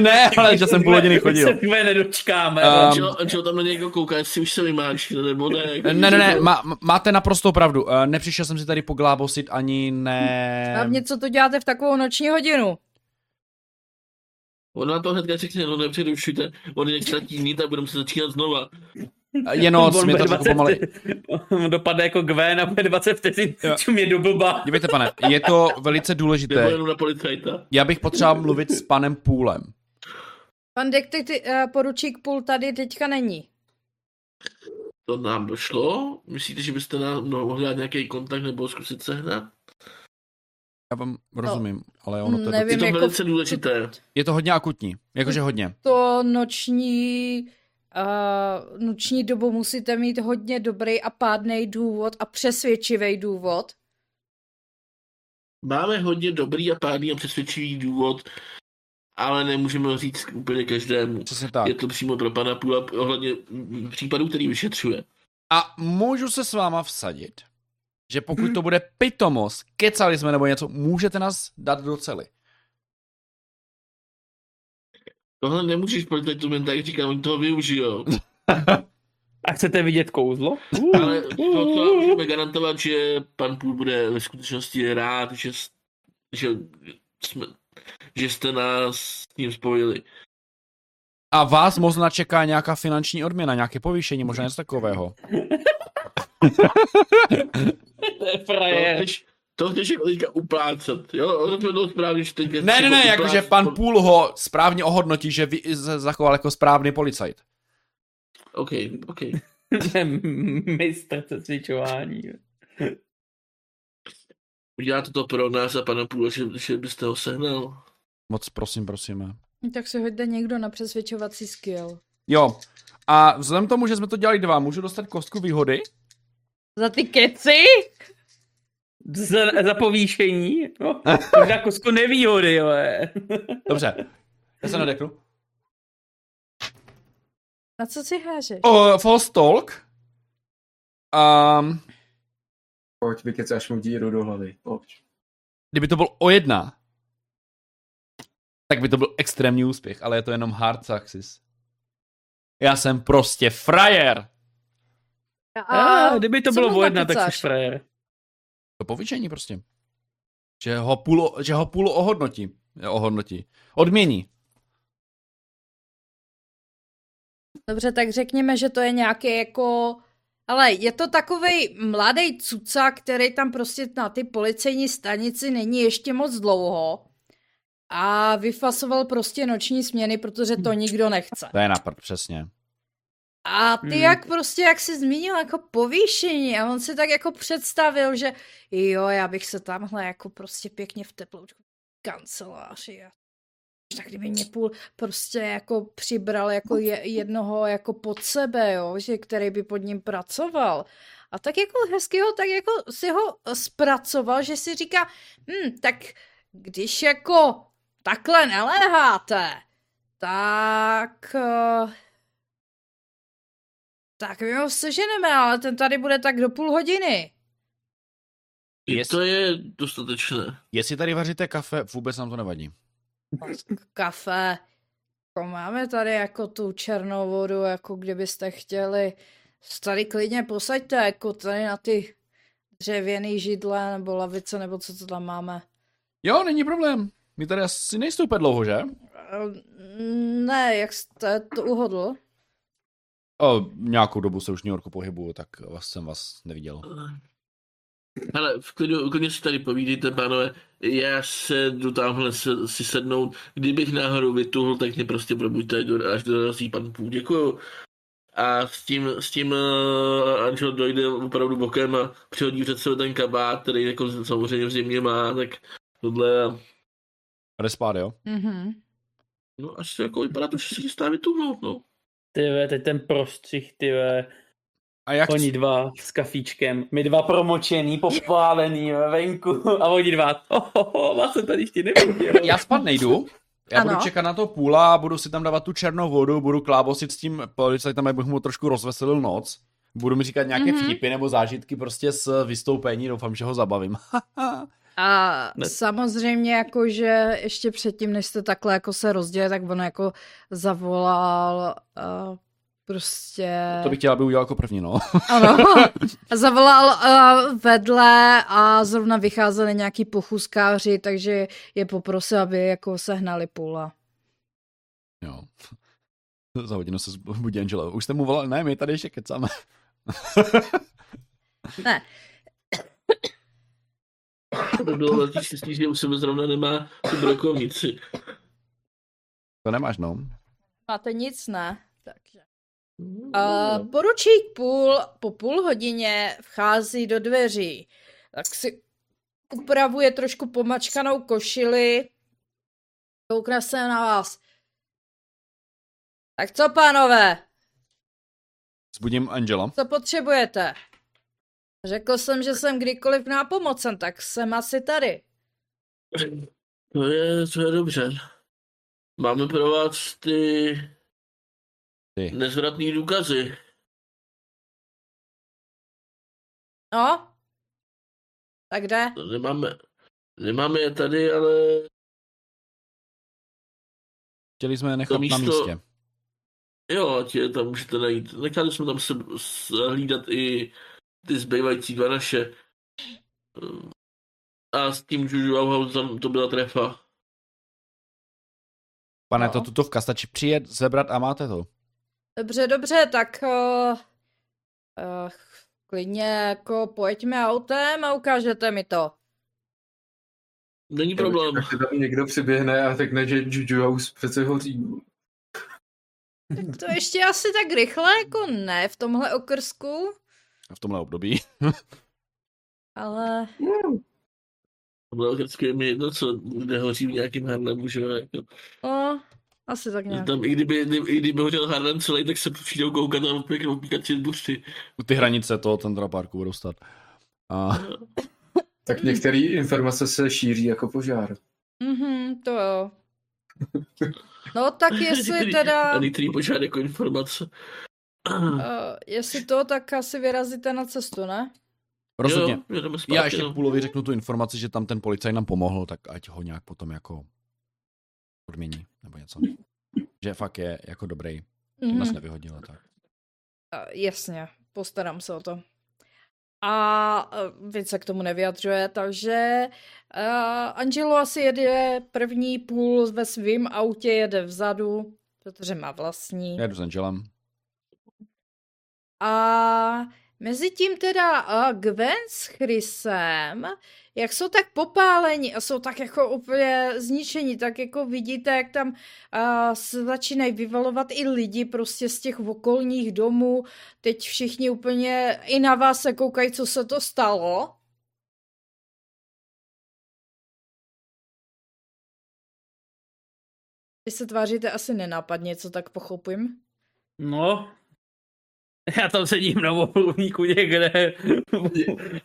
D: ne, ale že jsem půl hodiny
E: Se
D: chodil.
E: tvé nedočkáme.
D: Ehm,
E: Um,
B: Angelo, Angelo tam na někoho kouká, jestli už se vymáčí, nebo ne. Jako,
D: Ne, ne, ne, má, máte naprostou pravdu. Eh, Nepřišel jsem si tady poglábosit ani ne...
A: Hlavně, co to děláte v takovou noční hodinu?
B: On na to hnedka řekne, no nepřerušujte, on je ztratí nit a budeme se začínat znova.
D: Eh, Je noc, mě to tak pomalu...
E: Dopadne jako Gwen a bude 20 vteřin,
D: Jo.
E: čum je do blba.
D: Dívejte, pane, je to velice
B: Nebo
D: důležité.
B: jenom na policajta.
D: Já bych potřeboval mluvit s panem Půlem.
A: Pan detektiv, uh, poručík půl tady teďka není.
B: To nám došlo. Myslíte, že byste nám no, mohli dát nějaký kontakt nebo zkusit sehnat?
D: Já vám rozumím, ale ono to je,
A: nevím.
B: Je to
A: jako-
B: velice důležité.
D: je to hodně akutní. Jakože hodně.
A: to noční, uh, noční dobu musíte mít hodně dobrý a pádný důvod a přesvědčivý důvod.
B: Máme hodně dobrý a pádný a přesvědčivý důvod, ale nemůžeme ho říct úplně každému.
D: Přesně tak.
B: Je to přímo pro pana Půla ohledně mm, případů, který vyšetřuje.
D: A můžu se s váma vsadit, že pokud to bude pitomost, kecali jsme nebo něco, můžete nás dát do cely.
B: Tohle nemůžeš policajtům jen tak říkat, oni toho využijou.
E: A chcete vidět kouzlo?
B: Ale to, to vám můžeme garantovat, že pan Půl bude ve skutečnosti rád, že, s- že, jsme, že jste nás s ním spojili.
D: A vás možná čeká nějaká finanční odměna, nějaké povýšení, možná něco takového.
E: To je
B: To
E: frajer.
B: chceš- To chceš jako teďka uplácat, jo? Rozhodl správně, že teďka...
D: Ne, ne, ne,
B: jako
D: jakože
B: uplácat-
D: pan Půl ho správně ohodnotí, že vy z- zachoval jako správný policajt.
B: OK, OK.
E: To je mistr cvičování.
B: Uděláte to pro nás a pana Půla, že, že byste ho sehnal.
D: Moc prosím, prosím.
A: Tak si hoďte někdo na přesvědčovací skill.
D: Jo. A vzhledem k tomu, že jsme to dělali dva, můžu dostat kostku výhody?
A: Za ty keci?
E: Za, za povýšení? No, možná kosko nevýhody, ale.
D: Dobře. Já se nadechnu.
A: Na co si hážeš?
D: O, false talk. Um,
C: Pojď, vykecáš mu díru do hlavy. Pojď.
D: kdyby to byl o jedna, tak by to byl extrémní úspěch, ale je to jenom hard success. Já jsem prostě frajer.
E: A, kdyby to
A: co
E: bylo
A: mu
E: vojedna, tak
A: nakecáš?
E: jsi frajer.
D: To povyčení prostě. Že ho půl, že ho půl ohodnotí. ohodnotí. Odmění.
A: Dobře, tak řekněme, že to je nějaký jako... Ale je to takový mladý cuca, který tam prostě na ty policejní stanici není ještě moc dlouho a vyfasoval prostě noční směny, protože to nikdo nechce.
D: To je na prd, přesně.
A: A ty
E: Hmm.
A: jak prostě, jak jsi zmínil, jako povýšení a on si tak jako představil, že jo, já bych se tamhle jako prostě pěkně v teploučku kanceláři a tak kdyby mě půl prostě jako přibral jako je, jednoho jako pod sebe, jo, že který by pod ním pracoval. A tak jako hezky ho, tak jako si ho zpracoval, že si říká, hm, tak když jako takhle neléháte, tak eh, tak my ho seženeme, ale ten tady bude tak do půl hodiny.
B: Yes.
D: Jestli-
B: To je dostatečné.
D: Jestli tady vaříte kafe, vůbec nám to nevadí.
A: Kafe. Jako Máme tady jako tu černou vodu, jako kdybyste chtěli. Se Tady klidně posaďte, jako tady na ty dřevěný židle nebo lavice, nebo co to tam máme.
D: Jo, není problém. My tady asi nejsou úplně dlouho, že?
A: Ehm, Ne, jak jste to uhodl?
D: O, nějakou dobu se už v New Yorku pohybuju, tak vás jsem vás neviděl.
B: Hele, v klidu, klidně si tady povídejte, pánové. Já se jdu tamhle se, si sednout. Kdybych náhodou vytuhl, tak mě prostě probuďte, až do- až dorazí pan Půl. Děkuju. A s tím, s tím uh, Angel dojde opravdu bokem a přihodí před sebe ten kabát, který jako samozřejmě zřejmě má, tak tohle a-
D: Respád, jo?
A: Mhm.
B: No až jako vypadá to, že se chystá vytuhnout, no.
E: Ty ve, teď ten prostřih, ty ve.
D: A jak,
E: Oni dva s kafíčkem, my dva promočený, popálený ve venku a oni dva. Ohoho, vás jsem tady ještě neviděl.
D: já spát nejdu. Já ano.
A: Ano.
D: budu čekat na to půla, budu si tam dávat tu černou vodu, budu klábosit s tím policajtem, abych mu trošku rozveselil noc. Budu mi říkat nějaké
A: Mhm.
D: mm-hmm. vtipy nebo zážitky prostě z vystoupení, doufám, že ho zabavím.
A: A
E: Ne.
A: samozřejmě jako, že ještě předtím, než jste takhle jako se rozdělili, tak on jako zavolal uh, prostě...
D: to bych chtěl, aby udělal jako první, no.
A: Ano. A Zavolal uh, vedle a zrovna vycházeli nějaký pochůzkáři, takže je poprosil, aby jako sehnali půla.
D: jo. Za hodinu se budí Angelo. Už jste mu volal, ne, my tady ještě kecáme.
B: To by bylo velký štěstí, že u sebe zrovna nemá tu brokovnici.
D: To nemáš, no.
A: Máte nic, ne? Takže. Uh, poručík půl po půl hodině vchází do dveří. Tak si upravuje trošku pomačkanou košili. Koukne se na vás. Tak co, pánové?
D: Zbudím Angela.
A: Co potřebujete? Řekl jsem, že jsem kdykoliv nápomocen, tak jsem asi tady.
B: To je, to je dobře. Máme pro vás ty
D: Ty.
B: nezvratný důkazy.
A: No? Tak kde?
B: To Nemáme, nemáme je tady, ale
D: Chtěli jsme je nechat
B: To místo-
D: na místě.
B: jo, ať je tam můžete najít. Nechali jsme tam se, s, hlídat i ty zbývající dva naše. Ehm, A s tím Juju Auhaus tam to byla trefa.
D: Pane,
A: No.
D: no. to tutovka, stačí přijet, zebrat a máte to.
A: Dobře, dobře, tak uh, uh, klidně jako pojďme autem a ukážete mi to.
B: Není problém.
C: Tak tam někdo přiběhne a řekne, že Juju House přece hoří.
A: Tak to ještě asi tak rychle, jako ne v tomhle okrsku,
D: V tomhle období.
A: ale
B: Logicky je mi jedno, co kde hoří v nějakým Harlemu, že jo. Jako.
A: no, asi tak nějak.
B: Tam, i kdyby, i kdyby hořel Harlem celý, tak se přijdou koukat a pěkně opíkat si buřty.
D: Ty hranice toho Central Parku budou stát. A
C: Tak některé informace se šíří jako požár.
A: Mhm, to jo. No tak jestli
B: Některý-
A: teda,
B: A
A: uh,
B: některý požár jako informace.
A: eh, jestli to, tak asi vyrazíte na cestu, ne?
D: rozhodně.
B: Jo, jo, jdeme zpátky,
D: Já ještě
B: no.
D: Půlovi řeknu tu informaci, že tam ten policaj nám pomohl, tak ať ho nějak potom jako odmění nebo něco. Že fakt je jako dobrý, že nás
A: Mhm.
D: nevyhodil a tak.
A: A, Jasně, postarám se o to. A eh, víc se k tomu nevyjadřuje, takže uh, Angelo asi jede první půl ve svém autě, jede vzadu, protože má vlastní.
D: Já jdu s Angelem.
A: A mezi tím teda a Gwen s Chrisem, jak jsou tak popáleni a jsou tak jako úplně zničeni, tak jako vidíte, jak tam a, se začínají vyvalovat i lidi prostě z těch okolních domů. Teď všichni úplně i na vás se koukají, co se to stalo. Vy se tváříte asi nenápadně, co tak pochopím.
E: No. Já tam sedím na oblouníku někde.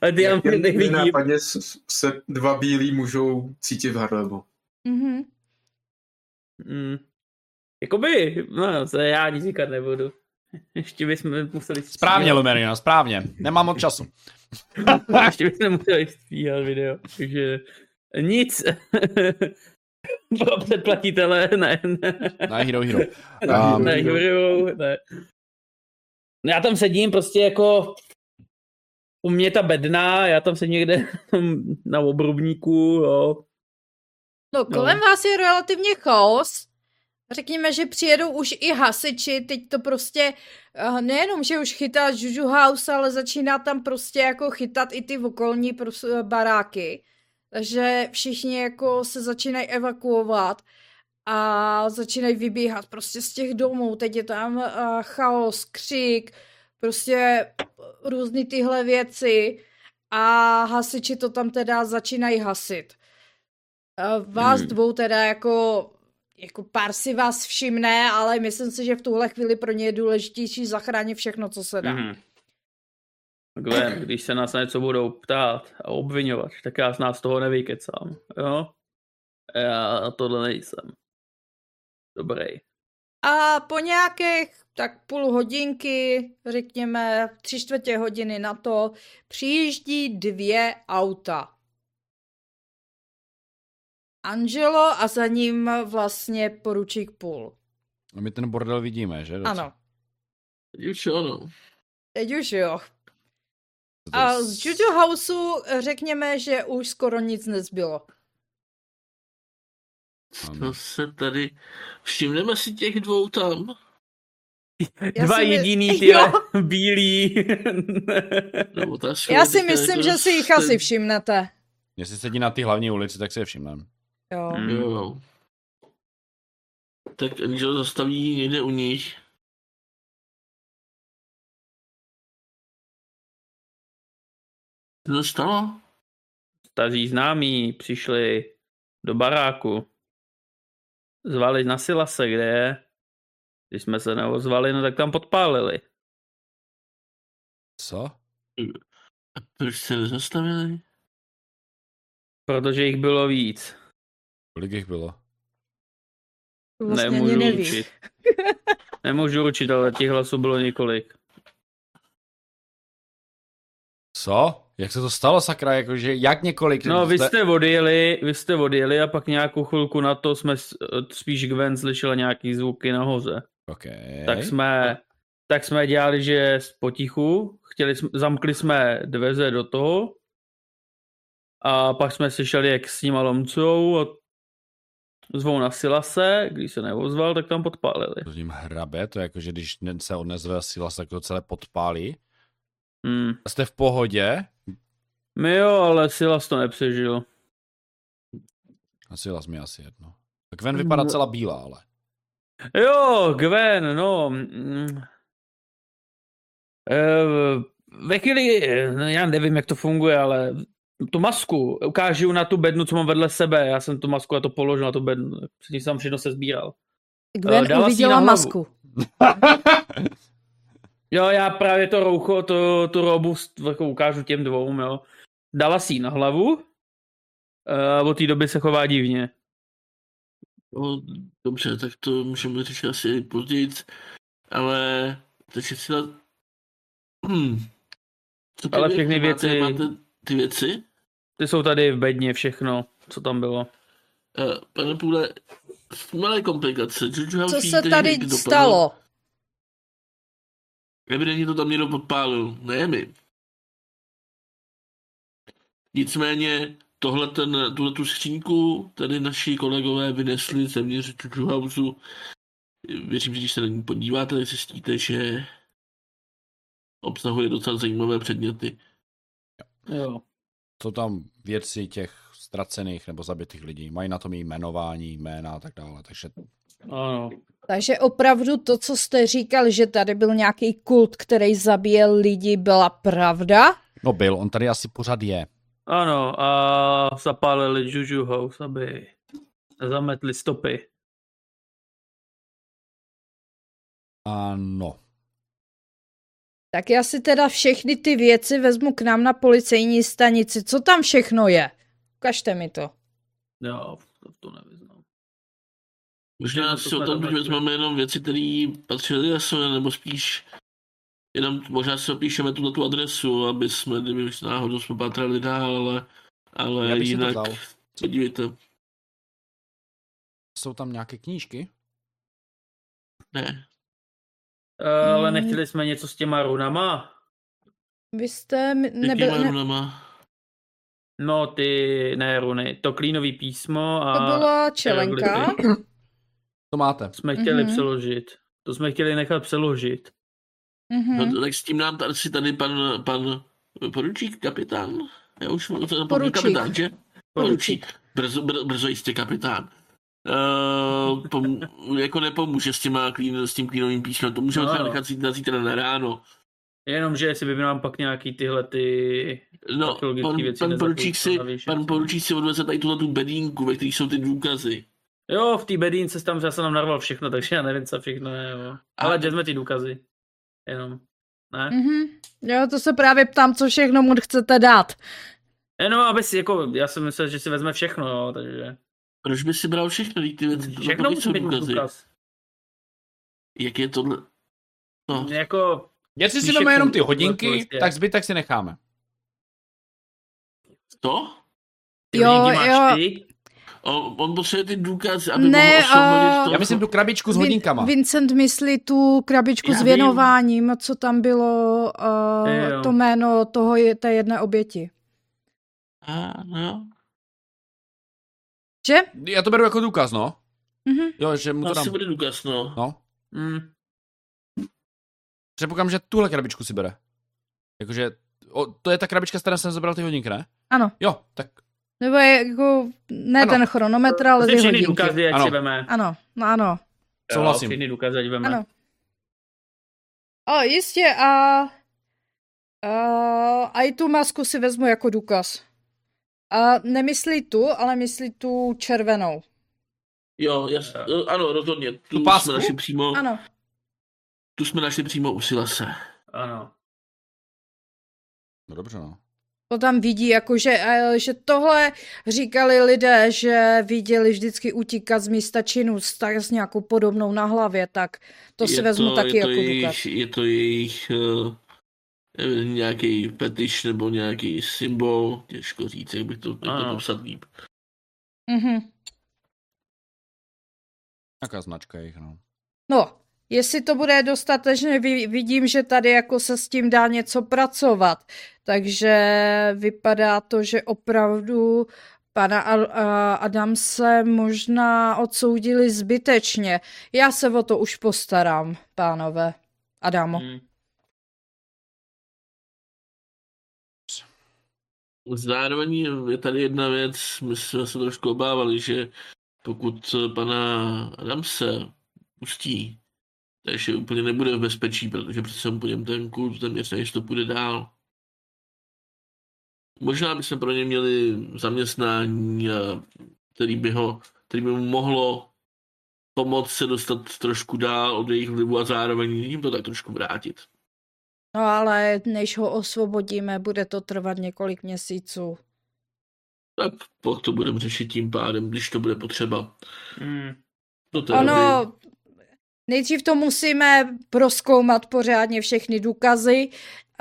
E: A ty já nevidím.
C: Nápadně se dva bílí můžou cítit v Harlemu.
A: Mhm.
E: Mm. Jakoby, no, to já nic říkat nebudu. Ještě bychom museli stříhat.
D: Správně,
E: no,
D: Lumerina, správně. Nemám moc času.
E: Ještě bychom museli stříhat video. Takže nic. Pro předplatitele, ne, ne.
D: Na Hero Hero.
C: Na
D: Um,
C: Hero.
E: Ne, Jurou, ne. No já tam sedím prostě jako u mě ta bedna, já tam sedím někde na obrubníku, jo.
A: No, kolem
E: No.
A: vás je relativně chaos. Řekněme, že přijedou už i hasiči, teď to prostě eh, nejenom, že už chytá Juju House, ale začíná tam prostě jako chytat i ty okolní pros- baráky. Takže všichni jako se začínají evakuovat a začínají vybíhat prostě z těch domů. Teď je tam eh, chaos, křik, prostě různé tyhle věci a hasiči to tam teda začínají hasit. Eh, Vás
E: Hmm.
A: dvou teda jako, jako pár si vás všimne, ale myslím si, že v tuhle chvíli pro ně je důležitější zachránit všechno, co se dá.
E: Mhm. Gwen, když se nás na něco budou ptát a obvinovat, tak já z nás toho nevykecám, jo. Já na tohle nejsem. Dobrý.
A: A po nějakých tak půl hodinky, řekněme tři čtvrtě hodiny na to, přijíždí dvě auta. Angelo a za ním vlastně poručík půl.
D: a No, my ten bordel vidíme, že? Docela.
A: Ano,
B: Už jo, no.
A: teď už jo.
D: To je
A: A
D: s-
A: z Juju Houseu řekněme, že už skoro nic nezbylo.
B: To se tady... Všimneme si těch dvou tam.
A: Já
E: Dva
A: si my-
E: jediný, ty
A: Jo.
E: bílí.
B: No, otázka,
A: Já si
B: jaká je
A: myslím,
B: to
A: že si jich
B: s-
A: asi všimnete.
D: Jestli sedí na ty hlavní ulici, tak si je všimneme.
A: Jo.
E: Hmm.
B: Jo, jo. Tak Angel zastaví někde u nich. Co se stalo?
E: staří známí přišli do baráku, zvali na Silase, kde je. Když jsme se neozvali, no tak tam podpálili.
D: Co?
B: A proč se nezastavili?
E: Protože jich bylo víc.
D: Kolik jich bylo?
A: Vlastně ani
E: Nemůžu
A: neví.
E: určit. Nemůžu určit, ale těch hlasů bylo několik.
D: Co? Jak se to stalo, sakra? Jakože jak několik?
E: No, vy
D: To je-
E: jste odjeli, vy jste odjeli a pak nějakou chvilku na to jsme s- spíš Gwen slyšela nějaký zvuky nahoře.
D: Okay.
E: Tak jsme, tak jsme dělali, že s- potichu, chtěli jsme, zamkli jsme dveře do toho a pak jsme slyšeli, jak s nima lomcou a Zvou na Silase, když se neozval, tak tam podpálili.
D: To s ním hrabe, to je jako, že když ne- se odnezve sila, tak to celé podpálí.
E: Hmm.
D: Jste v pohodě?
E: My jo, ale Silas to nepřežil.
D: A sila mi asi jedno. Tak ven vypadá
A: Mm.
D: celá bílá, ale.
E: Jo, Gwen, no. mm. Eh, Ve chvíli, eh, no, já nevím, jak to funguje, ale tu masku ukážu na tu bednu, co mám vedle sebe. Já jsem tu masku a to položil na tu bednu. Předtím jsem všechno se sbíral. Eh,
A: Gwen
E: dala si ji na
A: uviděla
E: hlavu.
A: masku.
E: Jo, já právě to roucho, to, tu robu s- jako ukážu těm dvou, jo. Dala si ji na hlavu eh, a od té doby se chová divně.
B: No, dobře, tak to můžeme řešit asi později, ale takže si na... Hmm. Co ty
E: Ale
B: vy-
E: všechny věci-
B: Máte, máte ty věci?
E: Ty jsou tady v bedně všechno, co tam bylo.
B: Eh, Pane Půle, malé komplikace. Juju
A: Co
B: House
A: se
B: Eatery
A: tady
B: dopadlo.
A: stalo?
B: Evidentně to tam někdo podpálil, ne my. Nicméně tohle ten, tuhle tu skřínku tady naši kolegové vynesli téměř Juju House. Věřím, že když se na ní podíváte, tak zjistíte, že obsahuje docela zajímavé předměty.
E: Jo.
D: Jsou tam věci těch ztracených nebo zabitých lidí. Mají na tom i jmenování, jména a tak dále. Takže
E: Ano.
A: Takže opravdu to, co jste říkal, že tady byl nějaký kult, který zabíjel lidi, byla pravda?
D: No byl, on tady asi pořád je.
E: Ano, a zapálili Juju House, aby zametli stopy.
D: Ano.
A: Tak já si teda všechny ty věci vezmu k nám na policejní stanici. Co tam všechno je? Ukažte mi to.
E: Já to, to nevyznám.
B: Možná
E: Možná to
B: si
E: jsme
B: o tom
E: tam
B: teď
E: našli.
B: vezmeme jenom věci, které patřily Jasone, nebo spíš jenom možná si opíšeme tu, tu adresu, aby jsme, kdyby už náhodou jsme pátrali dál, ale,
D: Já
B: ale
D: bych si to
B: jinak,
D: dal.
B: podívejte,
D: Jsou tam nějaké knížky?
B: ne.
E: E, ale
A: Mm.
E: nechtěli jsme něco s těma runama.
A: Vy jste mi-
B: Jakýma
A: nebyl... Ne,
B: runama?
E: No ty, ne runy, to klínový písmo
A: to
E: a
A: byla čelenka.
E: hieroglyfy.
D: To máte.
E: jsme chtěli
A: Mhm.
E: přeložit. To jsme chtěli nechat přeložit.
A: Mhm.
B: No, tak s tím nám tady, si tady pan, pan poručík, kapitán? Já už to zapomněl,
A: Poručík.
B: kapitán, že? Poručík. Brzo, brzo, brzo jistě kapitán. Uh, pom, jako nepomůže s, těma klín, s tím klínovým písmem, to můžeme
E: No,
B: no,
E: no.
B: nechat zítra, zítra na ráno.
E: Jenomže jestli by nám pak nějaký tyhle ty...
B: No,
E: Archeologické
B: pan,
E: věci
B: pan,
E: nezapojit,
B: poručík
E: to
B: si,
E: navýšit.
B: pan poručík si odveze tady tuhle tu bedínku, ve které jsou ty důkazy.
E: Jo, v té bedínce tam, já jsem tam narval všechno, takže já nevím, co všechno je, jo. Ale kde jsme ty důkazy? Jenom. Ne?
A: Mhm. Jo, to se právě ptám, co všechno mu chcete dát.
E: Jenom aby si, jako, já jsem myslel, že si vezme všechno, jo, takže...
B: Proč by si bral všechno, když ty věci, to
E: Všechno
B: všechno
E: musí
B: jsou
E: být
B: důkazy.
E: důkaz.
B: Jak je tohle? No,
E: Jako,
D: Jestli si
E: Píše
D: vezmeme
E: to-
D: jenom ty
E: tohle
D: hodinky,
E: prostě.
D: tak zbytek si necháme.
B: to?
E: ty
A: Jo,
E: jo, máš
A: jo.
E: jo. ty,
B: O, on potřebuje ty důkazy, aby
A: Ne,
B: mohl osvobodit
A: a-
B: to.
D: Já myslím tu krabičku s
A: Vin-
D: hodinkama.
A: Vincent myslí tu krabičku s
E: Já vím.
A: věnováním, co tam bylo,
E: Jo,
A: uh,
E: jo.
A: to jméno toho je, té jedné oběti.
B: A, no.
A: Že?
D: Já to beru jako důkaz, no.
A: Mhm.
D: Jo, že mu
E: No
B: To
D: to dám.
B: asi bude důkaz, no.
D: No.
E: mm,
D: Předpokládám, že tuhle krabičku si bere. Jakože, o, to je ta krabička, z které jsem zabral ty hodinky, ne?
A: Ano.
D: Jo, tak
A: Nebo je jako, ne
D: Ano.
A: ten chronometr, ale
E: ty
A: ty
E: všechny
A: hodinky.
E: důkazy, ať
D: Ano.
E: si veme.
A: Ano, no ano.
E: Jo,
D: Souhlasím.
E: Všechny důkazy, ať veme.
A: Ano. A jistě a, a, a i tu masku si vezmu jako důkaz. A nemyslí tu, ale myslí tu červenou.
B: Jo, jas, jo, ano, rozhodně. Tu,
D: Tu pásku?
B: jsme našli přímo,
A: Ano.
B: tu jsme našli přímo u Silase.
E: Ano.
D: No dobře, no.
A: To tam vidí, jakože, eh, že tohle říkali lidé, že viděli vždycky utíkat z místa činu s, tak, s nějakou podobnou na hlavě, tak to si
B: Je
A: vezmu taky
B: je to
A: jako důkaz.
B: jejich, Je to jejich eh, nevím, nějaký fetiš nebo nějaký symbol, těžko říct, jak bych to, jak to
E: Ano.
B: popsat líp.
A: Mhm.
D: Jaká značka je jich, no.
A: No, jestli to bude dostatečně, vi- vidím, že tady jako se s tím dá něco pracovat. Takže vypadá to, že opravdu Pana Ar- a- Adamse možná odsoudili zbytečně. Já se o to už postarám, pánové. Adamo.
E: Hmm.
B: Zároveň je tady jedna věc, my jsme se trošku obávali, že pokud pana Ramse pustí, takže úplně nebude v bezpečí, protože přece po něm ten kult téměř než to půjde dál. Možná bychom pro ně měli zaměstnání, a který by, ho, který by mu mohlo pomoct se dostat trošku dál od jejich vlivu a zároveň jim to tak trošku vrátit.
A: No ale než ho osvobodíme, bude to trvat několik měsíců.
B: Tak pak to budeme řešit tím pádem, když to bude potřeba.
E: Hmm.
B: Do té doby.
A: Ono, nejdřív to musíme proskoumat pořádně všechny důkazy.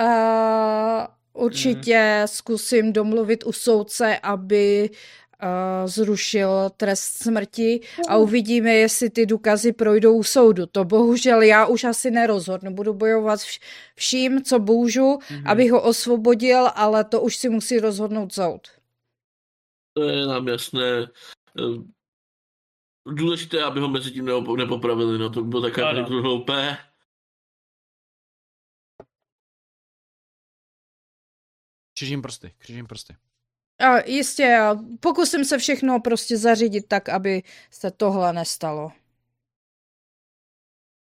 A: Uh, určitě zkusím domluvit u soudce, aby eh, zrušil trest smrti a uvidíme, jestli ty důkazy projdou u soudu. To bohužel já už asi nerozhodnu. Budu bojovat vš- vším, co můžu,
E: mm.
A: abych ho osvobodil, ale to už si musí rozhodnout soud.
B: To je nám jasné. Ehm, Důležité, aby ho mezi tím neop- nepopravili, no to by bylo takové
E: Ano.
B: trochu hloupé.
D: Křižím prsty, křižím prsty.
A: A jistě, a pokusím se všechno prostě zařídit tak, aby se tohle nestalo.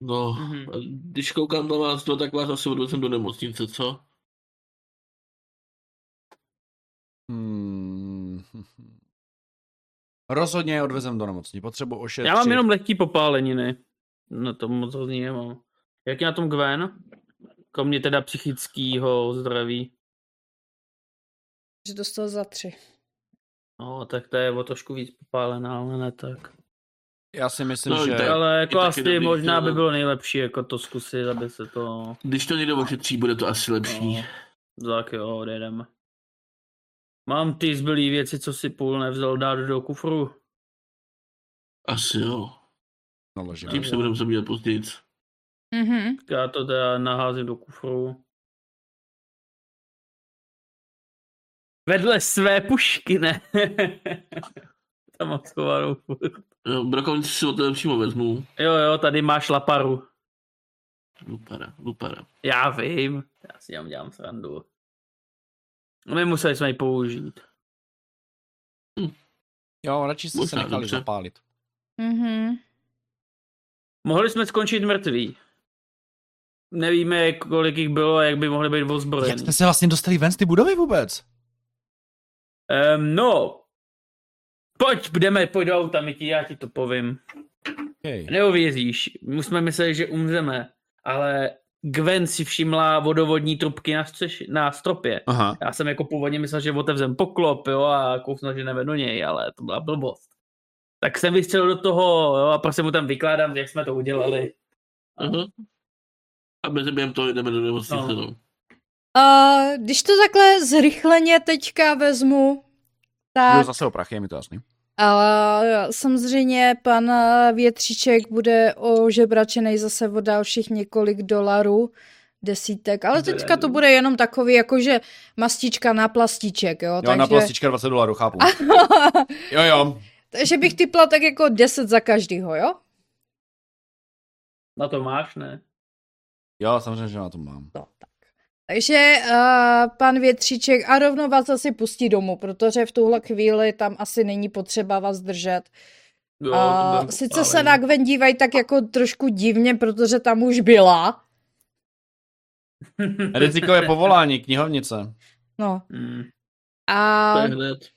B: No,
E: Mhm.
B: a když koukám na vás to, tak vás asi odvezem do nemocnice, co?
D: Hmm. Rozhodně je odvezem do nemocnice. Potřebuji ošetřit.
E: Já mám jenom lehký popáleniny. No to moc hodně nemám. Jak je na tom Gwen? Kromě teda psychického zdraví.
A: Že dostal za tři.
E: No, tak to je o trošku víc popálená, ale ne tak.
D: Já si myslím,
B: No,
D: že...
B: tak-
E: Ale jako
B: taky
E: asi
B: dobrý
E: možná by
B: film.
E: bylo nejlepší jako to zkusit, aby se to...
B: Když to někdo ošetří, bude to asi lepší.
E: No, tak jo, odjedeme. Mám ty zbylý věci, co si půl nevzal dát do kufru.
B: Asi jo.
D: Naložím.
B: Tím se
E: jo.
B: budeme zabývat později.
A: Mhm.
E: Já to teda naházím do kufru. Vedle své pušky, ne? Tam mám schovanou. furt.
B: Jo, Brokovnici si o tebe přímo vezmu.
E: Jo, jo, tady máš laparu.
B: Lupara, lupara.
E: Já vím. Já si tam dělám srandu. My museli jsme ji použít.
D: Jo, radši jste se
B: Možná
D: nechali
B: dobře.
D: zapálit.
A: Mhm.
E: Mohli jsme skončit mrtví. Nevíme, kolik jich bylo a jak by mohli být
D: Jak
E: ozbrojeni.
D: jste se vlastně dostali ven z ty budovy vůbec?
E: Um, no, pojď, jdeme, pojď do auta, Miki, já ti to povím.
D: Okay.
E: Neuvěříš, my jsme mysleli, že umřeme, ale Gwen si všimla vodovodní trubky na, střeši, na stropě.
D: Aha.
E: Já jsem jako původně myslel, že otevřem poklop, jo, a kousnu, že nevedu něj, ale to byla blbost. Tak jsem vystřelil do toho, jo, a prostě mu tam vykládám, jak jsme to udělali.
B: Aha. A mezi během toho jdeme do nemocnice.
E: No.
B: No.
A: A když to takhle zrychleně teďka vezmu,
D: Jo,
A: tak
D: zase o prachy, je mi to jasný.
A: ale samozřejmě pan eh, Větříček bude ožebračený zase o dalších několik dolarů, desítek, ale teďka to bude jenom takový jakože mastička na plastíček, jo,
D: Jo,
A: takže,
D: na plastička 20 dolarů, chápu. Jo, jo.
A: takže bych typla tak jako 10 za každýho, jo?
E: Na to máš, ne?
D: Jo, samozřejmě, že na tom mám.
A: No, tak. Takže uh, pan Větříček a rovno vás asi pustí domů, protože v tuhle chvíli tam asi není potřeba vás držet.
E: Jo, to
A: Uh,
E: budem
A: sice
E: popálit.
A: se na Gwen dívají tak jako trošku divně, protože tam už byla.
D: Rizikové povolání, knihovnice.
A: No.
E: Mm,
A: A,
B: To je hned.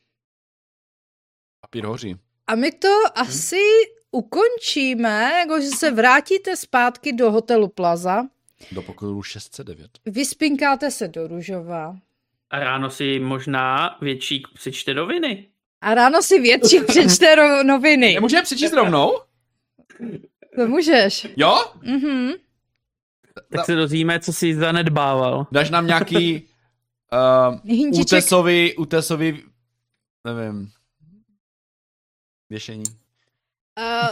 D: Papír hoří.
A: a my to asi ukončíme, jako že se vrátíte zpátky do hotelu Plaza,
D: Do pokoju 609.
A: vyspinkáte se do Ružova
E: A ráno si možná většík přečte noviny.
A: a ráno si větší přečte ro- noviny.
D: Nemůžeme přečíst rovnou?
A: To můžeš.
D: Jo?
A: Mhm.
E: Tak se dozvíme, co si zanedbával.
D: Dáš nám nějaký uh,
A: Hintiček.
D: útesovi, útesovi, nevím, věšení.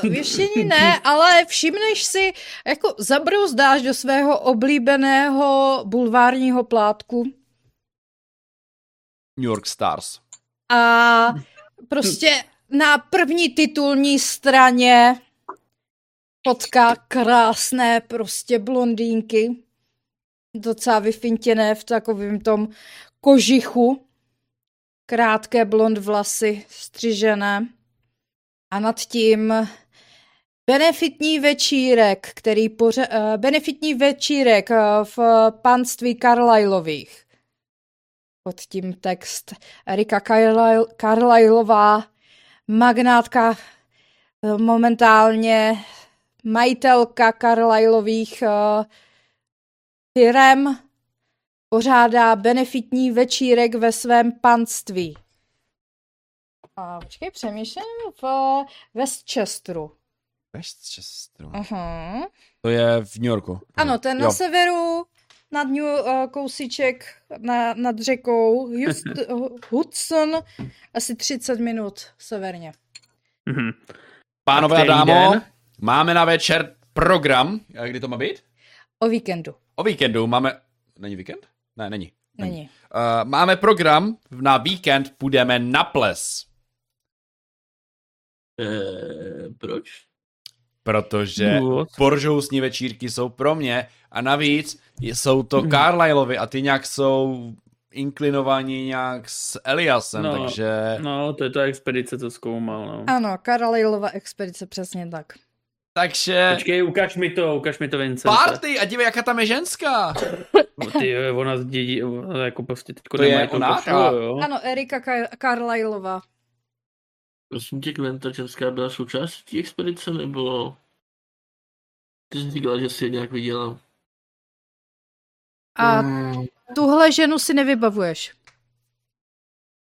A: Uh, věštění ne, ale všimneš si, jako zabrouzdáš do svého oblíbeného bulvárního plátku
D: New York Stars.
A: a Prostě na první titulní straně fotká krásné prostě blondýnky, docela vyfintěné v takovém tom kožichu, krátké blond vlasy střižené a nad tím benefitní večírek, který poře- eh, benefitní večírek eh, v panství Carlylových pod tím text Erika Carlyle, Carlylová, magnátka, eh, momentálně majitelka Carlylových eh, firem, pořádá benefitní večírek ve svém panství. A počkej, přemýšlím v Westchesteru. Mhm.
D: Westchester.
A: Aha.
D: To je v New Yorku.
A: Eh. Ano, ten na
D: jo.
A: severu, nad New, uh, kousíček na, nad řekou Houst- Hu- Hudson, asi 30 minut severně.
E: Mhm.
D: Pánové a
E: Který
D: dámo,
E: den?
D: máme na večer program. A kdy to má být?
A: O víkendu.
D: O víkendu máme... Není víkend? Ne, není.
A: Není.
D: Uh, máme program, na víkend půjdeme na ples.
B: Eh, proč?
D: Protože
E: Důvod.
D: poržousní večírky jsou pro mě a navíc jsou
E: Mhm.
D: to Carlylovy a ty nějak jsou inklinovaní nějak s Eliasem,
E: No,
D: takže
E: No, to je ta expedice, co zkoumal, no.
A: Ano, Karalilova expedice, přesně tak.
D: takže
E: Počkej, ukaž mi to, ukaž mi to Vincent.
D: party a dívej, jaká tam je ženská.
E: Ty jo, ona zdědí, ona jako prostě teďko
D: To je
E: nemají to
D: ona?
E: košilo, jo.
A: Ano, Erika Ka- Carlylová.
B: Prosím tě, Gwen, ta ženská byla součástí té expedice, nebo... Ty jsi říkala, že jsi je nějak viděla.
A: A
C: Mm,
A: tuhle ženu si nevybavuješ.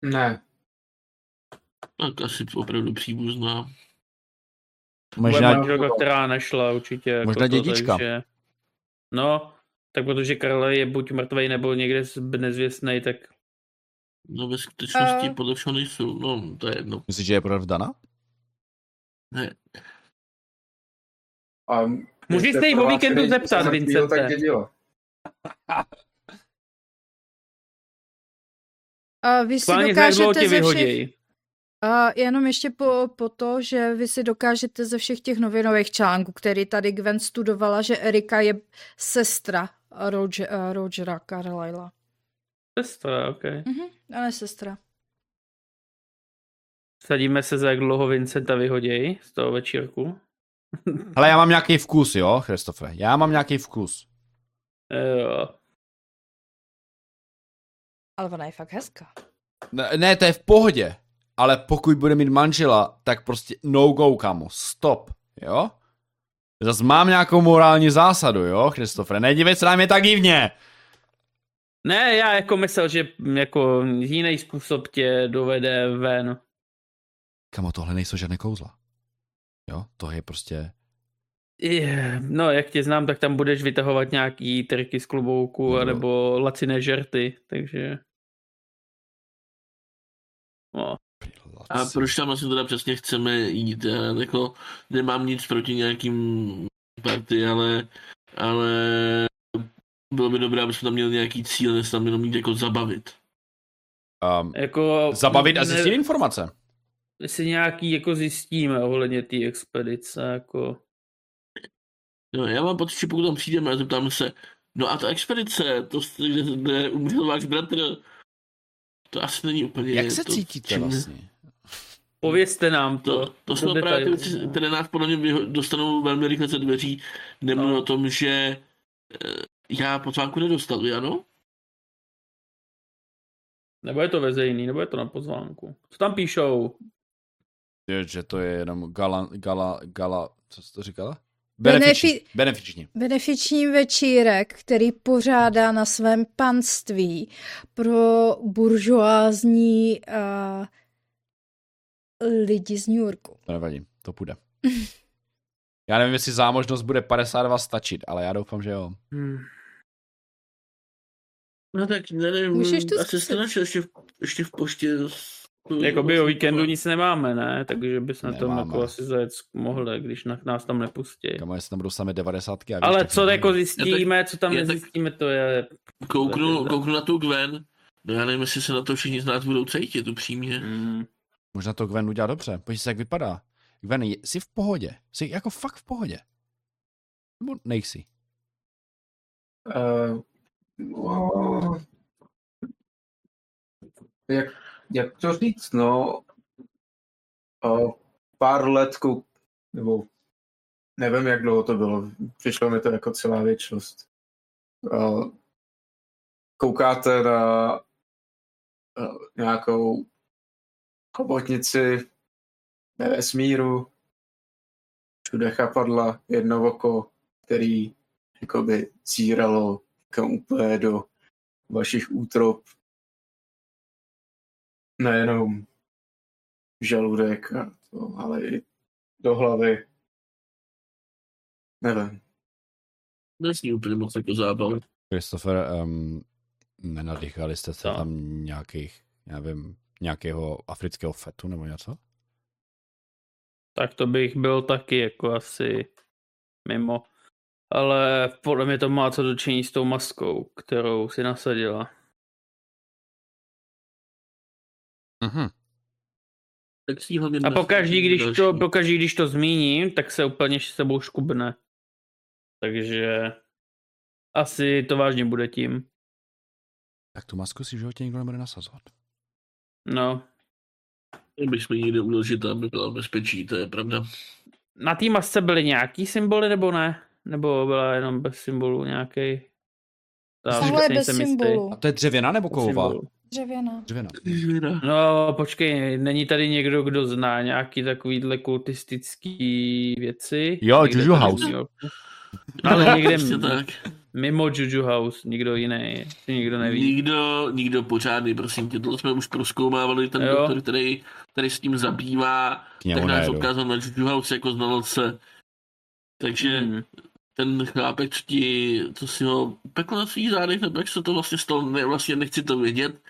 C: ne.
B: Tak asi opravdu příbuzná.
E: Možná...
D: Možná,
E: manželka, která nešla určitě. Jako
D: Možná dědička.
E: To, takže... No, tak protože Karla je buď mrtvej nebo někde nezvěstný, tak
B: No ve skutečnosti
A: Eh.
B: uh... podle všeho nejsou, no to je jedno.
D: myslíš, že je provdaná?
B: Ne.
C: A
E: Můžeš
C: jste
E: se jí o
C: prohlášený,
E: víkendu
C: že
E: zeptat,
C: jsem chvíli
E: Vincente.
C: Tak dědila.
A: A vy si
E: schválně jak dlouho
A: dokážete
E: tě
A: ze všech...
E: vyhodějí.
A: A jenom ještě po, po to, že vy si dokážete ze všech těch novinových článků, který tady Gwen studovala, že Erika je sestra Roger, eh, Rogera Carlyla.
E: Sestra, okay.
A: Mhm. Ale sestra.
E: Sadíme se, za jak dlouho Vincenta vyhodějí z toho večírku.
D: Hele, já mám nějaký vkus, jo, Christofe. Já mám nějaký vkus.
E: Jo.
A: Ale ona je fakt hezká.
D: Ne, ne, to je v pohodě. Ale pokud bude mít manžela, tak prostě no go, kamo. Stop, jo? Zas mám nějakou morální zásadu, jo, Christofre. Nedívej se na mě tak divně.
E: Ne, já jako myslel, že jako jiný způsob tě dovede ven.
D: Kamo, tohle nejsou žádné kouzla. Jo, to je prostě...
E: Je, No, jak tě znám, tak tam budeš vytahovat nějaký triky z klubouku,
D: No.
E: no. nebo laciné žerty, takže... No,
B: A proč tam asi teda přesně chceme jít? Já jako nemám nic proti nějakým party, ale, ale bylo by dobré, abychom tam měli nějaký cíl, než tam jenom jít jako zabavit.
D: Um,
E: jako...
D: zabavit a zjistit
E: ne-
D: informace.
E: si nějaký jako zjistíme ohledně té expedice, jako...
B: No, já mám pocit, že pokud tam přijdeme a zeptáme se, no a ta expedice, to, s- kde, kde umřel váš bratr, to asi není úplně...
D: Jak se
B: to,
D: cítíte
B: čím-
D: vlastně?
E: Povězte nám to.
B: To, to jsou právě ty
E: detailu.
B: věci, které nás podle mě vyho- dostanou velmi rychle ze dveří. Nemluvím
E: No.
B: o tom, že eh, já pozvánku no. nedostal, vy ano?
E: Nebo je to veřejný, nebo je to na pozvánku. Co tam píšou?
D: Je, že to je jenom gala, gala, gala, co jsi to říkala?
A: Benefi-
D: Benefiční. Benefiční.
A: Benefiční večírek, který pořádá na svém panství pro buržoázní
F: eh,
A: uh, lidi z New Yorku.
D: To nevadí, to půjde. Já nevím, jestli zámožnost bude 52 stačit, ale já doufám, že jo.
E: Hmm.
B: No tak nevím,
A: Můžeš to
B: asi jste
A: zkusit.
B: našel ještě, v- ještě v poště. s-
D: Jako
E: Jakoby Jako o víkendu nic nemáme, ne? Takže bys na tom
D: Nemáme.
E: jako asi zajet mohli, když na, nás tam nepustí.
D: Kamo, jestli tam budou samé 90. A víš,
E: Ale
D: tak
E: co
D: nevím.
E: jako zjistíme, co tam
B: je tak-
E: nezjistíme, to je...
B: Kouknu, kouknu na tu Gwen, no já nevím, jestli se na to všichni z nás budou cítit, upřímně.
E: Mm.
D: Možná to Gwen udělá dobře. Podívej se, jak vypadá. Gwen, je- jsi v pohodě. Jsi jako fakt v pohodě. Nebo nejsi.
C: Eh, no, jak, jak to říct, no, o pár let, kou- nebo nevím, jak dlouho to bylo, přišlo mi to jako celá věčnost. O, Koukáte na eh, nějakou chobotnici ve vesmíru, všude chapadla, jedno oko, který jakoby círalo kam úplně do vašich útrop. Nejenom žaludek, a to, ale i do hlavy. Nevím.
B: Nesní úplně moc jako zábav.
D: Christopher, um, nenadýchali jste se
E: Co?
D: tam nějakých, já nevím, nějakého afrického fetu nebo něco?
E: Tak to bych byl taky jako asi mimo. Ale podle mě to má co dočinit s tou maskou, kterou si nasadila.
D: Mhm.
B: Tak si ji hlavně
E: A
B: nasadí
E: pokaždý, když to,
B: další.
E: pokaždý, když to zmíním, tak se úplně s sebou škubne. Takže asi to vážně bude tím.
D: Tak tu masku si v životě nikdo nebude nasazovat.
E: No,
B: Kdybychom ji někde uložili, tam by byla v bezpečí, to je pravda.
E: na té masce byly nějaký symboly nebo ne? Nebo byla jenom bez symbolů nějaký?
F: Tahle je bez symbolu.
D: A to je dřevěná nebo kovová?
F: Dřevěná.
D: Dřevěná.
B: Zvěra.
E: No, počkej, není tady někdo, kdo zná nějaký takovýhle kultistický věci?
D: Jo,
E: Někde
D: Juju
E: tady
D: House.
E: v New Yorku. Ale někde
B: Prostě tak.
E: mimo Juju House, nikdo jiný, si nikdo neví.
B: Nikdo, nikdo pořádný, prosím tě, tohle jsme už proskoumávali, ten
E: Jo.
B: jo. doktor, který, který s tím zabývá,
D: K němu
B: tak nás
D: nejedu.
B: odkázal na Juju House jako znalce. Takže
E: Hmm.
B: ten chlápek, co ti, co si ho pekl na svých zádech, nebo jak se to vlastně stalo, ne, vlastně nechci to vědět.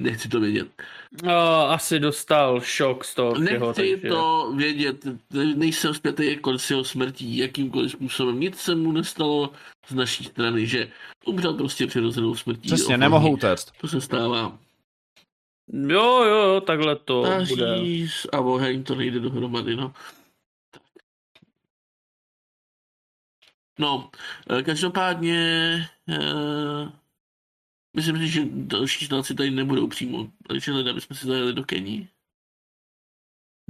B: Nechci to vědět.
E: No, asi dostal šok z toho všeho,
B: Nechci
E: takže...
B: to vědět, Ne- nejsem zpětý jako s jeho smrtí, jakýmkoliv způsobem. Nic se mu nestalo z naší strany, že umřel prostě přirozenou smrtí.
D: Přesně,
B: Ohromný.
D: nemohou utéct.
B: To se stává.
E: Jo, jo, jo, takhle to bude.
B: Náříz a oheň, to nejde dohromady, no. Tak. No, eh, každopádně eh, myslím si, že další znalci tady nebudou přímo, takže hledá bychom si zajeli do Kení.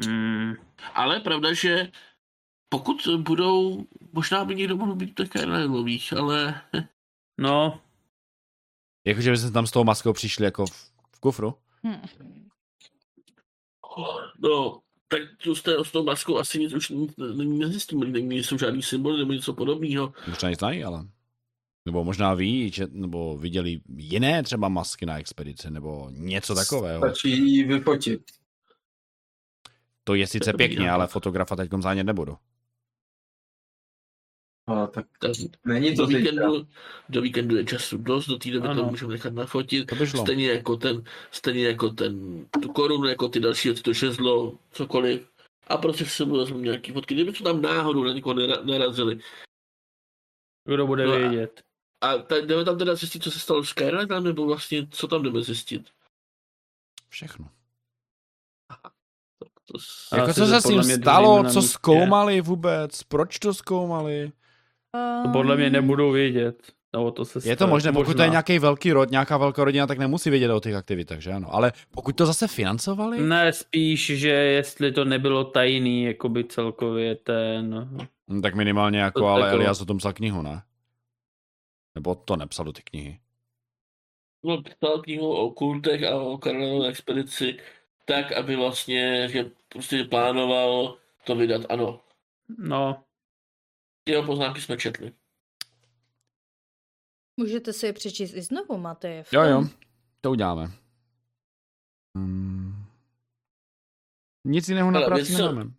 E: Hmm.
B: Ale pravda, že pokud budou, možná by někdo mohl být také na nových, ale
E: No,
D: Jakože byste tam s tou maskou přišli jako v, v kufru?
B: no, tak tu s, té, s tou maskou asi nic už n- n- nezjistíme, nejsou žádný symboly nebo něco podobného.
D: Možná ji znají, ale... Nebo možná ví, že, nebo viděli jiné třeba masky na expedici, nebo něco takového.
C: Stačí ji vyfotit.
D: To je sice pěkně, ale fotografa teď zánět nebudu.
C: A tak
B: Tak
C: není
B: do
C: to teď.
B: víkendu, do víkendu je času dost, do té doby
E: Ano.
B: to můžeme nechat nafotit.
D: To by šlo.
B: Stejně jako ten, stejně jako ten, tu korunu, jako ty další, věci, to šezlo, cokoliv. A prostě si budu zase nějaký fotky, kdyby to tam náhodou na někoho nera- narazili.
E: kdo bude
B: No a-
E: vědět.
B: A ta, jdeme tam teda zjistit, co se stalo s Skyrightem, nebo vlastně, co tam jdeme zjistit.
D: Všechno.
B: Tak to s...
E: A
D: Jako
E: asi,
D: co
E: že
D: se s
E: podle
D: ním
E: mě to
D: stalo,
E: není na
D: co
E: místě.
D: zkoumali vůbec, proč to zkoumali.
E: To podle
F: Um,
E: mě nebudou vědět. Nebo to se
D: Je to
E: stane.
D: možné, pokud to je
E: Možná.
D: nějaký velký rod, nějaká velká rodina, tak nemusí vědět o těch aktivitách, že ano. Ale pokud to zase financovali,
E: Ne, spíš, že jestli to nebylo tajný, jakoby celkově ten...
D: no, tak minimálně jako,
E: To
D: ale
E: jako-
D: Elias o tom psal knihu, ne? Nebo to nepsal do ty knihy.
B: No, psal knihu o kultech a o Karolové expedici tak, aby vlastně, že prostě plánoval to vydat, ano.
E: No,
B: Jeho poznámky jsme četli.
F: Můžete si je přečíst i znovu, máte je v
D: Jo,
F: tom.
D: jo, to uděláme. Hmm. Nic jiného na
B: Ale
D: práci
B: víš co?
D: nemáme.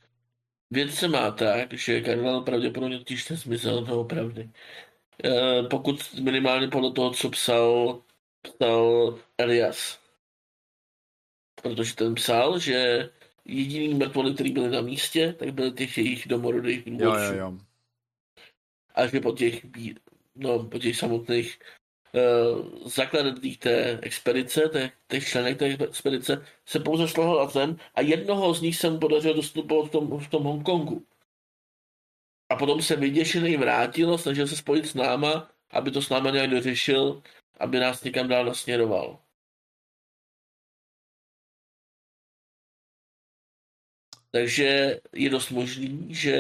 B: Věc se má tak, že kardinál pravděpodobně totiž nezmizel doopravdy. E, pokud minimálně podle toho, co psal, psal Elias. Protože ten psal, že jediný mrtvoly, který byly na místě, tak byly těch jejich domorodých
D: Jo,
B: důvodců.
D: jo, jo.
B: A že po těch, bý- no, po těch samotných uh, zakladatelích té expedice, té, těch členek té expedice, se pouze šlo ten a jednoho z nich se mu podařilo dostupovat v tom, v tom Hongkongu. A potom se vyděšený vrátil a snažil se spojit s náma, aby to s náma nějak dořešil, aby nás někam dál nasměroval. Takže je dost možný, že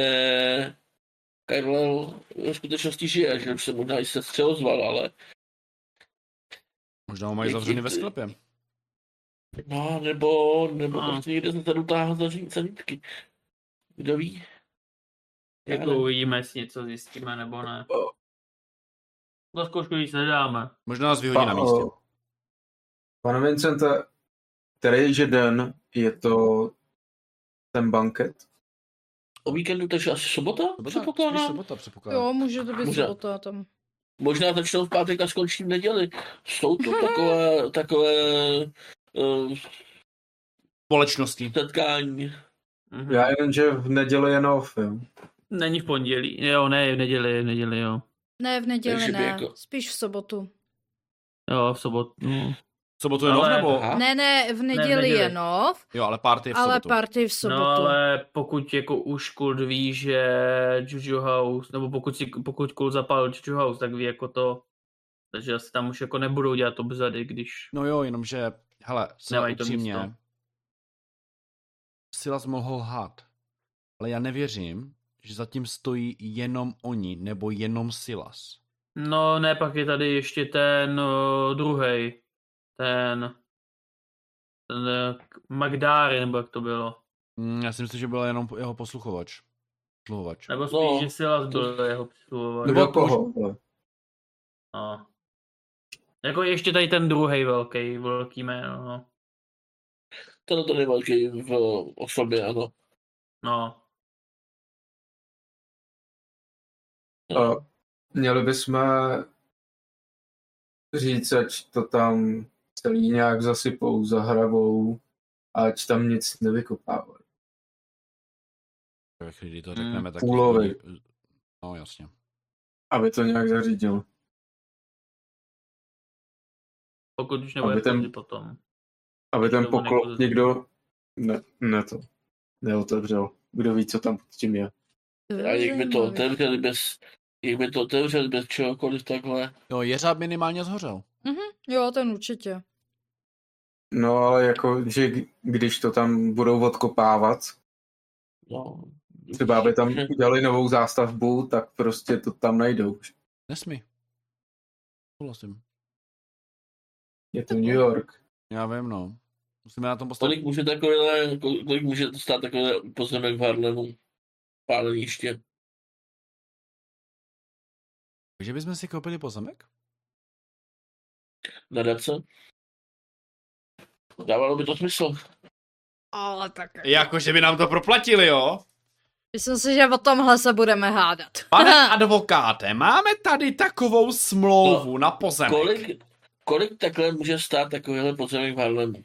B: Karel v skutečnosti žije, že už se možná i se střelozval, ale
D: Možná ho mají zavřený ve sklepě.
B: no, nebo, nebo
E: No.
B: prostě někde se tady utáhl za žít sanitky. Kdo ví? Já
E: Jako
B: nevím.
E: uvidíme, jestli něco zjistíme nebo ne. Na zkoušku nic nedáme.
D: Možná nás vyhodí na místě.
C: o, Pane Vincente, který že den je to ten banket?
B: O víkendu, takže asi sobota?
D: spíš
B: Předpokládám.
D: sobota předpokládám.
F: Jo, může to být
B: Může.
F: sobota tam.
B: Možná začnou v pátek a skončí v neděli. Jsou to takové, takové uh,
D: Společnosti.
B: setkání.
E: Mhm.
C: Já jen, že v neděli je nov, jo.
E: Není v pondělí. Jo, ne, v neděli, v neděli, jo.
F: Ne, v
B: Takže
F: neděli
B: by
F: ne,
B: jako-
F: spíš v sobotu.
E: Jo, v sobotu. No.
D: Sobotu je nov,
E: Ale-
D: nebo?
B: Aha.
F: Ne, ne, v neděli
E: neděli.
F: je nov,
D: Jo, ale party je v
F: ale
D: sobotu.
F: party v
E: no,
F: sobotu.
E: ale pokud jako už Kult ví, že Juju House, nebo pokud, si, pokud Kult zapálil Juju House, tak ví jako to, takže asi tam už jako nebudou dělat obzady, když...
D: No jo, jenomže, hele, sila
E: Nemají to
D: upřímně.
E: místo.
D: Silas mohl lhát, ale já nevěřím, že zatím stojí jenom oni, nebo jenom Silas.
E: No ne, pak je tady ještě ten uh, druhý, ten, ten uh, Magdáry, nebo jak to bylo.
D: Mm, já si myslím, že byl jenom jeho posluchovač. Posluchovač.
E: Nebo spíš,
B: No,
E: no, že Silas byl jeho přisluhovač.
D: Nebo
C: Kdo koho? ale?
E: No. Jako ještě tady ten druhý velký, velký jméno, no.
B: Ten to je velký v osobě, ano.
E: no.
B: No.
C: A měli bychom říct, ať to tam celý nějak zasypou, zahrabou, a ať tam nic nevykopávají.
D: Ve chvíli, kdy to
E: Mm,
D: řekneme, tak...
C: půlovej.
D: No jasně.
C: Aby to nějak zařídil.
E: Pokud už nebude
C: Aby ten-
E: ten... potom.
C: Aby ten
E: Nebo
C: poklop
E: nepozdě-
C: někdo ne, ne to, neotevřel. Kdo ví, co tam pod tím je.
F: To
B: A
F: je
B: jak by to
F: zajímavý.
B: otevřeli bez, jak by to otevřeli bez čehokoliv takhle.
D: Jo, jeřáb minimálně zhořel.
F: Jo, ten určitě.
C: No ale jako, že k- když to tam budou odkopávat,
B: No.
C: třeba aby tam udělali novou zástavbu, tak prostě to tam najdou.
D: Nesmí. Souhlasím.
C: Je to New York.
D: Já vím, no. Musíme na tom postavit
B: Kolik může takové, kolik může stát takové pozemek v Harlemu? Páleniště.
D: Že bychom si koupili pozemek?
B: Na dace? Dávalo by to smysl.
F: Ale tak.
D: Jako, že by nám to proplatili, jo?
F: Myslím si, že o tomhle se budeme hádat.
D: Pane advokáte, máme tady takovou smlouvu na pozemek.
B: Kolik, kolik takhle může stát takovýhle pozemek v Harlemu?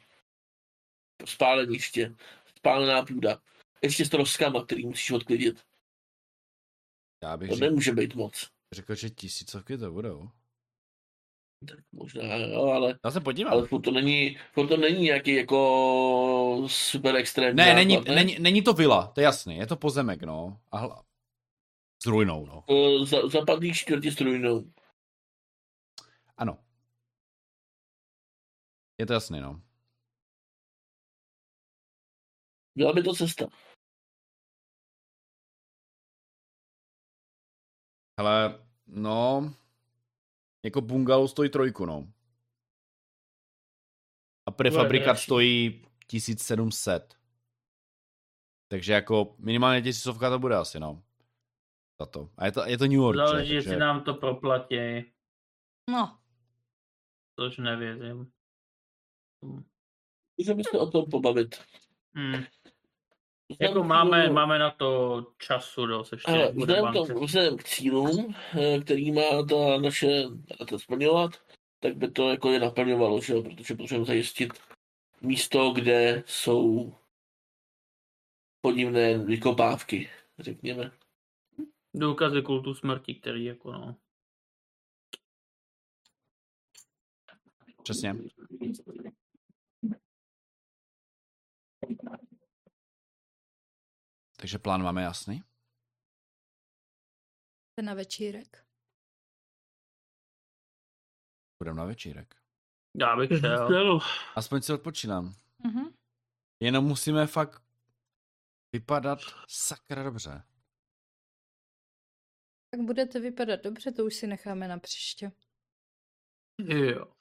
B: Spáleniště. Spálená půda. Ještě s troskama, který musíš odklidit.
D: Já bych
B: To
D: řekl,
B: nemůže být moc.
D: řekl, že tisícovky to budou.
B: Tak možná, jo, ale
D: Já se podívám.
B: Ale furt to není, furt to není nějaký jako super extrémní
D: Ne, není,
B: nápad,
D: není, není to vila, to je jasný, je to pozemek, no. A hla... S ruinou, no.
B: Eh, Za, zapadlý čtvrtí s ruinou.
D: Ano. Je to jasný, no.
B: Byla by to cesta.
D: Hele, no, jako bungalow stojí trojku, no. A prefabrikat
E: dražší.
D: stojí 1700. Takže jako minimálně tisícovka to bude asi, no. Za to. A je to, je to New York, že?
E: Záleží,
D: takže...
E: jestli nám to proplatí,
F: No,
E: což nevěřím.
B: Můžeme se o tom pobavit.
E: Hmm.
B: Vzhledem
E: Jako
B: k
E: máme,
B: cílům-
E: máme na to času dost ještě.
B: Ale
E: bude
B: vzhledem,
E: banket.
B: to, vzhledem k cílům, eh, který má ta naše ta splňovat, tak by to jako je naplňovalo, že? jo, protože potřebujeme zajistit místo, kde jsou podivné vykopávky, řekněme.
E: Důkazy kultu smrti, který jako no.
D: Přesně. Takže plán máme jasný.
A: na večírek.
D: Budeme na večírek.
G: Já bych šel.
B: Ano,
D: Aspoň si odpočínám.
A: Mhm.
D: Jenom musíme fakt vypadat sakra dobře.
A: Tak budete vypadat dobře, to už si necháme na příště.
G: Jo.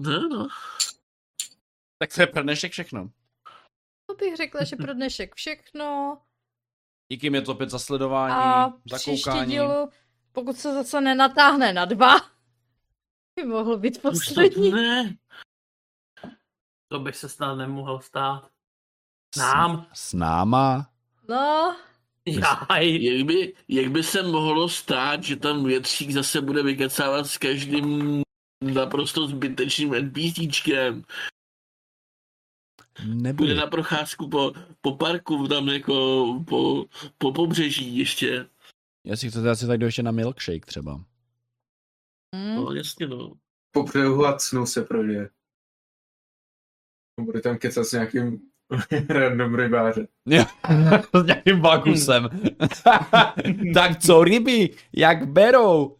B: ne, no.
D: Tak to je pro dnešek všechno.
A: To bych řekla, že pro dnešek všechno.
D: Díky mě to opět za sledování,
A: A
D: za
A: příští
D: koukání.
A: dílu, pokud se zase nenatáhne na dva, by mohl být
B: Už to-
A: poslední.
B: Ne,
G: To by se snad nemohl stát. Nám.
D: S, s náma.
A: No,
G: Jaj.
B: jak by, jak by se mohlo stát, že tam větřík zase bude vykecávat s každým naprosto zbytečným NPCčkem. Bude
D: Nebude.
B: na procházku po, po parku, tam jako po, po pobřeží ještě.
D: Jestli chcete, asi tak jdu ještě na milkshake třeba.
E: Hmm?
A: hm,
B: No jasně no.
C: Po přehu a snu no, se projde. Bude tam kecat s nějakým random rybářem.
D: S nějakým vakusem. tak co ryby? Jak berou?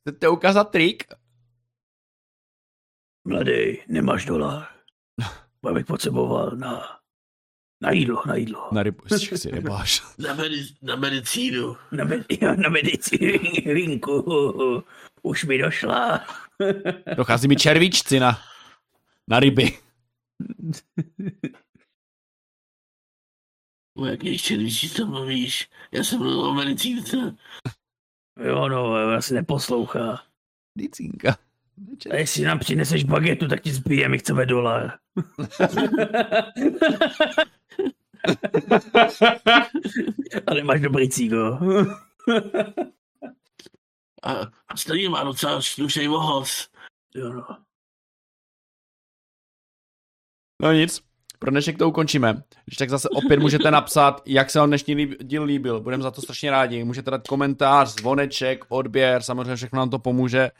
D: Chcete ukázat trik?
E: Mladý, nemáš dolar. Já bych potřeboval na, na jídlo, na jídlo.
D: Na rybu, si rybáš.
B: Na, medic, na medicínu.
E: Na, med, na medicínku. Už mi došla.
D: Dochází mi červičci na, na ryby.
B: O jaký červíčí tam mluvíš? Já jsem mluvil o medicínce.
E: Jo, no, asi neposlouchá.
D: Dicínka.
E: A jestli nám přineseš bagetu, tak ti zbije, my chceme dolar. Ale máš dobrý cígo.
B: A, a starý má docela slušej vohos.
E: Jo, no.
D: No nic, pro dnešek to ukončíme. Když tak zase opět můžete napsat, jak se vám dnešní líb- díl líbil. Budeme za to strašně rádi. Můžete dát komentář, zvoneček, odběr, samozřejmě všechno nám to pomůže.